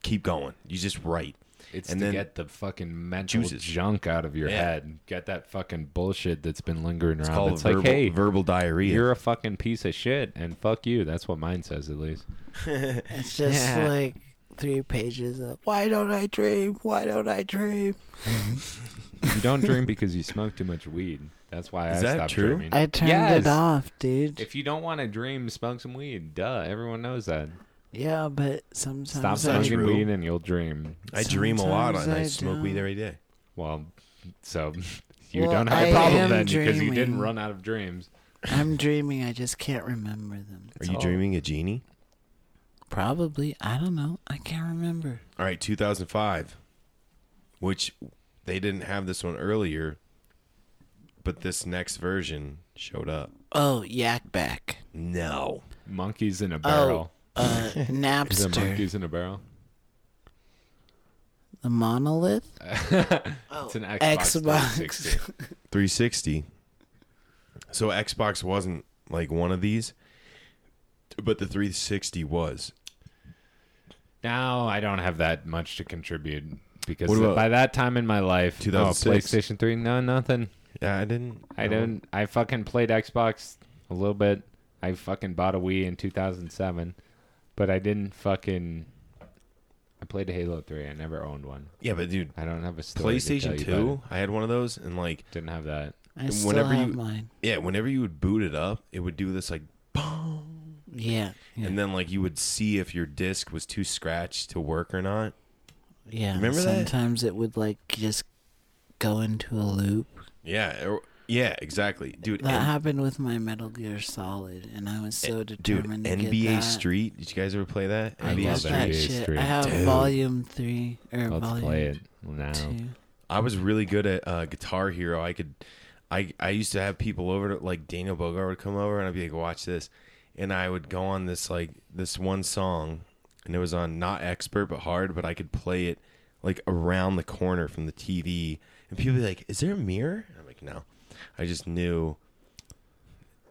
keep going. You just write.
It's
And
to
then
get the fucking mental
juices.
junk out of your
Yeah.
head. Get that fucking bullshit that's been lingering
It's
around.
called
It's
verbal,
like, hey,
verbal diarrhea.
you're a fucking piece of shit, and fuck you. That's what mine says, at least.
It's <laughs> just like three pages of why don't I dream? Why don't I dream?
You don't
<laughs>
dream because you smoke too much weed. That's why
Is
I
that
stopped
true?
dreaming.
I turned
Yes.
it off, dude.
If you don't want to dream, smoke some weed. Duh, everyone knows that.
yeah, but sometimes
Stop
I
true.
smoking weed and you'll dream.
I dream a lot, and I,
Sometimes I
smoke weed
don't.
every day.
Well, so <laughs> you
Well,
don't have
I
a problem
am
then because you
dreaming.
didn't run out of dreams.
I'm dreaming. I just can't remember them.
Are you
all-
dreaming a genie?
Probably. I don't know. I can't remember.
All right, 2005, which they didn't have this one earlier, but this next version showed up.
Oh, Yak Back.
<laughs>
No.
Monkeys
Oh,
in a barrel.
Uh,
Is it
Napster.
monkeys in a barrel?
The monolith?
<laughs> It's an Xbox.
Oh, Xbox.
360.
360. So Xbox wasn't like one of these, but the 360 was.
Now I don't have that much to contribute because
What about
by that time in my life,
2006?
oh, PlayStation Three, no, nothing.
Yeah, I didn't.
I don't. I fucking played Xbox a little bit. I fucking bought a Wii in 2007, but I didn't fucking. I played Halo Three. I never owned one.
Yeah, but dude,
I don't have a story to tell
PlayStation
you about
Two, I had one of those, and like,
it. Didn't have that.
I still
whenever
have
you-
mine.
yeah, whenever you would boot it up, it would do this like, boom,
Yeah. Yeah.
and then like you would see if your disc was too scratched to work or not.
yeah.
remember that?
Sometimes it would like just go into a loop.
Yeah, or- yeah, exactly, dude.
That
N-
happened with my Metal Gear Solid, and I was so
dude,
determined to get
NBA
that.
Street. Did you guys ever play that?
I
NBA
got
love
that
NBA
shit.
Street.
I have
Dude.
volume three or
Let's
volume
play it now.
two.
I was really good at uh, Guitar Hero. I could, I I used to have people over, to, like Daniel Bogart would come over, and I'd be like, "Watch this," and I would go on this like this one song, and it was on not expert but hard, but I could play it like around the corner from the TV, and people would be like, "Is there a mirror?" And I'm like, "No," I just knew,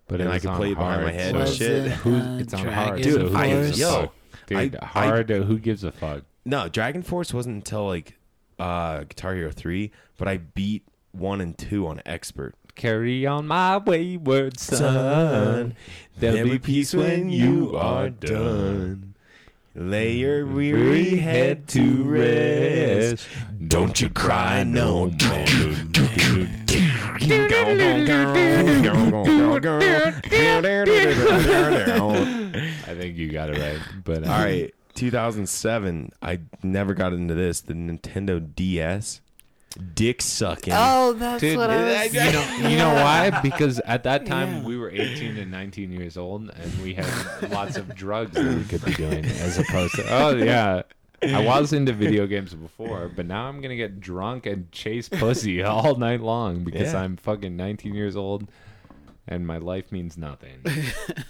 But
and
it
I
was
could
on
play it behind my
hard,
head
so-
and
Was
shit.
<laughs>
it,
Who's-
uh,
it's on hard,
Dragon
so who
I-
Force?
gives a
yo,
fuck? Dude,
I-
hard. uh, who gives a fuck?
No, Dragon Force wasn't until like uh, Guitar Hero three, but I beat one and two on expert.
Carry on my wayward son. There'll be peace when you are done.
Lay your
Weary head to rest.
Don't you cry no more.
I think you got it right. But uh,
All right, 2007. I never got into this. The Nintendo DS. Dick sucking.
Oh, that's
Dude,
what I was.
you know, you know why? Because at that time
Yeah.
we were 18 and 19 years old, and we
<laughs>
had lots of drugs that we could <laughs> be doing, as opposed <laughs>
uh,
to oh yeah, I was into video games before, but now I'm gonna get drunk and chase
<laughs>
pussy all night long because
Yeah.
I'm fucking 19 years old, and my life means
<laughs>
nothing.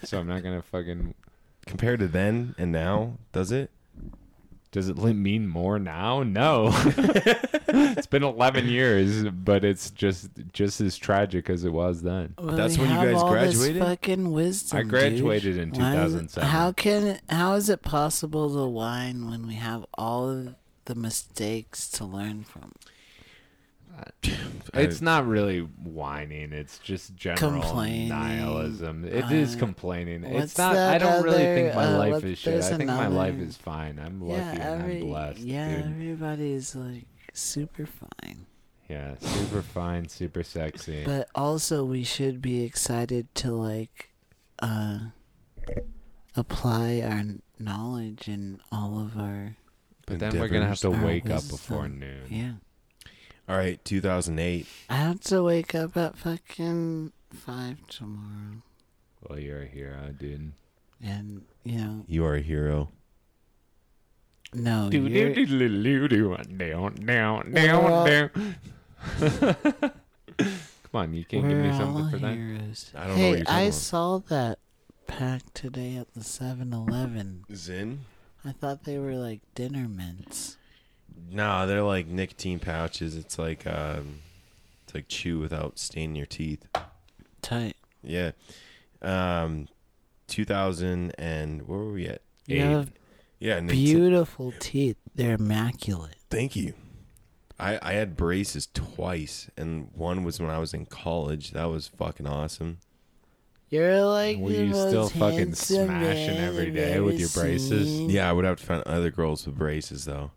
so I'm not gonna fucking.
Compared to then and now, does it?
Does it li- mean more now? No. <laughs> it's been 11 years, but it's just just as tragic as it was then.
<laughs> Well,
That's
we
when you
have
guys
all this
graduated?
Fucking wisdom.
I graduated
dude.
in
Why is it-
2007.
How can? How is it possible to whine when we have all of the mistakes to learn from?
It's not really whining. It's just general
Complaining.
nihilism. It is
Uh,
complaining. It's
what's
not. I
that
don't really think
other,
my
uh,
life
what-
is shit.
there's
I think my life
another-
is fine. I'm lucky and
every-
I'm blessed,
Yeah,
dude.
everybody's like super fine.
Yeah, super fine, super sexy.
But also, we should be excited to like uh, apply our kn- knowledge and all of our
But then we're gonna have to
Endeavors.
wake up
Always
before
fun.
noon.
yeah.
All right, 2008.
I have to wake up at fucking five tomorrow,
Well, you're a hero, dude.
and you know,
You are a hero.
no,
Do do
you're-
do do do do down down
all-
down down. Come on, you can't give me
we're all
something for that.
heroes.
I don't know
hey,
what you're talking
I
about.
saw that pack today at the 7-Eleven.
Zin?
I thought they were like dinner mints.
No, they're like nicotine pouches. It's like um, it's like chew without staining your teeth.
Tight.
Yeah. Um, 2000 and where were we at?
You have
Yeah. Nixon.
beautiful teeth. They're immaculate.
Thank you. I I had braces twice, and one was when I was in college. That was fucking awesome.
You're like
Were
the
you still
most
fucking
handsome
smashing
man
every
I've
day with
ever
your braces?
seen.
Yeah, I would have to find other girls with braces though.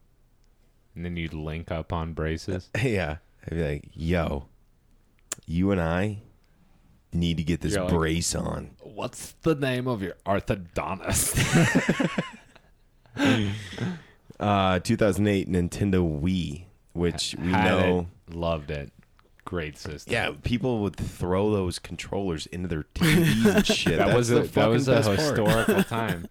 And then you'd link up on braces.
<laughs> yeah. I'd be like, yo, you and I need to get this
You're like-
brace on.
What's the name of your orthodontist?
Uh, 2008 Nintendo Wii, which we
Had
know.
it, loved it. Great system.
Yeah, people would throw those controllers into their TVs
<laughs>
and shit.
that
That's
was
the
a that
fucking
was a
best part.
historical time.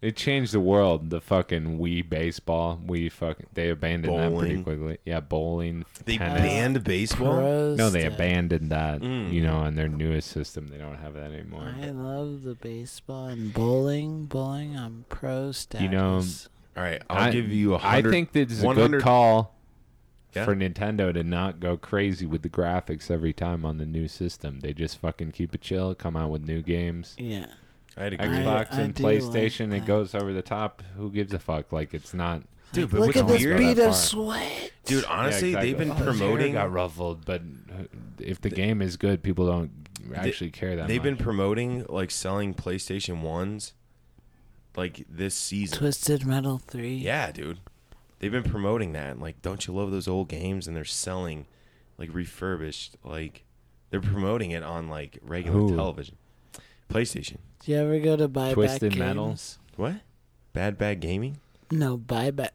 It changed the world. The fucking Wii baseball, Wii fucking they abandoned that pretty
Bowling.
quickly. Yeah, bowling.
They
tennis.
banned baseball.
Gross
no, they
dude.
abandoned that.
Mm.
You know, on their newest system, they don't have that anymore.
I love the baseball and bowling. Bowling, I'm pro status.
know,
All right, I'll
I-
give you a
I
hundred.
think this is a good
100
call
Yeah.
for Nintendo to not go crazy with the graphics every time on the new system. They just fucking keep it chill, come out with new games.
yeah.
I had a
I-
Xbox
I
and
do like
PlayStation, it
that.
goes over the top. Who gives a fuck? Like it's not.
dude,
Look at this
weird-
bead
That far.
of sweat.
dude. Honestly,
Yeah, exactly.
they've been
Oh, his hair
promoting.
got ruffled, but uh, if the game is good, people don't actually care that
They've been
much.
promoting like selling PlayStation ones like this season.
Twisted Metal 3.
Yeah, dude. They've been promoting that. And, like, don't you love those old games? And they're selling, like, refurbished. Like, they're promoting it on, like, regular
Who?
television. PlayStation.
Do you ever go to buy
Twisted
back
Metal?
games?
What? Bad Bad Gaming?
No,
<laughs>
buy back.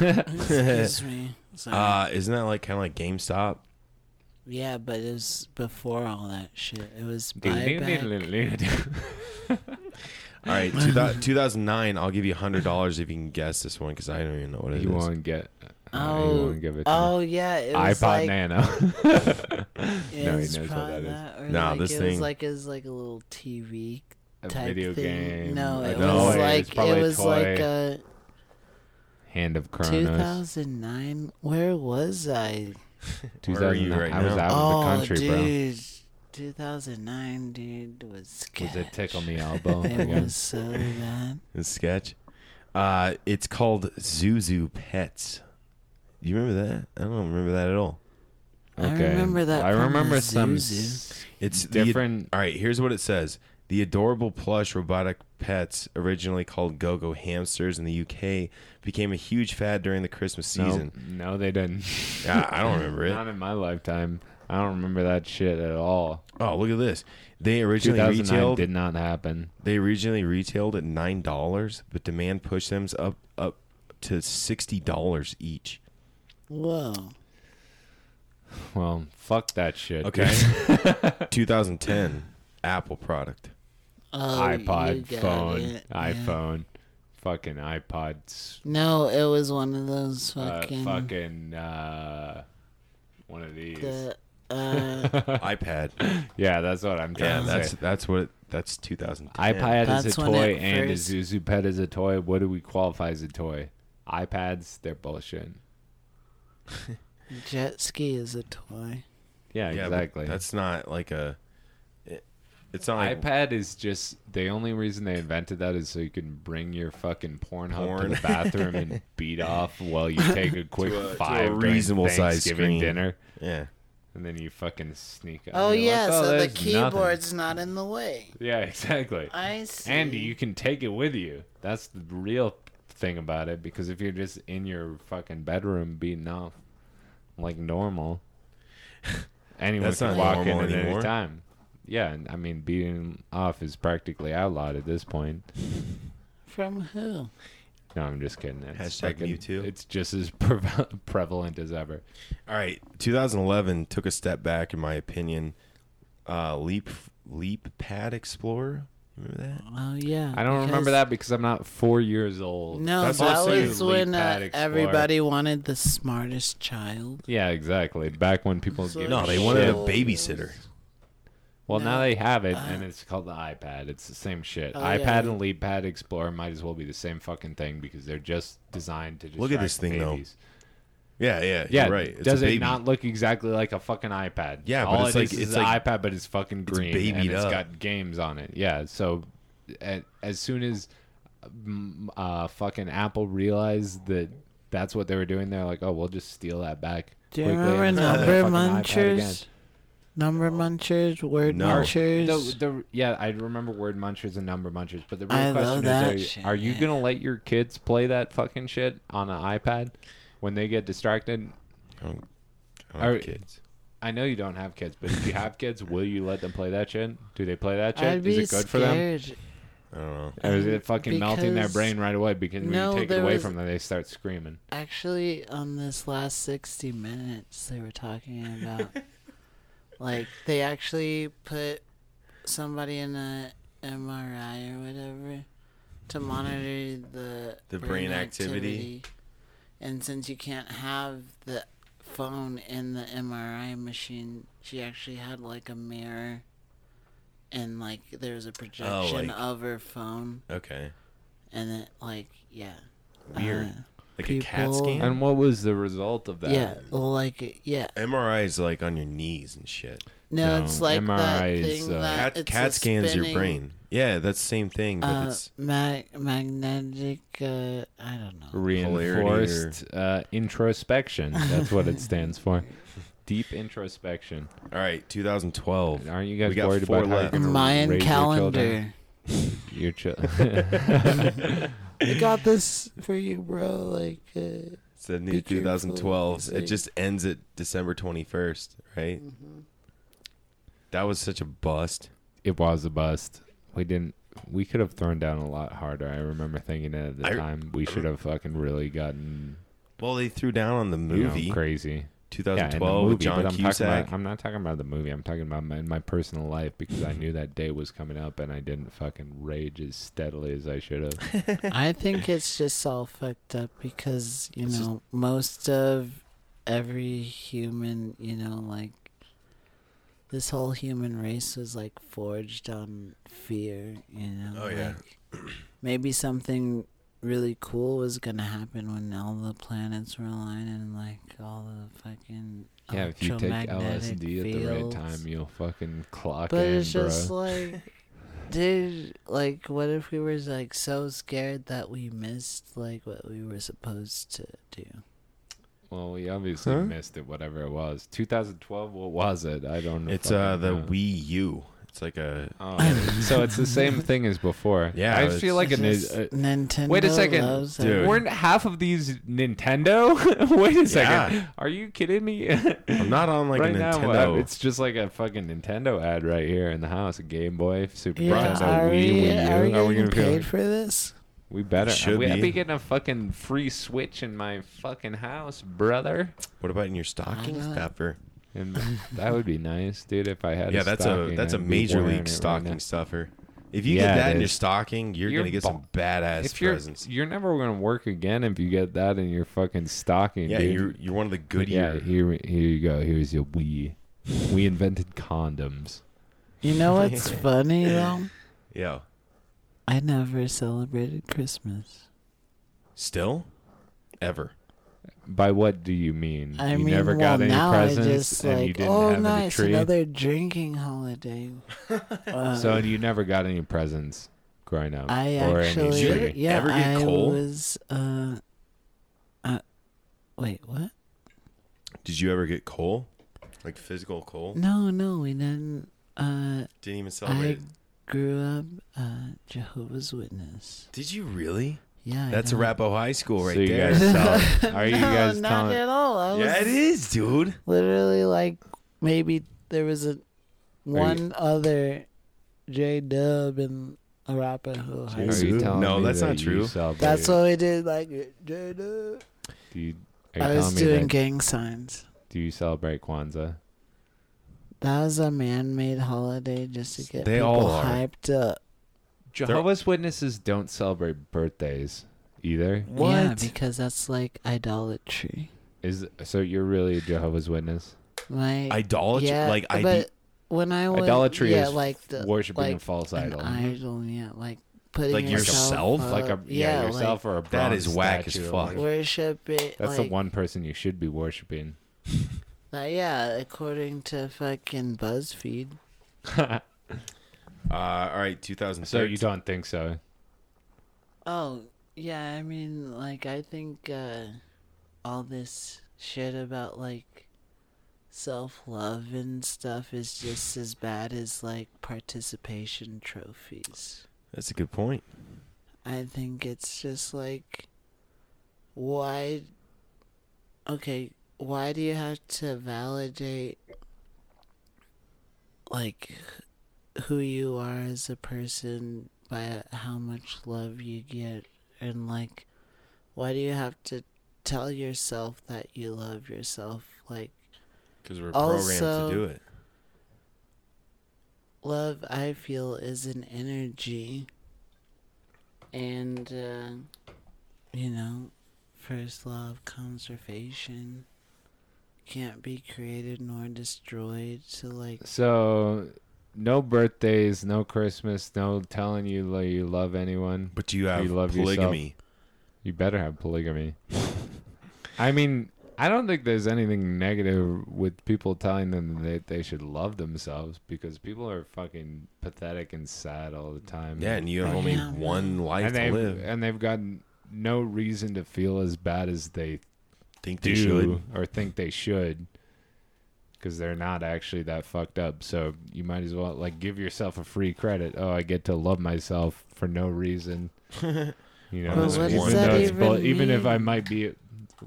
Excuse me. Sorry.
Uh, isn't that, like, kind of like GameStop?
yeah, but it was before all that shit. It was buy back.
Dude,
All right, 2000, 2009. I'll give you $100 if you can guess this one because I don't even know what it is.
<laughs> you won't get. uh, you
Oh,
won't give it to
oh yeah, it
me.
was
iPod
like
Nano. <laughs>
it
No, he knows
was
what
probably
that is.
that, or
Nah,
like,
this
it
thing-
was like it was like a little TV
A
type
video
thing.
game.
No,
a
it
No,
was
it was
like
probably
it was
toy.
like a
Hand of Chronos.
2009. Where was I?
Where are you
2009.
right
I was
now?
out of
oh,
the country, bro.
dude, 2009, dude was sketch.
Was it tickle me elbow?
It
Yeah.
was so bad.
This sketch. Uh, it's called Zuzu Pets. You remember that? I don't remember that at all.
I remember that
I
from the
remember some
Zuzu.
s-
It's the-
different.
all right, here's what it says. The adorable plush robotic pets, originally called go-go hamsters in the UK, became a huge fad during the Christmas
No,
season.
no,
<laughs>
they didn't.
Yeah, I don't remember
<laughs> Not
it.
in my lifetime. I don't remember that shit at all.
Oh, look at this. They originally
2009
retailed
did not happen.
they originally retailed at nine dollars, but demand pushed them up up to sixty dollars each.
Whoa.
Well, fuck that shit.
<laughs>
<laughs>
Okay. 2010 Apple
<laughs>
product.
<laughs> Oh, you
iPod,
got
phone,
it. Yeah.
iPhone, fucking iPods,
No, it was one of those
uh,
fucking.
fucking uh, one of these.
the, uh,
iPad.
yeah, that's what I'm
Yeah,
trying to
that's
say.
that's what that's 2010.
iPad is
That's
a
when
toy
it
and
first-
a Zuzu pet is a toy. What do we qualify as a toy? iPads, they're bullshit.
jet ski is a toy.
Yeah,
Yeah, but
exactly.
That's not like a. it- it's not like
iPad is just the only reason they invented that is so you can bring your fucking porn hub to
Porn. <laughs>
the bathroom and beat off while you take a quick
a- <laughs> to a
five during
reasonable size
Thanksgiving
screen.
dinner,
yeah.
and then you fucking sneak. up.
Oh,
You're like,
yeah, so the
there's nothing."
keyboard's not in the way.
Yeah, <laughs> exactly.
I see.
And you can take it with you. That's the real thing about it because if you're just in your fucking bedroom beating off
<laughs>
like normal, anyone
That's not
can walk in
normal
at any
anymore.
time. Yeah, and I mean beating off is practically outlawed at this point.
From who?
No, I'm just kidding. It's
Hashtag
fucking-
Mewtwo.
It's just as <laughs> prev- prevalent as ever.
All right, 2011 took a step back in my opinion. Uh, leap Leap Pad Explorer. Remember that?
Oh, yeah.
I don't remember
because-
that because I'm not four years old.
No,
That's
that
also
was
the
when
Leapad
uh,
Explorer.
everybody wanted the smartest child.
Yeah, exactly. Back when people gave
No,
a
they wanted a
shit.
babysitter.
Well, now they have it,
<sighs>
and it's called the iPad. It's the same shit.
Oh,
iPad
yeah.
and Leap Pad Explorer might as well be the same fucking thing because they're just designed to.
Look at this
distract
thing, though.
babies.
Yeah, yeah, you're
Yeah,
right. It's
does
a
it
baby.
not look exactly like a fucking iPad?
Yeah, but
all
it's
it
like-
is
it's
is
like-
an iPad, but it's fucking green and
babied
it's
up.
got games on it. Yeah, so a- as soon as mm, uh, fucking Apple realized that that's what they were doing, they're like, oh, we'll just steal that back.
Do you
quickly and
remember
sell that
Number
fucking iPad again."
Munchers? Number Munchers, Word
No.
Munchers.
No, the, yeah, I remember word munchers and number munchers, but the real
I love
question
that
is:
shit,
Are, are you
yeah.
gonna let your kids play that fucking shit on an iPad when they get distracted?
I don't- I don't
All
have
right.
kids.
I know you don't have kids, but if you have kids, will you let them play that shit? Do they play that shit?
I'd
is
be
it good
scared.
for them?
I don't know.
Or is it fucking melting their
Because-
brain right away? Because when
No,
you take it
there
away
was-
from them, they start screaming.
Actually, on this last 60 minutes, they were talking
<laughs>
about like they actually put somebody in a MRI or whatever to monitor the
Mm-hmm. The brain activity.
activity. And since you can't have the phone in the MRI machine, she actually had like a mirror and like there was a projection
Oh, like-
of her phone
Okay.
and it like yeah.
Weird.
Uh,
Like a cat
People-
scan.
And what was the result of that?
yeah, well, like eh, yeah.
MRI is like on your knees and shit.
No,
No,
it's like that
MRI
thing
is, uh,
that
Cat,
it's
cat
a
scans
spinning,
your brain. Yeah, that's the same thing, but
Uh,
it's
mag- magnetic. Uh, I don't know.
Reinforced uh, introspection. That's what it stands <laughs> for. Deep introspection.
all right. 2012.
Aren't you guys
We got
worried
four
about how you're
left.
gonna
Mayan
raise your children?
calendar.
You're chill.
I got this for you, bro. Like, uh,
It's the
Be
new
careful,
2012. It
like- Mm-hmm.
just ends at December 21st, right? That was such a bust.
<laughs> it was a bust. We didn't. We could have thrown down a lot harder. I remember thinking at the
I-
time we should have fucking really gotten
Well, they threw down on the
you know,
movie
crazy. Yeah, in the
2012 with
movie,
John
but I'm
Cusack.
Talking about, I'm not talking about the movie. I'm talking about my, in my personal life because I knew that day was coming up and I didn't fucking rage as steadily as I should
<laughs>
have.
I think it's just all fucked up because you
It's just-
know most of every human, you know, like this whole human race was like forged on fear. You know,
Oh, yeah.
like, maybe something really cool was gonna happen when all the planets were aligned and like all the fucking
yeah, if you take
electromagnetic
LSD at the right
fields.
time, you'll fucking clock
But
in,
it's just
bro. <laughs>
like, dude, like, what if we were like so scared that we missed like what we were supposed to do?
well, we obviously
Huh?
missed it. Whatever it was, 2012. What was it? I don't.
It's uh
fucking
the
know.
Wii U. It's like a
Oh, so it's the same thing as before.
<laughs> Yeah,
I
it's-
feel like a,
Just
nin-
Nintendo.
wait a second,
loves
dude.
everyone.
Weren't half of these Nintendo? <laughs> Wait a second.
Yeah.
Are you kidding me? <laughs>
I'm not on like
right
a
now,
Nintendo.
uh, it's just like a fucking Nintendo ad right here in the house. A Game Boy, Super
Yeah,
Nintendo,
are,
Wii,
we,
Wii U.
are we
Are we
getting
gonna feel-
paid for this?
We better.
Should
we, I'd
be.
be getting a fucking free Switch in my fucking house, brother.
what about in your stocking
not?
stuffer?
<laughs>
And that would be nice, dude. If I had.
Yeah,
a
that's a
stocking,
that's a
I'd be
major
wearing
league
it right
stocking
now.
stuffer. If you get
Yeah, it
that in your
is.
stocking, you're,
You're
gonna get some badass
If you're
presents.
you're never gonna work again if you get that in your fucking stocking,
Yeah,
dude.
you're you're one of the
But
good
yeah,
year.
here, here you go. Here's your we. We invented condoms.
You
<laughs>
know what's funny though?
Yeah.
I never celebrated Christmas.
Still? Ever.
By what do you mean?
I
you
mean,
never
well,
got any
now
presents
I just
and
like,
you didn't
oh,
have any
nice,
tree.
another
<laughs>
drinking holiday. Uh,
So you never got any presents growing up.
I
or
actually,
any
Did you
<laughs>
tree.
yeah,
ever get
I
coal?
was. Uh, uh, wait, what?
Did you ever get coal? Like physical coal?
No, no, we didn't. Uh,
Didn't even celebrate.
Mm. I
it.
grew up uh, Jehovah's Witness.
Did you really?
Yeah, I
That's
don't-
Arapahoe High School right
so you
there.
guys tell- are you
<laughs> no,
guys
not
telling?
at all. I
<laughs>
was
yeah, it is, dude.
literally like maybe there was a one other J Dub in Arapahoe High
Are
School.
you telling
No,
me
that's
that
not
you
true.
celebrated-
That's what we did, like J Dub.
Do you, are you
I
telling
was
me
doing
that-
gang signs.
Do you celebrate Kwanzaa?
That was a man-made holiday just to get
They
people
all are.
hyped up.
Jehovah's Witnesses don't celebrate birthdays either.
Yeah, because that's like idolatry.
Is so you're really a Jehovah's Witness?
Like
Idolatry?
yeah,
like, I
but when I was
Idolatry
yeah,
is
like the,
Worshipping
like
a false
an
idol.
idol, yeah, like putting
Like yourself?
up-
like a yeah, yourself or a
That is
bronze
whack as
statue or
fuck.
like,
whatever.
worship it.
That's
like,
the one person you should be worshiping.
like, yeah, according to fucking BuzzFeed.
uh, all right, 2013.
So you don't think so?
Oh, yeah, I mean, like, I think uh, all this shit about, like, self love and stuff is just as bad as, like, participation trophies.
That's a good point.
I think it's just like, why. Okay, why do you have to validate, like, who you are as a person by how much love you get? And, like, why do you have to tell yourself that you love yourself? Like,
Because we're
Also-
programmed to do it.
love i feel is an energy and uh, you know first love conservation can't be created nor destroyed so like
So no birthdays, no Christmas, no telling you lo- you love anyone.
But you have
love
polygamy.
You better have polygamy. I mean, I don't think there's anything negative with people telling them that they should love themselves because people are fucking pathetic and sad all the time.
Yeah, and you have
Oh,
only
yeah.
one life
and
to
they've,
live.
and they've gotten no reason to feel as bad as they
Think they
do
should.
or think they should. because they're not actually that fucked up. So you might as well like give yourself a free credit. Oh, I get to love myself for no
<laughs>
reason. You know,
Well, what does
even
that
though it's
even
bull- even if I
mean?
might be,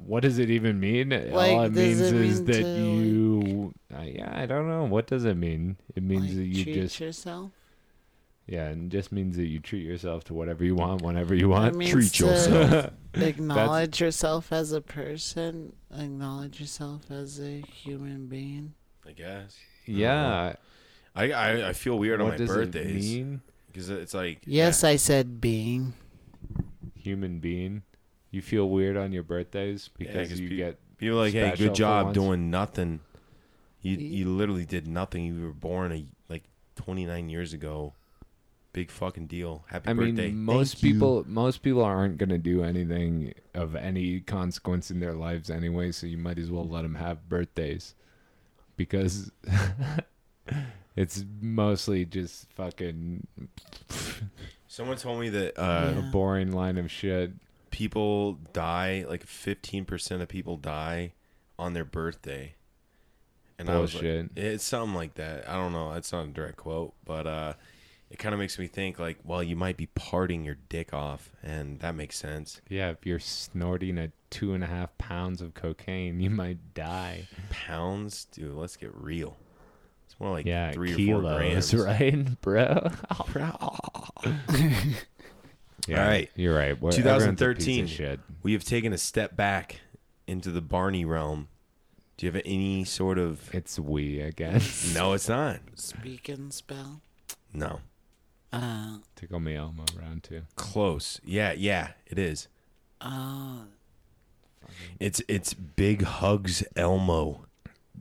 what does it even mean? All
Like,
it means
does it
is
mean
that
to,
you. I yeah, I don't know. What does it mean? It means
like,
that you
treat
just <laughs>
yourself.
yeah, and just means that you treat yourself to whatever you want, whenever you
That
want.
means
treat
to
yourself.
<laughs> acknowledge yourself as a person. Acknowledge yourself as a human being.
I guess.
yeah.
I I, I feel weird
what
on my
does it
birthdays
mean?
because it's like
Yes, I said being.
Human being. You feel weird on your birthdays because
'cause
you
pe-
get
people are like hey,
Special
good
for
job
once.
doing nothing. You
Ye-
you literally did nothing. You were born a, like 29 years ago. Big fucking deal. Happy
I
birthday.
mean, most
Thank you.
people most people aren't going to do anything of any consequence in their lives anyway, so you might as well let them have birthdays because <laughs> it's mostly just fucking
Someone told me that uh,
a
Yeah.
boring line of shit.
people die like 15% of people die on their birthday. And I was
Bullshit.
like, it's something like that. I don't know. That's not a direct quote, but uh, it kind of makes me think like, well, you might be parting your dick off, and that makes sense.
Yeah, if you're snorting a two and a half pounds of cocaine, you might die.
Pounds, dude. Let's get real. It's more like
yeah,
three or four
kilos,
grams.
<laughs> right, bro?
<laughs>
yeah,
All right.
you're right. We're- everyone's a piece of
2013.
shit.
We have taken a step back into the Barney realm. Do you have any sort of?
It's we again.
No, it's not.
Speak and spell.
No,
Uh,
<laughs> Tickle me Elmo round two.
close. Yeah, yeah, it is.
oh,
It's it's big hugs Elmo.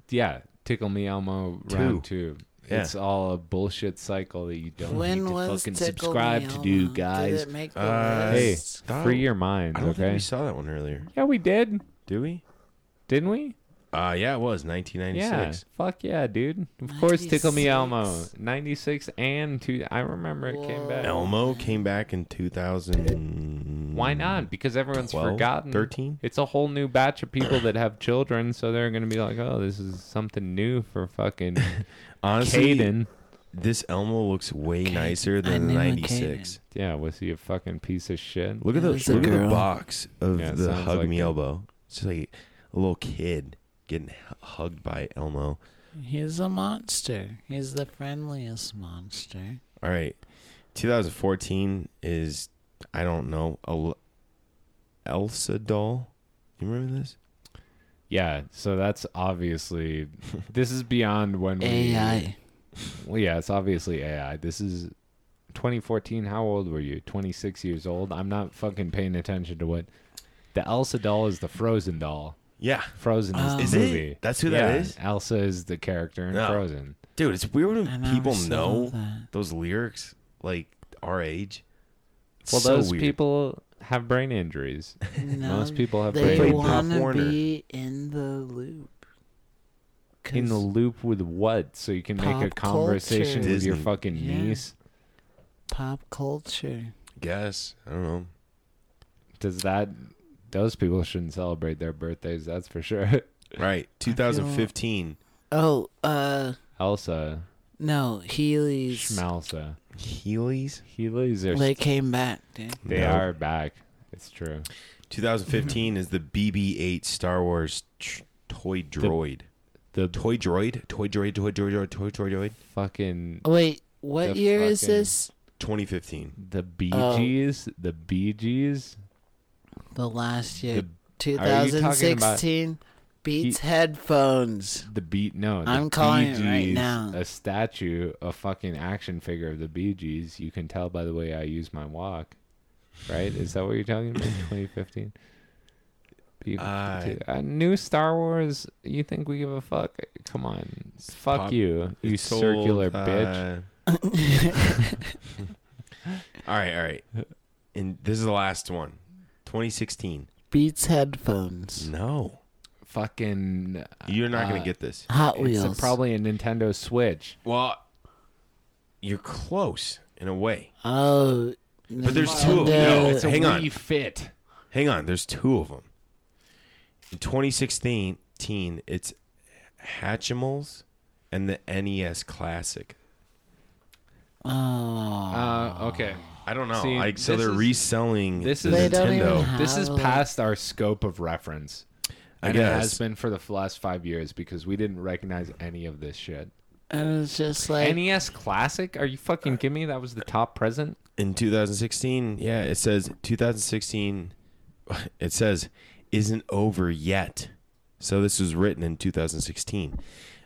Yeah, Tickle Me Elmo round two.
Yeah.
It's all a bullshit cycle that you don't
when
need to
was
fucking
Tickle Me
subscribe to do,
Elmo? Did
guys.
it make the
Uh,
hey,
list?
free your mind,
I don't think
okay?
we saw that one earlier.
yeah, we did,
Do we?
didn't we?
Uh yeah, it was
Yeah,
1996.
fuck yeah, dude. Of course, Tickle Me
96.
Elmo, '96 and two. I remember it came back.
Whoa.
Elmo came back in 2000.
Why not? Because everyone's
12,
forgotten.
13?
It's a whole new batch of people that have children, so they're gonna be like, "Oh, this is something new
<laughs>
for fucking
Honestly,
Caden."
this Elmo looks way nicer
I
than the
knew a
96.
Yeah, was he a fucking piece of shit?
Look at
It
the
was a
look at the
girl.
box of
Yeah, it
the
sounds
hug
like
me
it.
elbow. It's just like a little kid getting h- hugged by Elmo.
He's a monster. He's the friendliest monster.
All right, 2014 is I don't know El- Elsa doll. You remember this?
Yeah, so that's
<laughs>
obviously this is beyond when we <laughs>
AI.
Well, yeah, it's obviously AI. This is 2014. How old were you? 26 years old. I'm not fucking paying attention to what the Elsa doll is. The Frozen doll.
Yeah,
Frozen is the
Is
Um, it?
movie.
That's who
yeah,
that is?
Elsa is the character in
No.
Frozen.
dude, it's weird
I
when
never
people
saw
know
that.
those lyrics like our age. It's
Well,
so
those
weird.
people have brain injuries. <laughs>
No,
Most people have
played Pop
they
brain
want to
Warner.
be in the loop.
injuries. In the
'Cause
loop with what? So you can make a
Pop
conversation
culture.
with your
Disney.
fucking
Yeah.
niece.
pop culture.
guess I don't know.
Does that? Those people shouldn't celebrate their birthdays. That's for sure. <laughs>
Right, 2015.
Oh, uh,
Elsa,
no, Healy's.
Schmalza,
Heelys.
Heelys are
They came back, dude.
They
No.
are back. It's true.
2015 is the BB-8 Star Wars tr- toy droid.
The
toy droid, toy droid, toy droid, toy droid, toy droid.
fucking
Wait, what
The
year is
fucking-
this?
2015.
the Bee
Oh.
Gees, the Bee Gees.
The last year,
The- are you talking about-
2016. Beats headphones. <laughs>
The beat no, the
I'm calling it right now.
A statue, a fucking action figure of the Bee Gees. You can tell by the way I use my walk. Right? Is that what you're talking
<laughs>
about? 2015. Uh,
I-
A new Star Wars. You think we give a fuck? Come on, fuck
pop-
you, you
It's sold,
circular bitch.
uh, all right, all right. And this is the last one. 2016.
Beats headphones.
No.
Fucking.
You're not going to
uh,
get this.
Hot
It's
Wheels.
a, probably a Nintendo Switch.
Well, you're close in a way.
Oh,
But there's
Oh,
two of them. No,
Nintendo-
it's a Hang on. Wii
Fit.
Hang on, there's two of them. In 2016, it's Hatchimals and the NES Classic.
Oh.
Uh, okay.
I don't know.
See,
like so
this
they're
is-
reselling
this
the
is- They
don't even
Nintendo.
have-
This is
Oh.
past our scope of reference.
I
And it has
guess.
been for the f- last five years because we didn't recognize any of this shit.
and it's just like uh,
NES Classic? Are you fucking kidding me? That was the top present?
in 2016 yeah it says 2016 <laughs> it says isn't over yet so this was written in 2016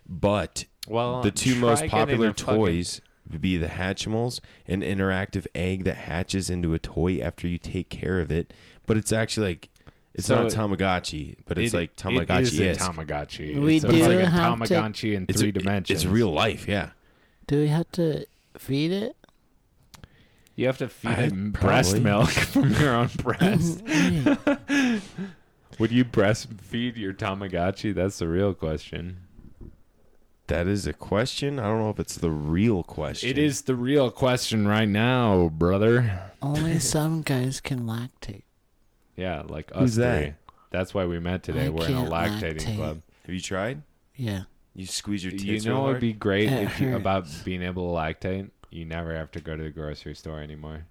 but
Well,
the two
try
most
getting
popular
a fucking-
toys would be the hatchimals an interactive egg that hatches into a toy after you take care of it but it's actually like it's
So
not tamagotchi but it's
It-
like
It is
tamagotchi
a
esque.
Tamagotchi.
We
it's, it's
do
like a
have to-
Tamagotchi in
it's
three
it-
dimensions.
it's real life yeah
do we have to
<laughs>
feed it?
You have to feed
I-
it m- breast
probably.
milk <laughs> from
<laughs>
your own
<laughs>
breast. Would you breastfeed your Tamagotchi? That's the real question.
that is a question i don't know if it's the real question
It is the real question right now, brother.
Only some guys can lactate.
Yeah, like us
Who's
three.
that?
That's why we met today.
I
We're in a
can't
lactating
lactate.
club.
have you tried
Yeah.
you squeeze your teeth
You know it would be great
It
if you,
hurts.
about being able to lactate. You never have to go to the grocery store anymore.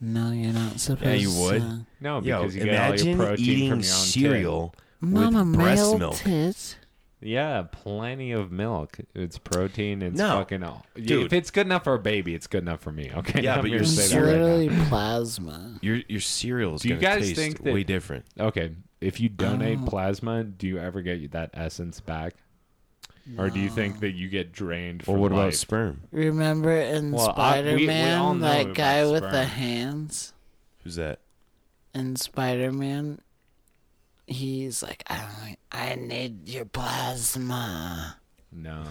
No, you're not supposed.
you would.
To.
No,
Yo,
because you get all your protein from your own cereal.
Mama,
breast
male
milk.
tits.
Yeah, plenty of milk. It's protein. It's
No.
fucking all.
Dude.
If it's good enough for a baby, it's good enough for me. Okay.
Yeah,
<laughs> I'm
but
gonna
you're
It's
say that right now.
literally plasma.
Your your cereal is
Do you
going to
guys
taste
think that-
way different.
Okay, if you donate plasma, do you ever get that essence back, or do you think that you get drained? From
Or what about
life?
sperm?
Remember in
Well, I- we- we
Spider
all
Man,
know
that
about
guy with
sperm.
the hands
Who's that?
in Spider Man. He's like, I, I need your plasma.
no?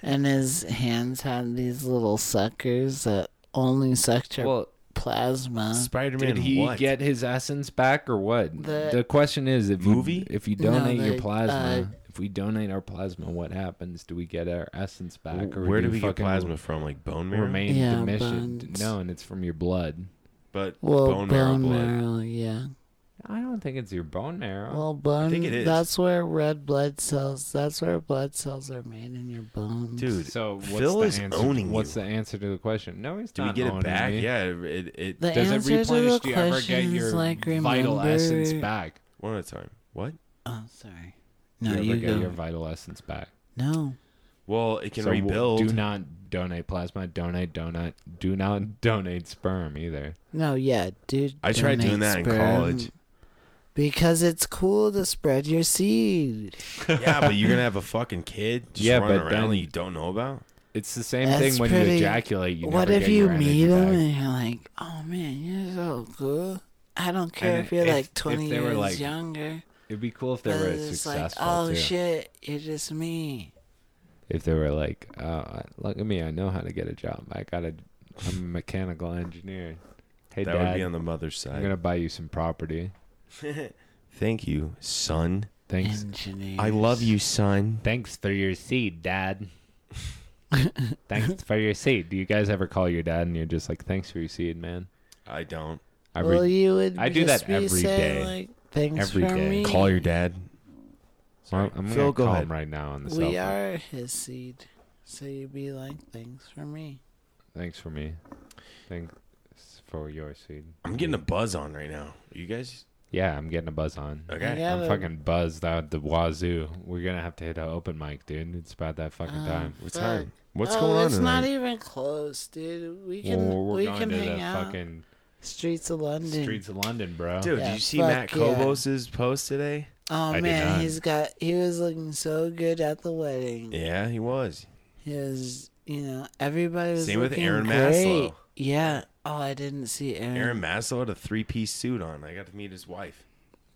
And his hands had these little suckers that only sucked your
Well,
plasma.
Spider Man.
did he
what?
get his essence back or what?
The-
The, question is, if
Movie?
you, if you
No,
donate your
the,
plasma,
uh,
if we donate our plasma, what happens? Do we get our essence back,
W-
or
Where
do
do we get
fucking
plasma from? Like bone marrow?
Remain
Yeah,
demission?
bones.
No, and it's from your blood.
But
Well,
bone marrow blood.
yeah.
I don't think it's your bone marrow.
Well, bone.
think it is.
That's where red blood cells. That's where blood cells are made in your bones.
Dude,
so what's
Phil
the
is
answer?
owning
What's
you.
the answer to the question? No, he's
do we
not
get it
owning
back?
me.
Yeah, it, it,
the
Does
answer
it replenish?
to the
Do you ever
question
get your
is like
vital
remember.
essence back?
one at a time. What?
Oh, sorry.
Do
No,
you ever
you,
get
go.
your vital essence back?
No.
Well, it can
So w-
rebuild.
Do not donate plasma. Donate donut. Do not <laughs> donate sperm either.
No, yeah, dude.
I tried doing
donate
that in
sperm
college.
Because it's cool to spread your seed.
<laughs> yeah, but you're gonna have a fucking kid just
<laughs> Yeah,
running
but
around
then-
you don't know about.
It's the same
That's
thing when you
pretty-
ejaculate. You
what
never
if
get
you
your energy
meet them
back.
and you're like, oh man, you're so cool. I don't care
And
if you're
if-
like
if
20
they were,
years
like,
younger.
It'd be cool if they
but
were
it's like,
successful
oh
too.
shit, you're just me.
If they were like, oh, look at me, I know how to get a job. I got a, I'm a mechanical engineer. Hey
that would
dad,
be on the mother's
I'm
side.
gonna buy you some property.
Thank you, son.
Thanks.
Engineer.
I love you, son.
Thanks for your seed,
<laughs>
Dad. thanks for your seed. Do you guys ever call your dad and you're just like, thanks for your seed, man?
I don't.
I
well,
re-
you would
I do
just
that
be
every day.
saying, Like, Thanks
Every
for
day.
me.
Call your dad.
Well, I'm
Phil,
gonna
go
call
ahead.
him right now on the cell phone.
We are his seed. So you'd be like, thanks for me.
Thanks for me. Thanks for your seed.
I'm getting a buzz on right now. You guys
Yeah, I'm getting a buzz on.
okay?
Yeah,
I'm
but-
fucking buzzed out the wazoo. We're gonna have to hit an open mic, dude. It's about that fucking
Oh,
time.
What
fuck.
time? What's
oh,
going on
It's
tonight?
not even close, dude. We can
Well, we're
we
going
can
to
hang
the
out.
fucking
Streets of London.
streets of London, bro.
Dude,
Yeah,
did you see
fuck
Matt
yeah.
Kobos's post today?
Oh
I did
man,
not.
he's got he was looking so good at the wedding.
Yeah, he was.
He was you know, everybody was
Same with
looking
Aaron
great.
Maslow.
Yeah. Oh, I didn't see Aaron.
Aaron Maslow had a three-piece suit on. I got to meet his wife.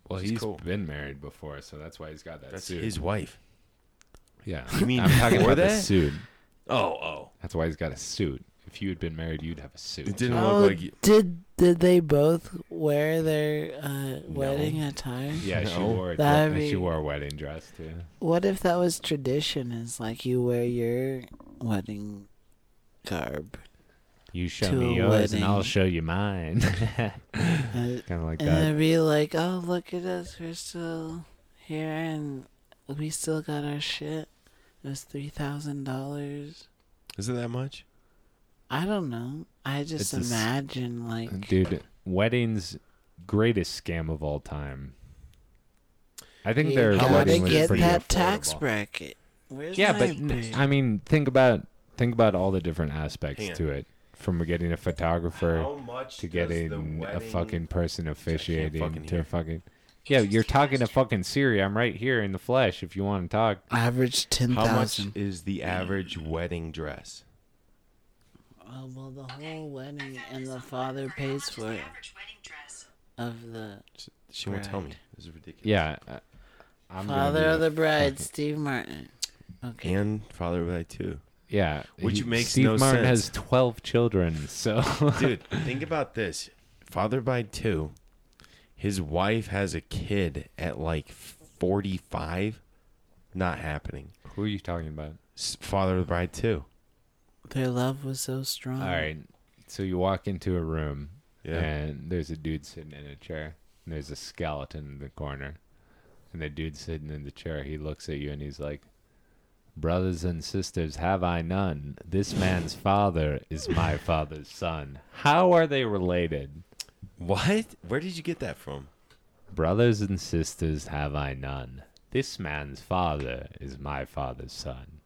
well,
She's
he's
cool.
been married before, so that's why he's got that
That's
suit.
his wife.
Yeah,
You mean
I'm talking
before
about the
that?
suit.
Oh, oh.
That's why he's got a suit. If you had been married, you'd have a suit.
It didn't
Oh,
look like you.
did did they both wear their uh, wedding attire?
Yeah, she
No.
wore a
That'd
dre-
be-
she wore a wedding dress too.
What if that was tradition? Is like you wear your wedding
<laughs>
garb,
You show
To
me
a
yours, and I'll
wedding.
show you mine. <laughs> kind
and,
of like
and
that.
it'd be like, "Oh, look at us! We're still here, and we still got our shit." It was three thousand dollars.
Is it that much?
I don't know. I just
It's a s-
imagine like
Dude, weddings greatest scam of all time. I think their
you
How
gotta
much
wedding
was
get
pretty
that
affordable.
tax bracket. Where's
Yeah,
my
but n-
bracket?
I mean, think about think about all the different aspects
Hang on.
to it, from getting a photographer
much
to getting a fucking person officiating
fucking
to
hear.
a fucking. Yeah, you're talking to fucking Siri. I'm right here in the flesh. If you want to talk,
average ten
How much
thousand.
is the average wedding dress?
Oh well, the whole wedding and the father pays for it. Of the
She won't tell me.
Right.
This is ridiculous.
yeah. uh, I'm gonna
father
be-
of the bride, Steve Martin. Okay.
And Father of I too.
Yeah,
Which
he-
makes
Steve
no
Martin
sense.
has twelve children, so <laughs>
Dude, think about this. Father by two, his wife has a kid at like 45. Not happening.
who are you talking about?
S- Father of the Bride two.
Their love was so strong.
All right, so you walk into a room
Yeah.
and there's a dude sitting in a chair. And there's a skeleton in the corner, and the dude sitting in the chair. He looks at you and he's like, "Brothers and sisters, have I none? This man's father
<laughs>
is my father's son. How are they related?
What? Where did you get that from?
Brothers and sisters, have I none? This man's father is my father's son."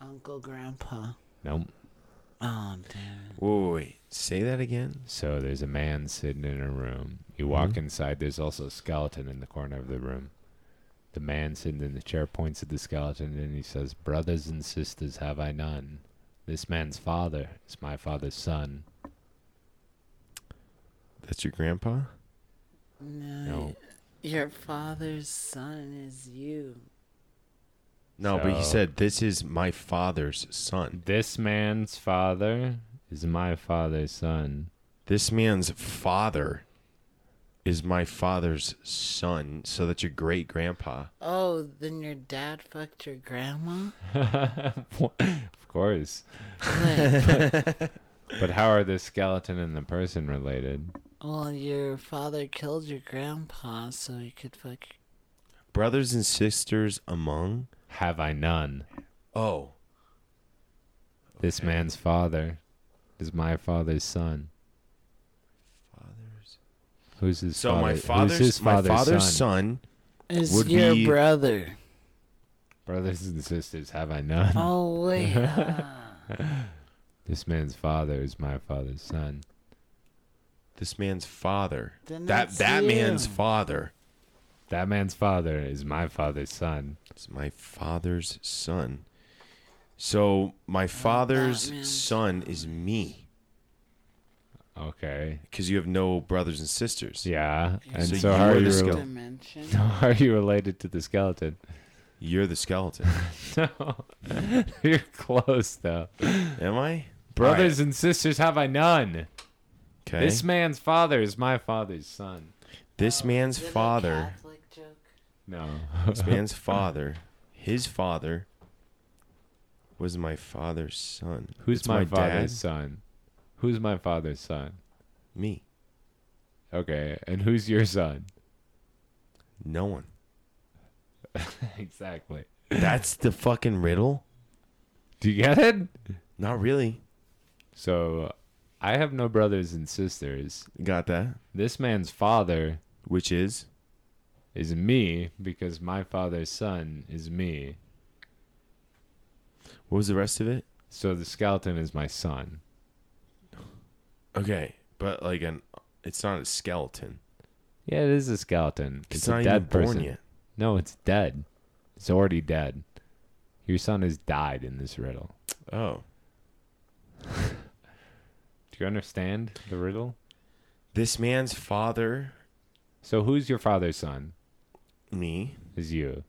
Uncle Grandpa.
Nope.
Oh damn. it.
Whoa, wait, wait. Say that again?
So there's a man sitting in a room. You walk inside, there's also a skeleton in the corner of the room. The man sitting in the chair points at the skeleton and he says, Brothers and sisters, have I none? This man's father is my father's son.
That's your grandpa?
No.
No.
Your father's son is you.
No, but he
So-
said, This is my father's son.
This man's father is my father's son. <laughs>
This man's father is my father's son. So that's your great grandpa.
Oh, then your dad fucked
<laughs>
your grandma?
of course.
Like,
But how are the skeleton and the person related?
well, your father killed your grandpa so he could fuck.
Brothers and sisters among?
Have I none?
Oh.
This man's father is my father's son.
Father's.
Who's his
So
father?
my
who's
father's,
his father's
my father's
son?
son.
It's
Would
your
be- <laughs>
brother.
Brothers and sisters, have I none?
Oh, wait. ah.
This man's father is my father's son.
This man's father.
Then
that
that's
that
you.
man's father.
That man's father is my father's son.
It's my father's son. So my father's
man's
son is me
Okay.
because you have no brothers and sisters.
Yeah.
<laughs>
And
So
so,
you
how
are
are
the
you
skeleton.
rel-
dimension.
<laughs> how are you related to the skeleton? <laughs>
You're the skeleton.
No. You're close though.
Am I?
Brothers and sisters, have I none?
Okay.
This man's father is my father's son.
this
Oh,
man's
Is it a
father.
Catholic joke?
No.
This man's father, his father, was my father's son.
Who's
It's
my,
dad?
father's son? Who's my father's son?
Me.
Okay. And who's
<laughs>
your son?
No one.
exactly.
That's the fucking riddle?
Do you get it?
Not really.
So I have no brothers and sisters.
Got that.
This man's father
Which is?
is me because my father's son is me.
What was the rest of it?
So the skeleton is my son.
Okay, but like an it's not a skeleton.
Yeah, it is a skeleton. It's,
It's,
a
not
dead
even born
person.
yet.
No, it's dead. It's already dead. Your son has died in this riddle.
Oh.
Do you understand the riddle?
This man's father,
So who's your father's son?
me,
Is you.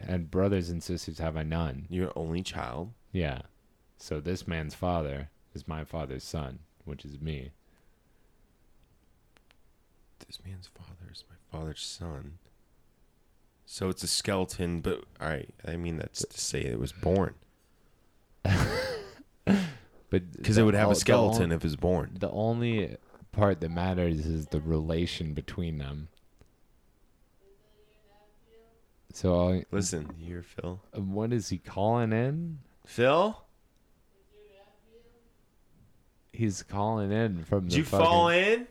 And brothers and sisters have I none.
your only child.
Yeah. So this man's father is my father's son, which is me.
This man's father is my father's son. So it's a skeleton, but all right. I mean, that's to say it was born
But
because
the
it would have
o-
a
the
skeleton
on-
if it's born.
The only part that matters is the relation between them. So, I-
Listen, you hear Phil?
what is he calling in?
Phil?
He's calling in from
Did
the
you
fucking-
fall in?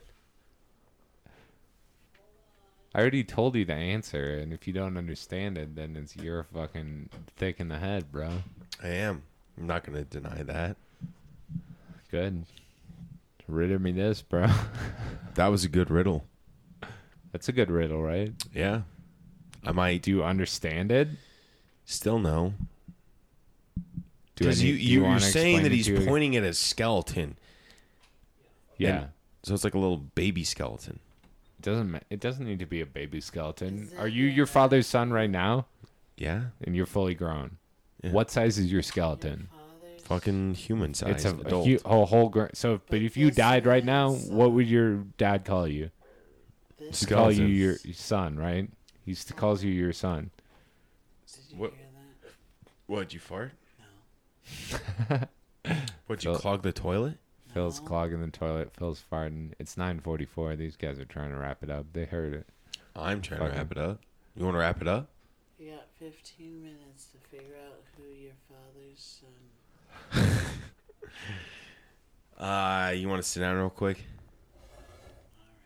I already told you the answer, and if you don't understand it, then it's your fucking thick in the head, bro.
I am. I'm not going to deny that.
Good. Riddle me this, <laughs> bro.
That was a good riddle.
That's a good riddle, right?
Yeah. I might
Do you understand it?
still know.
Do
Because
any-
you,
do
you, are
wanna
saying
explain
that
it
he's
to your-
pointing at a skeleton.
Yeah.
and- So it's like a little baby skeleton.
It doesn't ma- it doesn't need to be a baby skeleton. Are you your father's son right now?
Yeah.
And you're fully grown. What size is your skeleton?
Fucking human size.
It's a, a,
adult.
hu- a whole grown. So, but if you died right now, what would your dad call you? He'd call you
Skeleton.
your son, right? He s- calls you your son.
What? What? You <laughs> fart? No. what? You
Phil-
clog the toilet?
Phil's clogging the toilet. Phil's farting. It's 9:44. These guys are trying to wrap it up. They heard it.
I'm trying to
Fucking-
wrap it up. You want to wrap it up?
You got 15 minutes to figure out who your father's son.
Uh, you want to sit down real quick?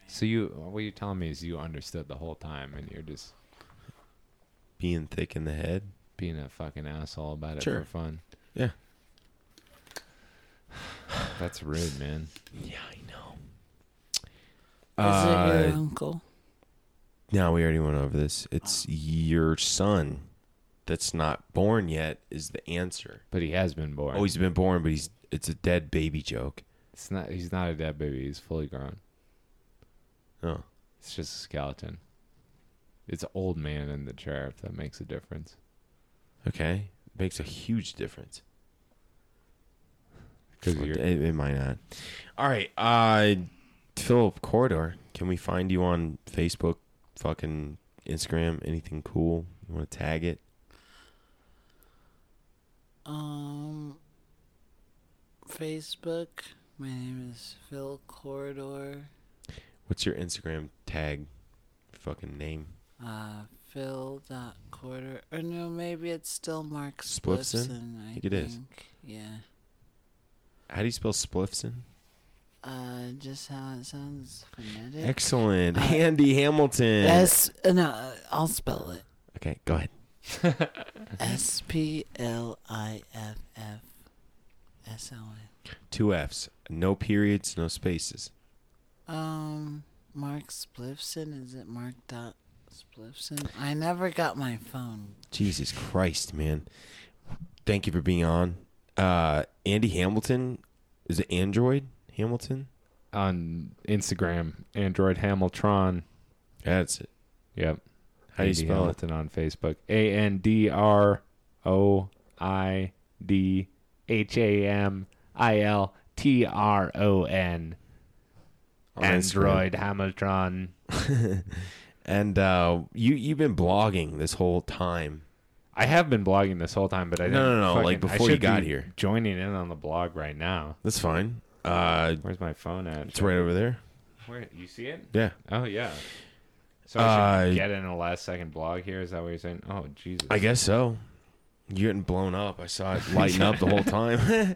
So you, what you're telling me is you understood the whole time, and you're just
Being thick in the head.
being a fucking asshole about it
Sure.
for fun.
Yeah.
<sighs> That's rude, man.
Yeah, I know.
Is it your
Uh,
uncle?
no, we already went over this. It's your son that's not born yet is the answer.
But he has been born.
Oh, he's been born, but he's it's a dead baby joke.
it's not. He's not a dead baby. He's fully grown.
Oh,
It's just a skeleton. It's an old man in the chair. If that makes a difference.
okay. Makes a huge difference.
'Cause
Well,
you're-
it, it might not. All right, uh, Philip Corridor, can we find you on Facebook, fucking Instagram, anything cool? You want to tag it?
Um, Facebook. My name is Phil Corridor.
What's your Instagram tag? Fucking name?
Uh, Phil dot Corridor. Or no, maybe it's still Mark
Splifson?
Splifson. I
think it is.
Yeah.
How do you spell Spliffson?
Uh, just how it sounds phonetic.
Excellent,
Uh,
Andy Hamilton.
S. uh, No, I'll spell it.
Okay, go ahead.
S P L I F F S O N.
Two F's, no periods, no spaces.
Um, Mark Splifson. Is it Mark dot Splifson? I never got my phone.
Jesus Christ, man! Thank you for being on. Uh, Andy Hamilton is it Android Hamilton?
on Instagram, Android Hamiltron.
That's it.
Yep.
How do you
Andy
spell it?
Hamilton on Facebook. A N D R O I D H A M I L T R O N.
On
Android Hamilton.
And uh, you you've been blogging this whole time.
I have been blogging this whole time, but I
No,
didn't
no, no, like
fucking- I
before you
should
got
be
here.
Joining in on the blog right now.
That's fine. Uh,
Where's my phone at?
it's right over there.
Where you see it?
Yeah,
Oh yeah. So I should
Uh,
get in a last second blog here. Is that what you're saying? Oh Jesus!
I guess so. You getting blown up? I saw
<laughs>
it lighting up the whole time.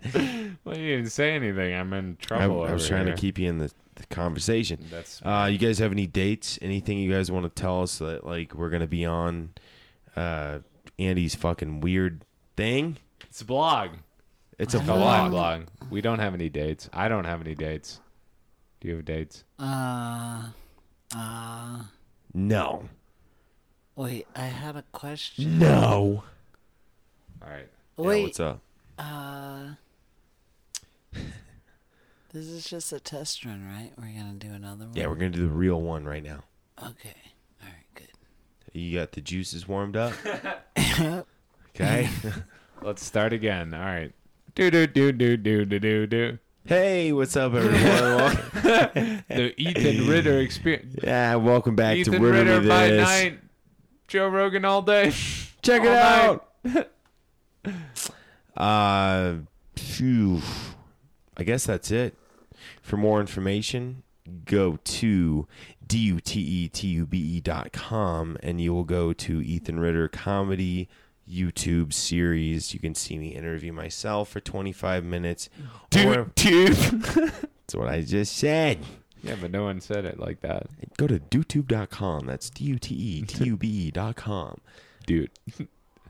Well, you didn't say anything. I'm in
<laughs> I, I
trouble.
was
over
trying
here.
to keep you in the, the conversation.
That's
Uh, you guys have any dates? Anything you guys want to tell us that like we're gonna be on uh, Andy's fucking weird thing?
it's a blog.
It's a
It's a
vlog.
live blog. We don't have any dates. I don't have any dates. Do you have dates?
Uh, uh,
No,
wait, I had a question.
no.
All right.
Mm-hmm. Yeah,
Wait,
what's up?
uh, this is just a test run, right? We're gonna do another one.
Yeah, we're gonna do the real one right now.
Okay. All right. Good.
You got the juices warmed up. okay. <laughs>
Let's start again. All right. Do do do do do do do do.
Hey, what's up, everyone?
The Ethan Ritter <laughs> experience.
yeah, welcome back to
Ethan
Ritter,
Ritter
Me
by
This.
night. Joe Rogan all day. <laughs>
Check it
all
out. <laughs> uh, phew. I guess that's it. For more information, go to D U T E T U B E dot com, and you will go to Ethan Ritter Comedy YouTube series. You can see me interview myself for 25 minutes. Or- <laughs> That's what I just said.
Yeah, but no one said it like that.
Go to dutube.com. That's D U T E T U B E dot com.
Dude.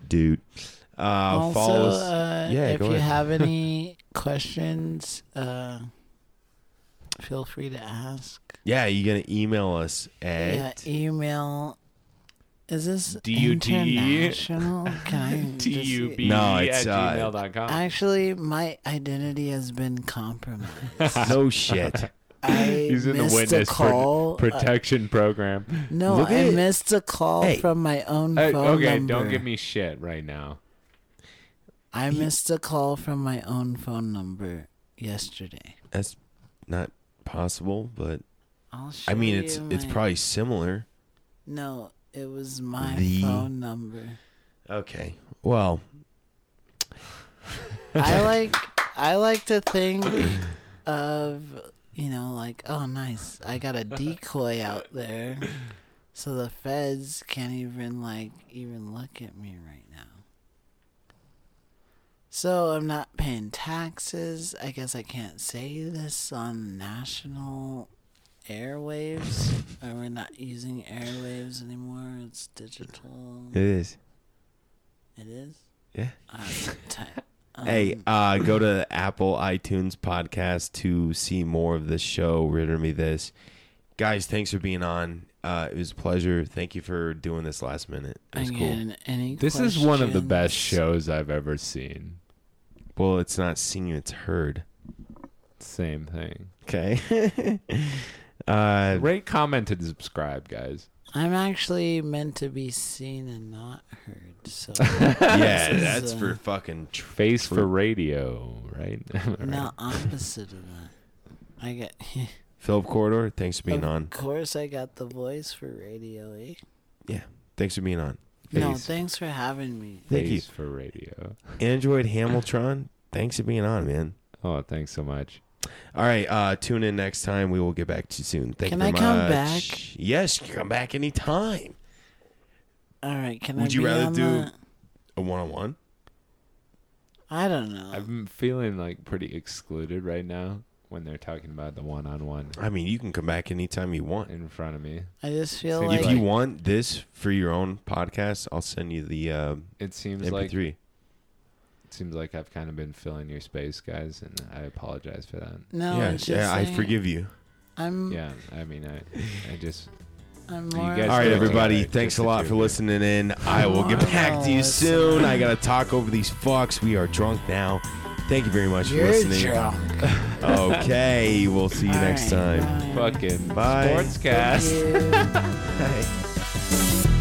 Dude. Uh,
also,
follow us.
uh,
Yeah,
if
go
you
ahead. <laughs>
have any questions, uh, feel free to ask.
yeah, you going to email us at.
Yeah, email. Is this
DUT?
E?
international?
<laughs>
Can I just-
T-U-B
No,
E at
it's, uh,
gmail.com.
Actually, my identity has been
<laughs>
compromised.
no shit.
I
He's in the
missed
witness
a
pro-
call. Uh,
Protection program.
no,
Look
I
at-
missed a call
Hey.
from my own
Hey,
phone
okay,
number.
don't give me shit right now.
I missed a call from my own phone number yesterday.
That's not possible, but
I'll show
I mean,
you
it's it's
my-
probably similar.
no. It was my
The-
phone number.
Okay. Well,
I like I like to think of you know like oh nice I got a decoy out there so the feds can't even like even look at me right now. So I'm not paying taxes. I guess I can't say this on national airwaves or we're not using airwaves anymore. It's digital.
it is.
It is.
Yeah.
I'm tight.
Hey,
Um,
uh, go to Apple iTunes podcast to see more of this show. Ritter me this, guys. Thanks for being on. Uh, it was a pleasure. Thank you for doing this last minute. It was cool.
Again, any
This is one of the best
questions?
shows I've ever seen.
Well, it's not seen, it's heard.
Same thing.
Okay. <laughs> uh,
<laughs> Rate, comment, and subscribe, guys.
I'm actually meant to be seen and not heard.
<laughs>
So
yeah,
This is,
that's
uh,
for fucking. Tr-
Face for radio, right? <laughs> Right.
now opposite of that. I got
Philip Corridor, thanks for being
<laughs> of
on.
course I got the voice for radio, eh?
Thanks for being on.
No,
Face.
thanks for having me.
Thank you.
Face for radio.
Android Hamiltron, thanks for being on, man.
Oh, thanks so much.
All right, uh, tune in next time. We will get back to you soon. Thank
Can
you
I
very
come
much.
back?
Yes, you can come back anytime.
All right, can I
Would you
be
rather
on
do-
the-
A one on one?
I don't know.
I'm feeling like pretty excluded right now when they're talking about the one on one
I mean, you can come back anytime you want.
in front of me.
I just feel
Seems
like
if you want this for your own podcast, I'll send you the uh,
It seems like
MP3.
it seems like I've kind of been filling your space, guys, and I apologize for that.
no,
yeah,
it's just
yeah I
like,
forgive you.
I'm
Yeah, I mean, I, I just
I'm
You
more
guys-
All right,
good.
everybody.
Alright,
Thanks
just
a
the
lot
two
for
of you.
listening in. I will get back to you soon. I got to talk over these fucks. We are drunk now. Thank you very much for
You're
listening.
drunk.
Okay, we'll see you
All
next
right,
time.
bye.
fucking
Bye.
sportscast.
Thank you.
Bye.